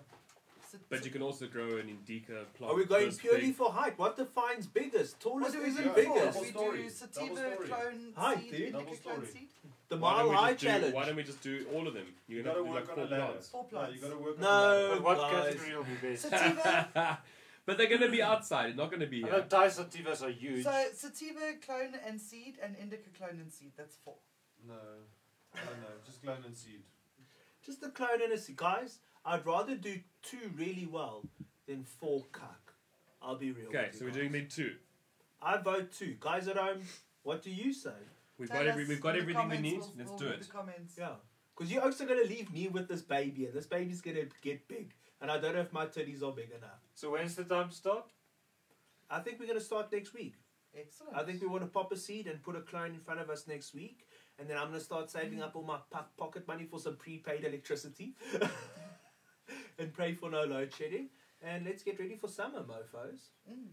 B: Mm. But you can also grow an indica plant.
A: Are we going
B: this
A: purely
B: big.
A: for height? What defines biggest,
C: What
A: tallest,
C: do we do
A: isn't
E: Yeah,
C: for?
A: biggest?
E: Double
C: We
E: story.
C: do
E: Double
C: sativa
E: story.
C: clone
A: Hi,
C: seed,
A: dude.
C: indica
E: Double
C: clone
E: story.
C: seed.
A: The
B: Why don't
A: mile
B: we
A: high
B: just do-
A: challenge.
B: Why don't we just do all of them? You're
E: You
B: gonna
E: gotta
B: have to do like
E: work on a
B: four
E: ladder.
B: plants.
C: Four
E: No,
C: plants.
E: you gotta work on
A: No,
D: But what
A: guys.
D: category will be best?
C: Sativa,
B: but they're gonna be outside. It's not gonna be
D: I
B: here.
D: know Thai sativas are huge.
C: so sativa clone and seed and indica clone and seed. That's four.
E: No, I don't know. Just clone and seed.
A: Just a clone and a se- guys. I'd rather do two really well than four cuck. I'll be real.
B: Okay,
A: with you
B: so we're
A: guys.
B: doing them two.
A: I vote two. Guys at home, what do you say?
B: We've
C: Tell
B: got every,
C: us
B: we've got
C: in the
B: everything we
C: comments,
B: need.
C: we'll-
B: Let's
C: we'll
B: do
C: read
B: it.
C: The comments.
A: Yeah, because you oaks are gonna leave me with this baby, and this baby's gonna get big, and I don't know if my titties are big enough.
D: So when's the time to start?
A: I think we're gonna start next week.
C: Excellent.
A: I think we want to pop a seed and put a clone in front of us next week. And then I'm going to start saving up all my po- pocket money for some prepaid electricity and pray for no load shedding. And let's get ready for summer, mofos.
C: Mm.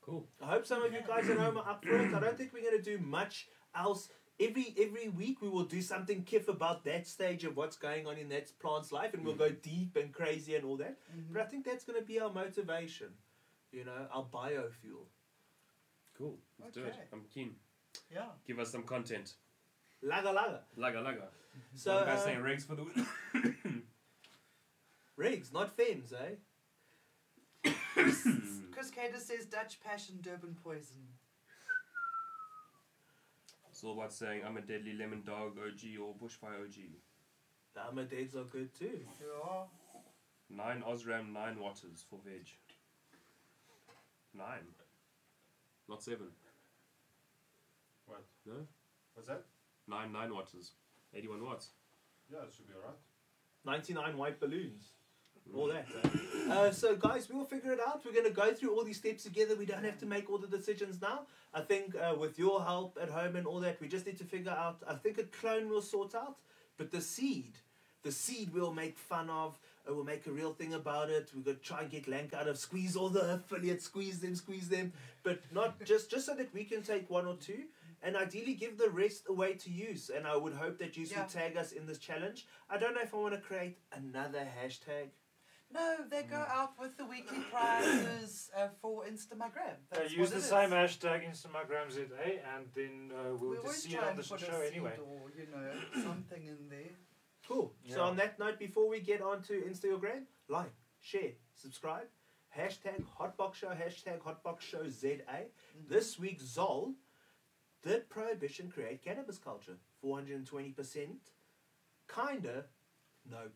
B: Cool.
A: I hope some of you guys at home are up for it. I don't think we're going to do much else. Every every week we will do something kiff about that stage of what's going on in that plant's life, and we'll go deep and crazy and all that. But I think that's going to be our motivation, you know, our biofuel.
B: Cool. Let's do it.
C: Okay.
B: I'm keen.
C: Yeah.
B: Give us some content.
A: Laga laga.
B: Laga laga.
A: So
B: One guy's
A: uh,
B: saying rigs for the win.
A: Rigs, not Fems, eh?
C: Chris Cater says Dutch passion, Durban poison.
B: Solbot saying I'm a deadly lemon dog OG or bushfire OG.
A: Dama dates are good too.
C: Yeah.
B: Nine Osram, nine waters for veg. Nine. Not seven.
E: What?
B: No?
E: What's that?
B: Nine, nine waters. 81 watts.
E: Yeah, it should be alright.
A: 99 white balloons. All that. eh? Uh, so, guys, we will figure it out. We're going to go through all these steps together. We don't have to make all the decisions now. I think uh, with your help at home and all that, we just need to figure out. I think a clone will sort out, but the seed, the seed we'll make fun of. Uh, we'll make a real thing about it. We're going to try and get Lank out of squeeze all the affiliates, squeeze them, squeeze them, but not just just so that we can take one or two. And ideally, give the rest away to use. And I would hope that you
C: Yeah.
A: will tag us in this challenge. I don't know if I want to create another hashtag.
C: No, they go
D: Mm.
C: out with the weekly prizes uh, for Instagram.
D: Uh,
C: That's
D: use
C: what
D: the
C: it is.
D: same hashtag Instagram ZA and then uh,
C: We
D: we'll
C: always
D: just see it
C: try
D: on
C: and
D: the
C: put a
D: show
C: seed
D: anyway.
C: Or, you know, something in there.
A: Cool. So
D: Yeah.
A: on that note, before we get on to Instagram, like, share, subscribe, hashtag Hotbox Show, hashtag Hotbox Show ZA. This week, Zol, did prohibition create cannabis culture? 420%? Kinda. Nope.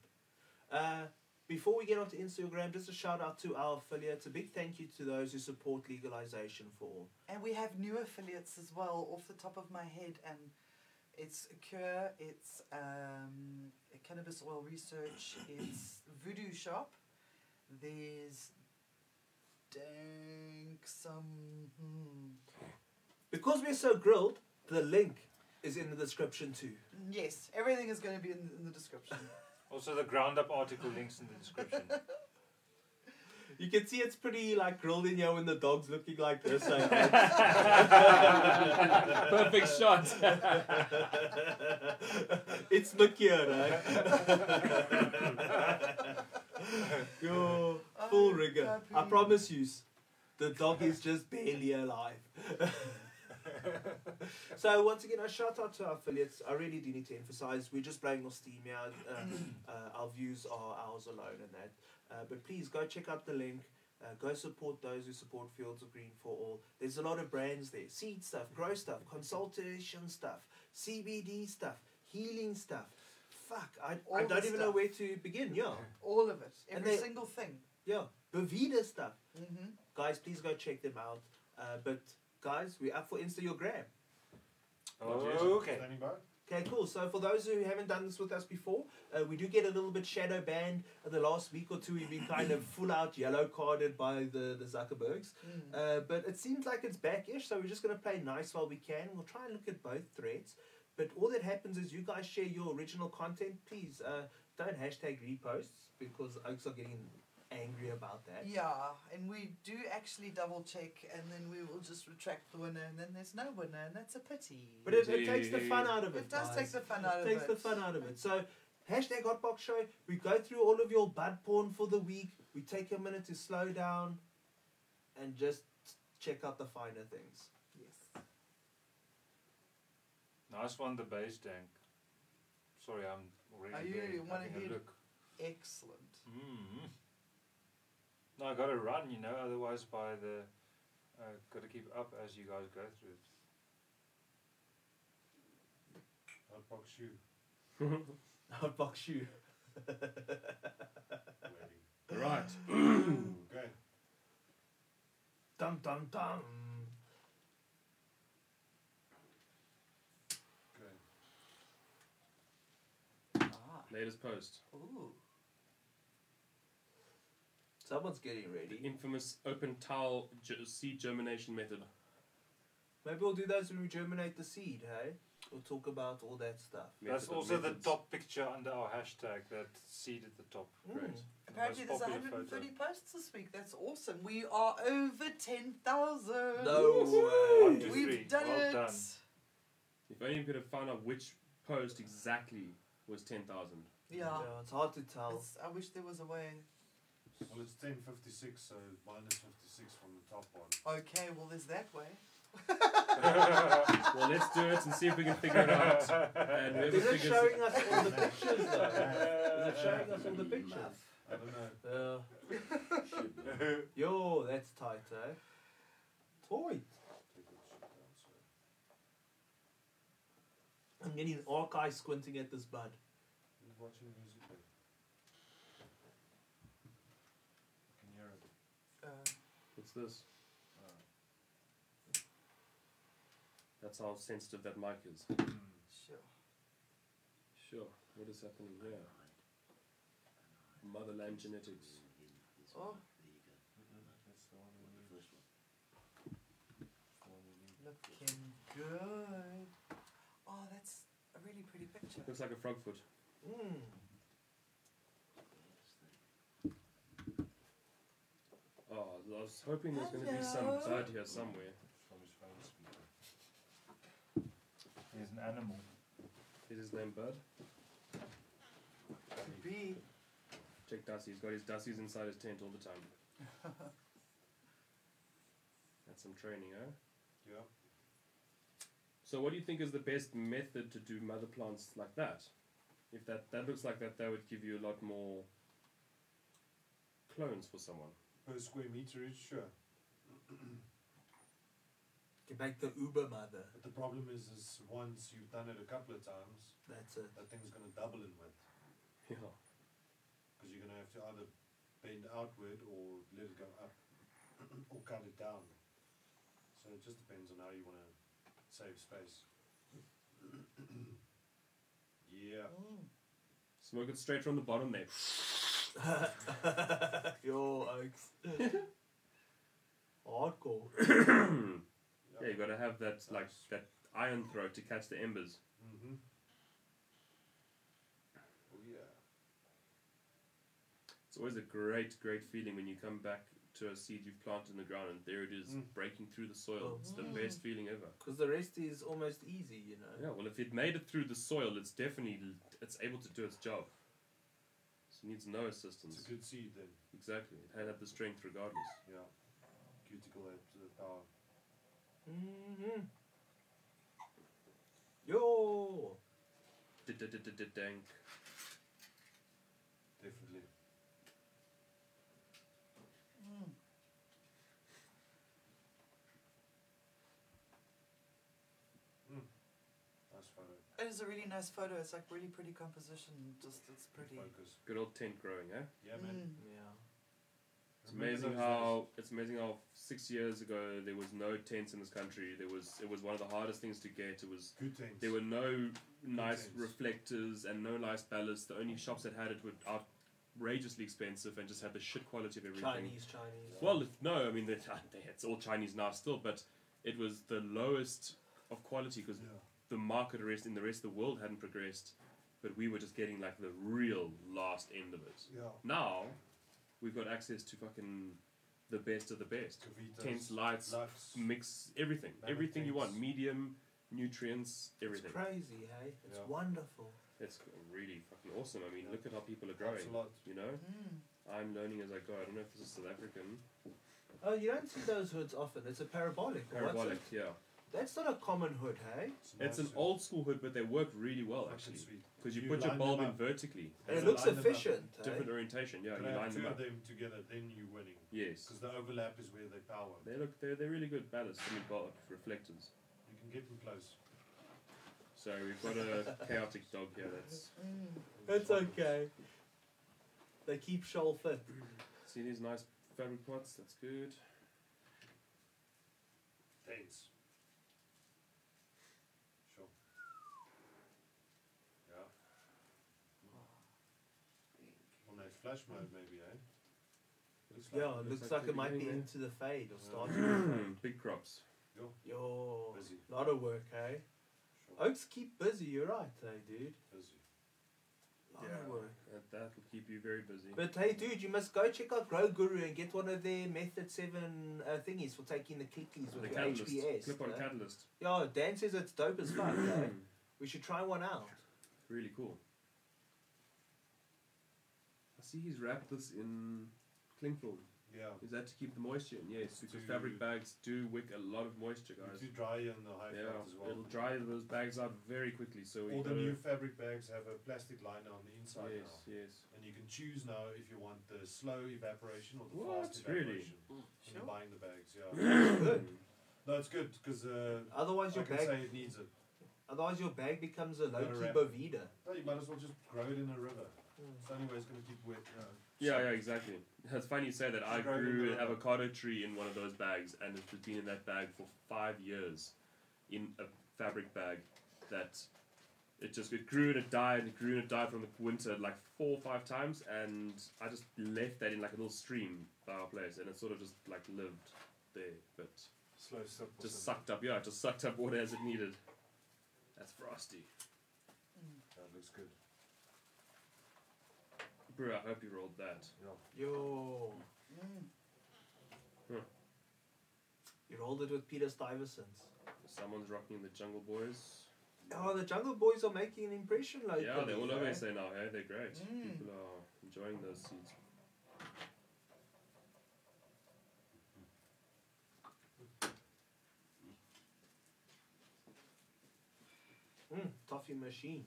A: Uh, before we get onto Instagram, just a shout out to our affiliates. A big thank you to those who support legalization for all.
C: And we have new affiliates as well, off the top of my head. And it's Cure, it's um, Cannabis Oil Research, it's Voodoo Shop, there's Dank some. Hmm,
A: Because we're so grilled, the link is in the description too.
C: yes, everything is going to be in, in the description.
D: Also, the ground up article links in the description.
A: You can see it's pretty like grilled in here when the dog's looking like this. like, like,
B: Perfect shot.
A: it's Nokia, right? Yo,
C: Oh,
A: full rigor. I
C: puppy.
A: promise you, the dog is just barely alive. so once again, a shout out to our affiliates. I really do need to emphasize we're just blowing off steam here. Uh, uh, our views are ours alone and that. Uh, but please go check out the link. Uh, go support those who support Fields of Green for All. There's a lot of brands there seed stuff, grow stuff, consultation stuff, CBD stuff, healing stuff. Fuck, I, I
C: All
A: don't
C: the
A: even know
C: stuff.
A: where to begin. Yeah,
C: All of it,
A: And
C: every
A: they-
C: single thing.
A: yeah. Bovita stuff.
C: Mm-hmm.
A: Guys, please go check them out. Uh, but guys, we're up for Instagram.
D: Oh, okay.
E: Oh, Standing by.
A: Okay, cool. So for those who haven't done this with us before, uh, we do get a little bit shadow banned. Uh, The last week or two, we've been kind of full out yellow carded by the, the Zuckerbergs. Uh, but it seems like it's back-ish, so we're just going to play nice while we can. We'll try and look at both threads. But all that happens is you guys share your original content. Please uh, don't hashtag reposts because oaks are getting angry about that.
C: Yeah, and we do actually double check, and then we will just retract the winner, and then there's no winner, and that's a pity.
A: But it, it takes the fun out of it.
C: It does
A: guys.
C: take the fun out of
A: takes
C: it.
A: the fun out of it. So, hashtag Hotbox Show. We go through all of your bud porn for the week. We take a minute to slow down and just check out the finer things.
C: Yes.
D: Nice one, the base tank. Sorry, I'm already.
C: Are you-
D: there,
C: you wanna
D: having a
C: hear-
D: look.
C: Excellent.
D: Mm. No, I gotta run, you know, otherwise, by the. I gotta keep up as you guys go through it.
E: I'll
A: Hotbox
E: box you.
A: Shoe.
E: Waiting.
B: right.
E: Okay.
A: Dum dum dum.
E: Okay.
C: Ah,
B: Latest post.
C: ooh.
A: Someone's getting
B: The
A: ready.
B: infamous open towel ge- seed germination method.
A: Maybe we'll do those when we germinate the seed, hey? We'll talk about all that stuff.
D: That's
B: Method-
D: also
B: methods.
D: the top picture under our hashtag, that seed at the top.
B: Great.
A: Mm.
C: Apparently,
D: most
C: there's
D: popular
C: 130
D: photo.
C: posts this week. That's awesome. We are over 10,000.
A: No
D: One,
A: way.
D: two, three.
C: We've done
D: Well
C: it.
D: done.
B: If only we could have found out which post exactly was 10,000.
C: Yeah.
A: Yeah, it's hard to tell.
C: It's- I wish there was a way.
E: Well, it's 10.56, so minus 56 from the top one.
C: Okay, well, there's that way.
B: Well, let's do it and see if we can figure it out. And whoever
A: Is it
B: figures-
A: showing us all the pictures though? Is it showing us all the pictures?
E: I don't know.
A: Yeah. Uh, Yo, that's tight, eh? Tight.
E: Take that shit down, so.
A: I'm getting an arc eye squinting at this bud.
E: Who's watching music? there? I can hear it.
C: Uh,
B: What's this? That's how sensitive that mic is.
C: sure.
B: Sure. What is happening here? Motherland genetics.
C: Oh,
E: That's the one we need. That's the one we need.
C: looking good. Oh, that's a really pretty picture.
B: Looks like a frog foot.
A: Mm.
B: Oh, I was hoping there's going to be some
C: Hello.
B: bud here somewhere.
E: From his phone speaker.
D: He's an animal.
B: Is his name Bud?
C: Could be.
B: Check Dusty. He's got his Dusty's inside his tent all the time. That's some training, eh?
E: Yeah.
B: So, what do you think is the best method to do mother plants like that? If that that looks like that, that would give you a lot more clones for someone.
E: per square meterage, sure.
A: Get back the Uber mother.
E: But the problem is, is once you've done it a couple of times,
A: That's it.
E: that thing's going to double in width.
B: Yeah.
E: because you're going to have to either bend outward or let it go up or cut it down. So it just depends on how you want to save space. yeah.
B: Smoke it straight from the bottom there.
A: Yo, Oaks. Hardcore.
B: Yeah, you gotta have that like that iron throw to catch the embers.
E: Mm-hmm. Oh yeah.
B: It's always a great, great feeling when you come back to a seed you've planted in the ground and there it is
E: Mm.
B: breaking through the soil.
A: Oh.
B: It's the best feeling ever.
A: Because the rest is almost easy, you know.
B: Yeah, well, if it made it through the soil, it's definitely it's able to do its job. So it needs no
E: It's
B: assistance.
E: a good seed then.
B: Exactly, it had, had the strength regardless.
E: Yeah. Cuticle at the power.
A: Mm-hmm. Yo!
B: Dank.
E: Definitely. Hmm. Nice photo.
C: It is a really nice photo. It's like really pretty composition. Just it's pretty. Hmm. Mm,
E: Focus.
B: Good old tent growing, eh?
E: Yeah, man.
A: Yeah.
B: It's
E: Remember
B: amazing
E: those
B: how it's amazing how six years ago there was no tents in this country. There was it was one of the hardest things to get. It was
E: days? Good things.
B: there were no nice
E: tents.
B: reflectors and no nice ballasts. The only shops that had it were outrageously expensive and just had the shit quality of everything.
A: Chinese, Chinese.
B: Well, if- no, I mean they, they, it's all Chinese now still, but it was the lowest of quality because
E: Yeah.
B: the market rest in the rest of the world hadn't progressed, but we were just getting like the real last end of it.
E: Yeah.
B: Now we've got access to fucking the best of the best.
E: Cavitas,
B: Tents, lights,
E: Lux.
B: mix everything,
E: Mammoth
B: everything you want,
E: tents.
B: medium, nutrients,
A: it's
B: everything.
A: crazy, hey? It's
E: Yeah.
A: wonderful.
B: It's really fucking awesome. I mean,
E: Yeah.
B: look at how people are
E: That's a
B: growing.
E: lot.
B: You know,
A: Mm.
B: I'm learning as I go. I don't know if this is South African
A: Oh, you don't see those hoods often. It's a parabolic. or what's
B: parabolic,
A: it?
B: yeah.
A: That's not a common hood, hey?
B: It's an
E: nice.
B: old school hood, but they work really well
E: Fucking
B: actually.
E: sweet.
B: Because you,
E: You
B: put your
E: line
B: bulb
E: them
B: in
E: up.
B: vertically,
A: And it
E: Yeah,
A: looks
E: line them up.
A: efficient, eh? hey?
B: different orientation. Yeah,
E: Can
B: you
E: I
B: line
E: have two
B: them
E: of
B: up.
E: them together, then you're winning.
B: Yes,
E: Because the overlap is where they power.
B: they look they're, they're really good ballast. I mean, bulb reflectors.
E: You can get them close.
B: So we've got a chaotic dog here that's
A: It's okay. They keep Shoal fit.
B: see these nice fabric pots. That's good.
E: Thanks. Sure. Yeah. On that flash mode, maybe, eh? Looks like
A: Yeah, it looks like it might be
B: Yeah.
A: into the fade or
E: Yeah.
A: starting to fade.
B: Big crops.
A: Yo,
E: Busy.
A: a lot of work, hey?
E: Sure.
A: Oaks keep busy, you're right, hey, dude.
E: Busy.
A: Lot of work.
B: That, that will keep you very busy.
A: But hey, dude, you must go check out Grow Guru and get one of their Method 7 uh, thingies for taking the clickies
B: the
A: with your
B: catalyst,
A: HPS.
B: clip on
A: eh?
B: catalyst,
A: Yeah, Dan says it's dope as fuck, eh? We should try one out.
B: really cool. I see he's wrapped this in cling film.
E: Yeah.
B: Is that to keep the moisture in? Yes, because
E: To-
B: fabric bags do wick a lot of moisture,
E: You're
B: guys.
E: Too dry on the high
B: Yeah,
E: front as well.
B: it'll dry those bags out very quickly. So we
E: All the
B: gotta-
E: new fabric bags have a plastic liner on the inside
B: yes,
E: now.
B: yes.
E: And you can choose now if you want the slow evaporation or the
B: What?
E: fast
B: Really?
E: evaporation. When
C: Sure.
E: you're buying the bags, yeah.
A: Good.
E: no, it's good because uh,
A: Otherwise,
E: I
A: your
E: can
A: bag,
E: say it needs it.
A: otherwise your bag becomes a low
E: Gotta
A: key
E: wrap.
A: bovida.
E: No, you might as well just grow it in a river.
A: Hmm.
E: It's the only way it's going to keep wet. uh, You know.
B: Yeah, yeah, exactly. It's funny you say that. I
E: Grow it in
B: grew
E: the
B: an
E: river.
B: avocado tree in one of those bags, and it's been in that bag for five years, in a fabric bag, that it just it grew and it died and it grew and it died from the winter like four or five times, and I just left that in like a little stream by our place, and it sort of just like lived there, but
E: Slow, simple.
B: just
E: simple.
B: sucked up. Yeah, it just sucked up water as it needed. That's frosty.
E: That looks good.
B: Bro, I hope you rolled that.
E: Yeah.
A: Yo.
B: Huh.
A: You rolled it with Peter Stuyvesant's.
B: Someone's rocking the Jungle Boys.
A: Oh, the Jungle Boys are making an impression locally.
B: yeah, they're all
A: eh?
B: over SA now. Hey, they're great.
A: Mm.
B: People are enjoying those seeds.
A: Mm, toffee machine.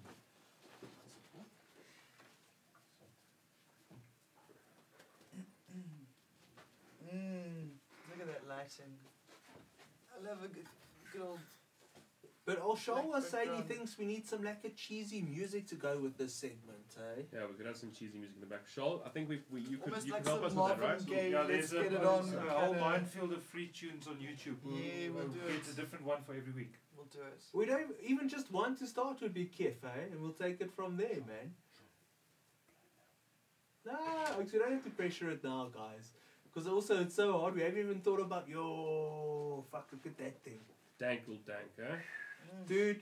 C: Mm. writing. I love a good, good old.
A: But Oshawa
C: Black
A: was saying eh, he
C: background.
A: thinks we need some like a cheesy music to go with this segment, eh?
B: Yeah, we could have some cheesy music in the back. Shaw, I think we, we you could
C: Almost
B: you
C: like
B: could help
C: some
B: us with that,
C: Marvin
B: right?
C: Gaye,
D: yeah,
C: let's
D: there's a,
C: get it on.
D: a whole
C: kinda-
D: minefield of free tunes on YouTube. We'll,
C: Yeah, we'll do
D: get
C: it.
D: a different one for every week.
C: We'll do it.
A: We don't even just one to start would be Kif, eh? And we'll take it from there, man. No, we don't have to pressure it now, guys. Because also it's so hard. We haven't even thought about your fuck. Look at that thing,
B: Dank will dank, eh?
A: dude.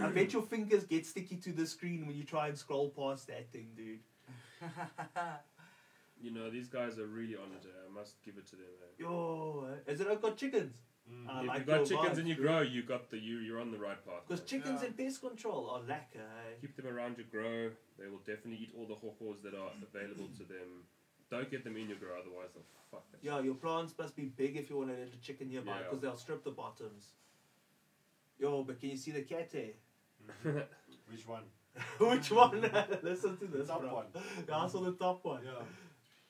A: I bet your fingers get sticky to the screen when you try and scroll past that thing, dude.
B: You know these guys are really on it. eh? I must give it to them. Eh?
A: Yo, eh? has it not got chickens? I
B: Mm. if
A: like
B: you got
A: your
B: chickens
A: vibe,
B: and you
A: dude.
B: grow, you got the you. You're on the right path.
A: Because
B: eh?
A: chickens
C: Yeah.
A: and pest control are lacquer, eh?
B: Keep them around your grow. They will definitely eat all the hawkers that are available to them. Don't get them in your grow, otherwise they'll fuck it.
A: Yeah, your plants must be big if you want a little chicken nearby
B: Yeah.
A: because they'll strip the bottoms. Yo, but can you see the cat there?
E: Which one?
A: Which one? Listen to
E: The
A: this,
E: top
A: bro.
E: one.
A: Yeah, I saw the top one.
E: Yeah.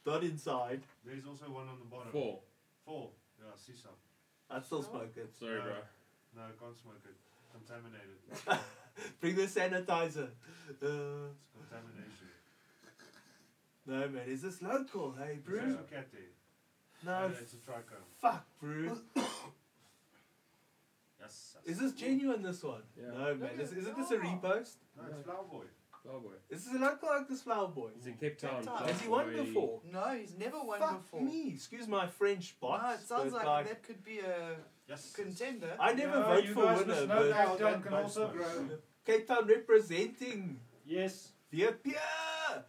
A: Not inside.
E: There's also one on the bottom.
B: Four.
E: Four. Yeah, I see some.
A: I
C: Oh.
A: still smoke it.
B: Sorry,
E: No.
B: bro.
E: No, I can't smoke it. Contaminated.
A: Bring the sanitizer. Uh,
E: It's contamination.
A: no, man, is this local? Hey,
E: There's
A: Brew?
E: also cat there.
A: No,
E: No,
A: Uh, f-
E: it's a trichome.
A: fuck, Brew.
B: Yes.
A: Is this genuine, this one?
B: Yeah.
A: No, man, is, isn't this a repost?
E: No, it's flower boy.
B: Oh boy.
A: Is this a local like this flower boy?
B: He's in Cape Town.
C: Cape Town.
A: Has he won
B: Boy.
A: before?
C: No, he's never won
A: Fuck
C: before.
A: me, excuse my French box.
C: No, it sounds like,
A: but, like,
C: that could be a
E: Yes.
C: contender.
A: I never
D: No,
A: vote
D: you
A: for
D: guys
A: winner,
D: must know
A: but
D: that.
E: Cow
D: Town
E: that
D: can
E: both
D: also
E: smokes.
D: grow.
A: Cape Town representing
D: Yes.
A: Pierre Pierre.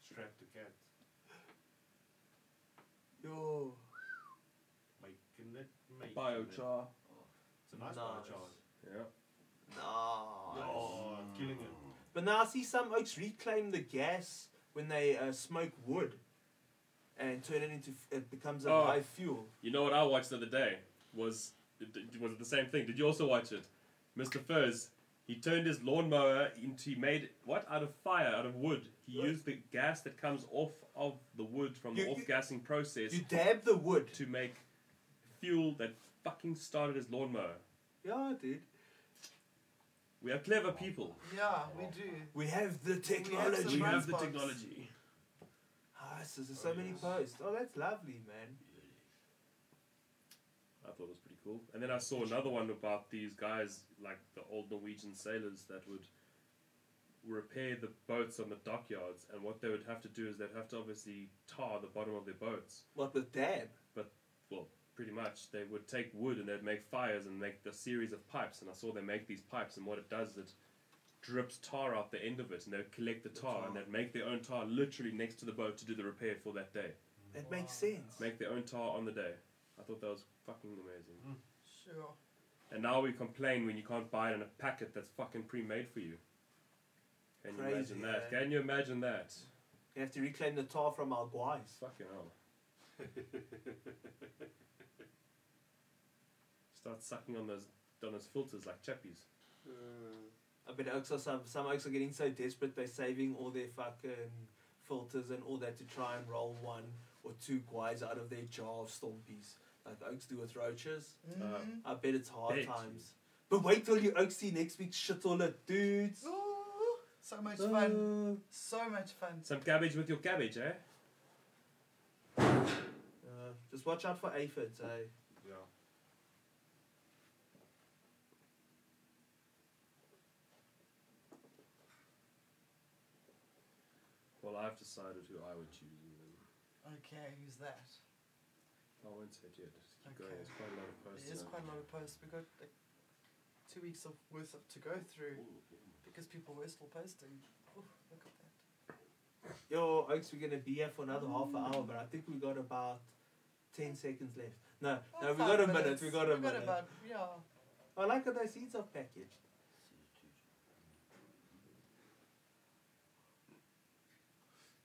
E: Strap the cat.
A: Yo,
E: Making it. Making It.
B: Biochar.
E: It's a
A: Nice.
E: nice biochar.
B: Yeah.
A: nah.
E: Oh, killing it.
A: But now I see some oaks reclaim the gas when they uh, smoke wood and turn it into it becomes a
B: Oh.
A: biofuel.
B: You know what I watched the other day was was it the same thing? Did you also watch it, Mr. Furs? He turned his lawnmower into he made what out of fire, out of wood. He used the gas that comes off of the wood from
A: You-
B: the
A: you-
B: off-gassing process
A: You dab the wood.
B: to make fuel that fucking started his lawnmower.
A: Yeah, dude.
B: We are clever people.
C: Yeah, we do.
A: We have Oh. the
B: We
A: technology.
C: some-
B: have the
C: Lunchbox.
B: technology.
A: Ah, so there's so many posts. Oh, that's lovely, man.
B: I thought it was pretty cool. And then I saw another one about these guys, like the old Norwegian sailors that would repair the boats on the dockyards. And what they would have to do is they'd have to obviously tar the bottom of their boats.
A: What with dab?
B: Well, pretty much. They would take wood and they'd make fires and make a series of pipes. And I saw them make these pipes. And what it does is it drips tar out the end of it. And they'd collect the tar and they'd make their own tar literally next to the boat to do the repair for that day.
A: That makes sense.
B: Make their own tar on the day. I thought that was fucking amazing.
C: Sure.
B: And now we complain when you can't buy it in a packet that's fucking pre-made for you. Can you
A: Crazy,
B: imagine that?
A: eh?
B: Can you imagine that?
A: You have to reclaim the tar from our guys.
B: Fucking hell. Start sucking on those on those filters like chappies.
A: I bet oaks are some, some oaks are getting so desperate they're saving all their fucking filters and all that to try and roll one or two guys out of their jar of stompies. Like oaks do with roaches.
C: Mm-hmm.
B: Uh,
A: I bet it's hard
B: Bet you.
A: times. But wait till you oaks see next week's shit all it, dudes.
C: Ooh, so much fun. So much fun.
B: Uh, Some cabbage with your cabbage, eh?
A: Uh, just watch out for aphids, eh?
E: Yeah.
B: Well, I've decided who I would choose. and then
C: Okay, who's that?
B: I won't say it yet. Just keep going.
C: Okay.
B: There's quite a lot of posts.
C: There's
B: now.
C: quite a lot of posts. We got like two weeks of worth of to go through because people were still posting. Ooh, look at that.
A: Yo, oaks, we're gonna be here for another half an hour, but I think we got about 10 seconds left. No, no,
C: Five
A: we got a minute,
C: minutes.
A: we got a
C: we
A: minute.
C: about, yeah.
A: I like how those seeds are packaged.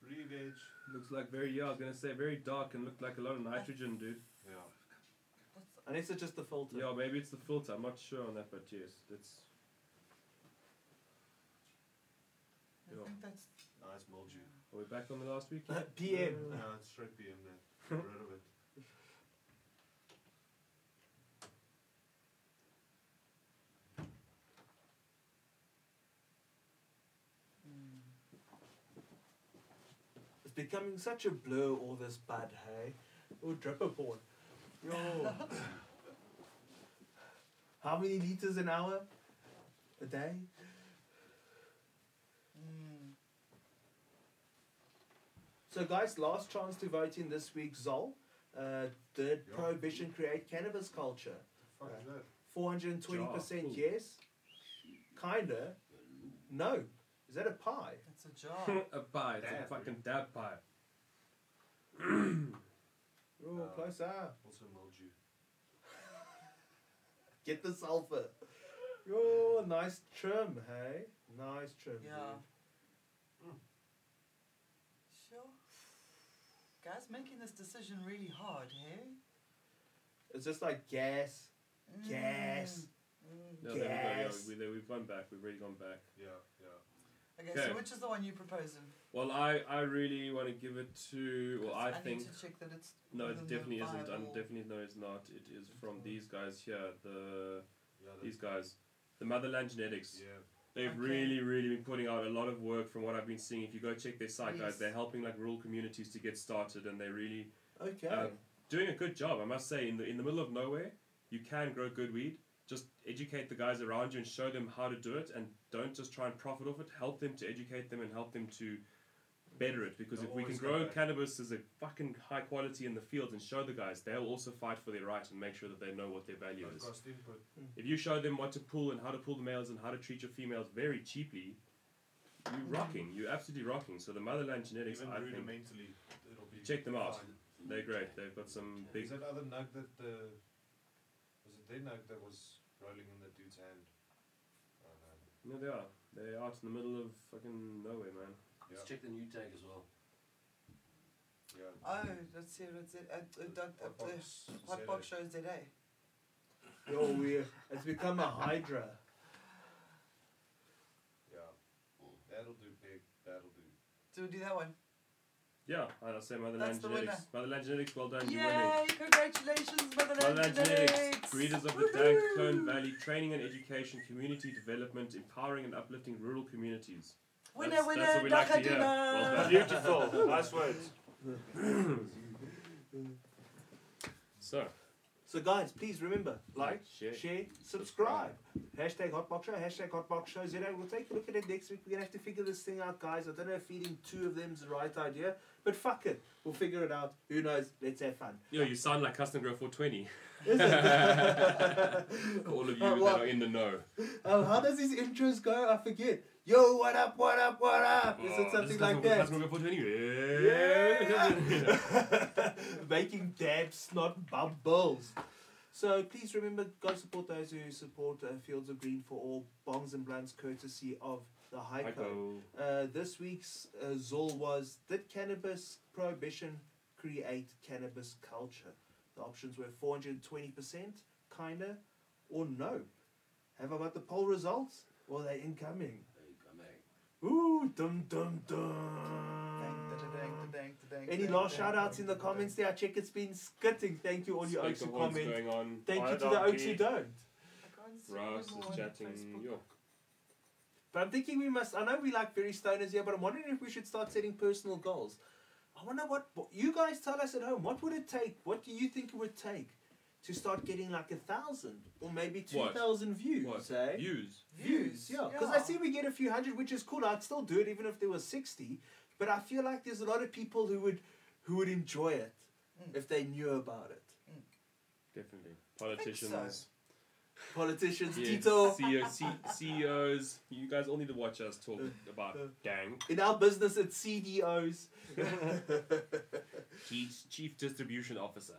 E: Re-veg.
B: Looks like very yeah. I was gonna say very dark and looked like a lot of nitrogen, dude.
E: Yeah.
A: Unless it's just the filter.
B: Yeah, maybe it's the filter. I'm not sure on that, but yes, that's
C: I
B: Yeah.
C: think that's
E: Nice mildew.
B: Are we back on the last week?
C: Uh,
A: PM.
E: Yeah, it's straight PM there. Get rid of it.
C: mm,
A: becoming such a blur, all this Oh, bud, hey? Or dripper porn. Yo. How many liters an hour? A day? Hmm. So, guys, last chance to vote in this week's Zol. Uh, did prohibition create cannabis culture?
E: Fuck is that?
A: 420%
B: Jar.
A: yes. Kinda. No. Is that a pie?
C: It's a jar.
B: a pie. It's a
E: Dab.
B: fucking dab pie.
A: Oh,
E: Uh,
A: closer.
E: Also mildew.
A: Get the sulfur. Oh, nice trim, hey? Nice trim.
C: yeah.
A: dude.
C: Sure. Guys, making this decision really hard, hey? Mm.
A: It's just like gas, gas.
B: No, there we go.
A: Yes.
B: Yeah, we, there, we've gone back. We've really gone back.
E: Yeah, yeah.
C: Okay,
B: Okay.
C: so which is the one you're proposing?
B: Well, I, I really want to give it to. Well,
C: 'Cause
B: I,
C: need
B: think.
C: to check that it's
B: No,
C: within
B: it
C: the
B: definitely isn't. I'm
C: viable-
B: definitely no, it's not. It is from
C: Viable.
B: these guys here. The
E: Yeah,
B: these
E: that's,
B: guys, the Motherland Genetics.
E: yeah.
B: They've
C: Okay.
B: really, really been putting out a lot of work from what I've been seeing. If you go check their site, guys,
C: Yes.
B: they're helping like rural communities to get started, and they're really
A: Okay.
B: Um, doing a good job. I must say, in the in the middle of nowhere, you can grow good weed. Just educate the guys around you and show them how to do it, and don't just try and profit off it. Help them to educate them and help them to better it. Because
E: They'll
B: if we can
E: always go
B: grow
E: back.
B: cannabis as a fucking high quality in the fields and show the guys, they'll also fight for their right and make sure that they know what their value
E: Low
B: is.
E: cost input.
B: If you show them what to pull and how to pull the males and how to treat your females very cheaply, you're rocking. You're absolutely rocking. So the Motherland Genetics,
E: Even
B: I think,
E: rudimentally, it'll be.
B: Check them out.
E: fine.
B: they're great. They've got some big.
E: Is that other nug that the was it their nug that was rolling in the dude's hand? Oh, no.
B: No, they are. They're out in the middle of fucking nowhere, man.
E: Yeah,
I: Let's check the new tag as well.
E: yeah.
C: Oh, let's see what it's at. Uh, uh, that- uh, uh, Hot box shows today.
A: Yo, we, it's become a hydra.
E: Yeah, that'll do, pig. That'll do.
C: Do we do that one?
B: Yeah, and I'll say Motherland
C: That's the
B: Genetics. Motherland Genetics, well done, you're winning.
C: Yay! Congratulations, Motherland,
B: Motherland Genetics,
C: Genetics!
B: breeders of the Dag Clone Valley, training and education, community development, empowering and uplifting rural communities.
C: Winner,
B: That's-
C: winner,
B: that's what we like to hear. Well
C: Nakaduna!
B: done.
D: Beautiful. nice words.
B: So,
A: So, guys, please remember like,
B: share,
A: share, subscribe. Hashtag Hotbox Show, hashtag Hotbox Show Zero. We'll take a look at it next week. We're going to have to figure this thing out, guys. I don't know if feeding two of them's the right idea, but fuck it. We'll figure it out. Who knows? Let's have fun.
B: Yo, you sound like Custom Grow 420.
A: Is it?
B: All of you
A: Uh,
B: that
A: well-
B: are in the know.
A: um, how does these intros go? I forget. Yo, what up, what up, what up? Is
B: Oh,
A: it
B: this
A: something
B: Custom
A: like
B: Grow-
A: that?
B: Custom Grow 420. Yeah.
A: Yeah. Making dabs, not bubbles. So please remember, go support those who support uh, Fields of Green for all bongs and blunts, courtesy of the
B: I
A: High Code.
B: go.
A: Uh, this week's uh, Zol was Did cannabis prohibition create cannabis culture? The options were 420%, kinda, or no. Have I got the poll results? Or are they incoming? Ooh, dum dum
C: Dang, da, da,
A: dum.
C: dang, da, dang, da, dang,
A: Any
C: da,
A: last
C: dang,
A: shout outs
C: da,
A: in the
C: da,
A: comments
C: dang.
A: there? I check it's been skitting. Thank you, all you
B: Speak
A: oaks
B: the
A: who
B: horns
A: comment.
B: going on.
A: Thank you to the
D: Wild
A: oaks who
D: donkey.
A: don't.
C: I can't see
B: Rouse
C: anyone on
B: is chatting.
C: Facebook.
B: Yo.
A: But I'm thinking we must. I know we like very stoners here, but I'm wondering if we should start setting personal goals. I wonder what, what you guys tell us at home. What would it take? What do you think it would take to start getting like a thousand or maybe two
B: What?
A: thousand views?
B: What?
A: eh?
B: Views.
A: views. Yeah, because I see we get a few hundred, which is cool. I'd still do it even if there was sixty, but I feel like there's a lot of people who would who would enjoy it
B: Hmm.
C: Mm.
A: if they knew about it.
B: Definitely. Politicians.
A: Politicians,
B: Yeah,
A: Tito.
B: CEO, C- CEOs. You guys all need to watch us talk about gang.
A: In our business, it's E CDOs.
B: Chief, Chief Distribution Officer.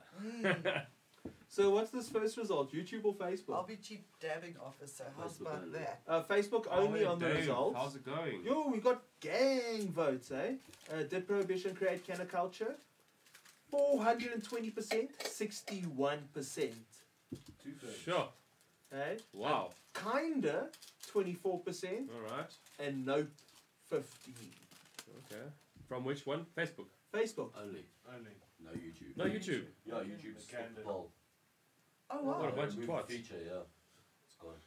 A: So what's this first result? YouTube or
C: I'll
A: Facebook?
C: be cheap dabbing officer. How's
I: Facebook
C: about
I: only.
C: that?
A: Uh, Facebook only on the results.
B: Oh, How's it going?
A: Yo, we got gang votes, eh? Uh, did prohibition create canna culture? 420%, 61%.
E: Two thirds.
B: Sure.
A: Eh?
B: Wow.
A: Kinda, 24%,
B: All right.
A: and nope, 15
B: Okay. From which one? Facebook.
A: Facebook.
I: Only.
E: Only.
I: No YouTube.
B: No YouTube.
I: Yeah, YouTube's
E: They
I: skipped
E: can do.
I: the poll.
C: Oh
B: What
C: wow!
B: a bunch of
I: Remove
B: twats.
I: feature, yeah. It's gone.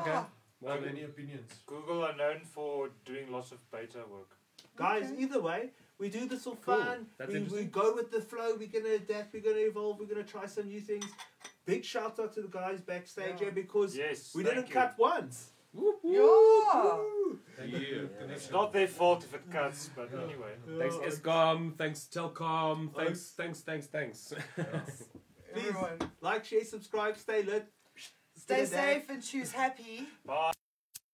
B: Okay.
E: How
A: Ah.
B: Well,
E: many opinions?
D: Google are known for doing lots of beta work.
A: Guys, either way, we do this all
B: Cool.
A: fun.
B: That's
A: We, we
B: interesting.
A: go with the flow. We're gonna adapt. We're gonna evolve. We're gonna try some new things. Big shout out to the guys backstage
C: Yeah.
A: here because
D: Yes,
A: we
D: thank
A: didn't
D: you.
A: cut once.
C: Yeah.
D: It's not their fault if it cuts, but anyway.
B: Thanks
A: Oh,
B: Escom, thanks Telcom, thanks, thanks, thanks, thanks.
A: Please.
C: Everyone,
A: Like, share, subscribe, stay lit.
C: stay
A: Get a dab.
C: safe and choose happy.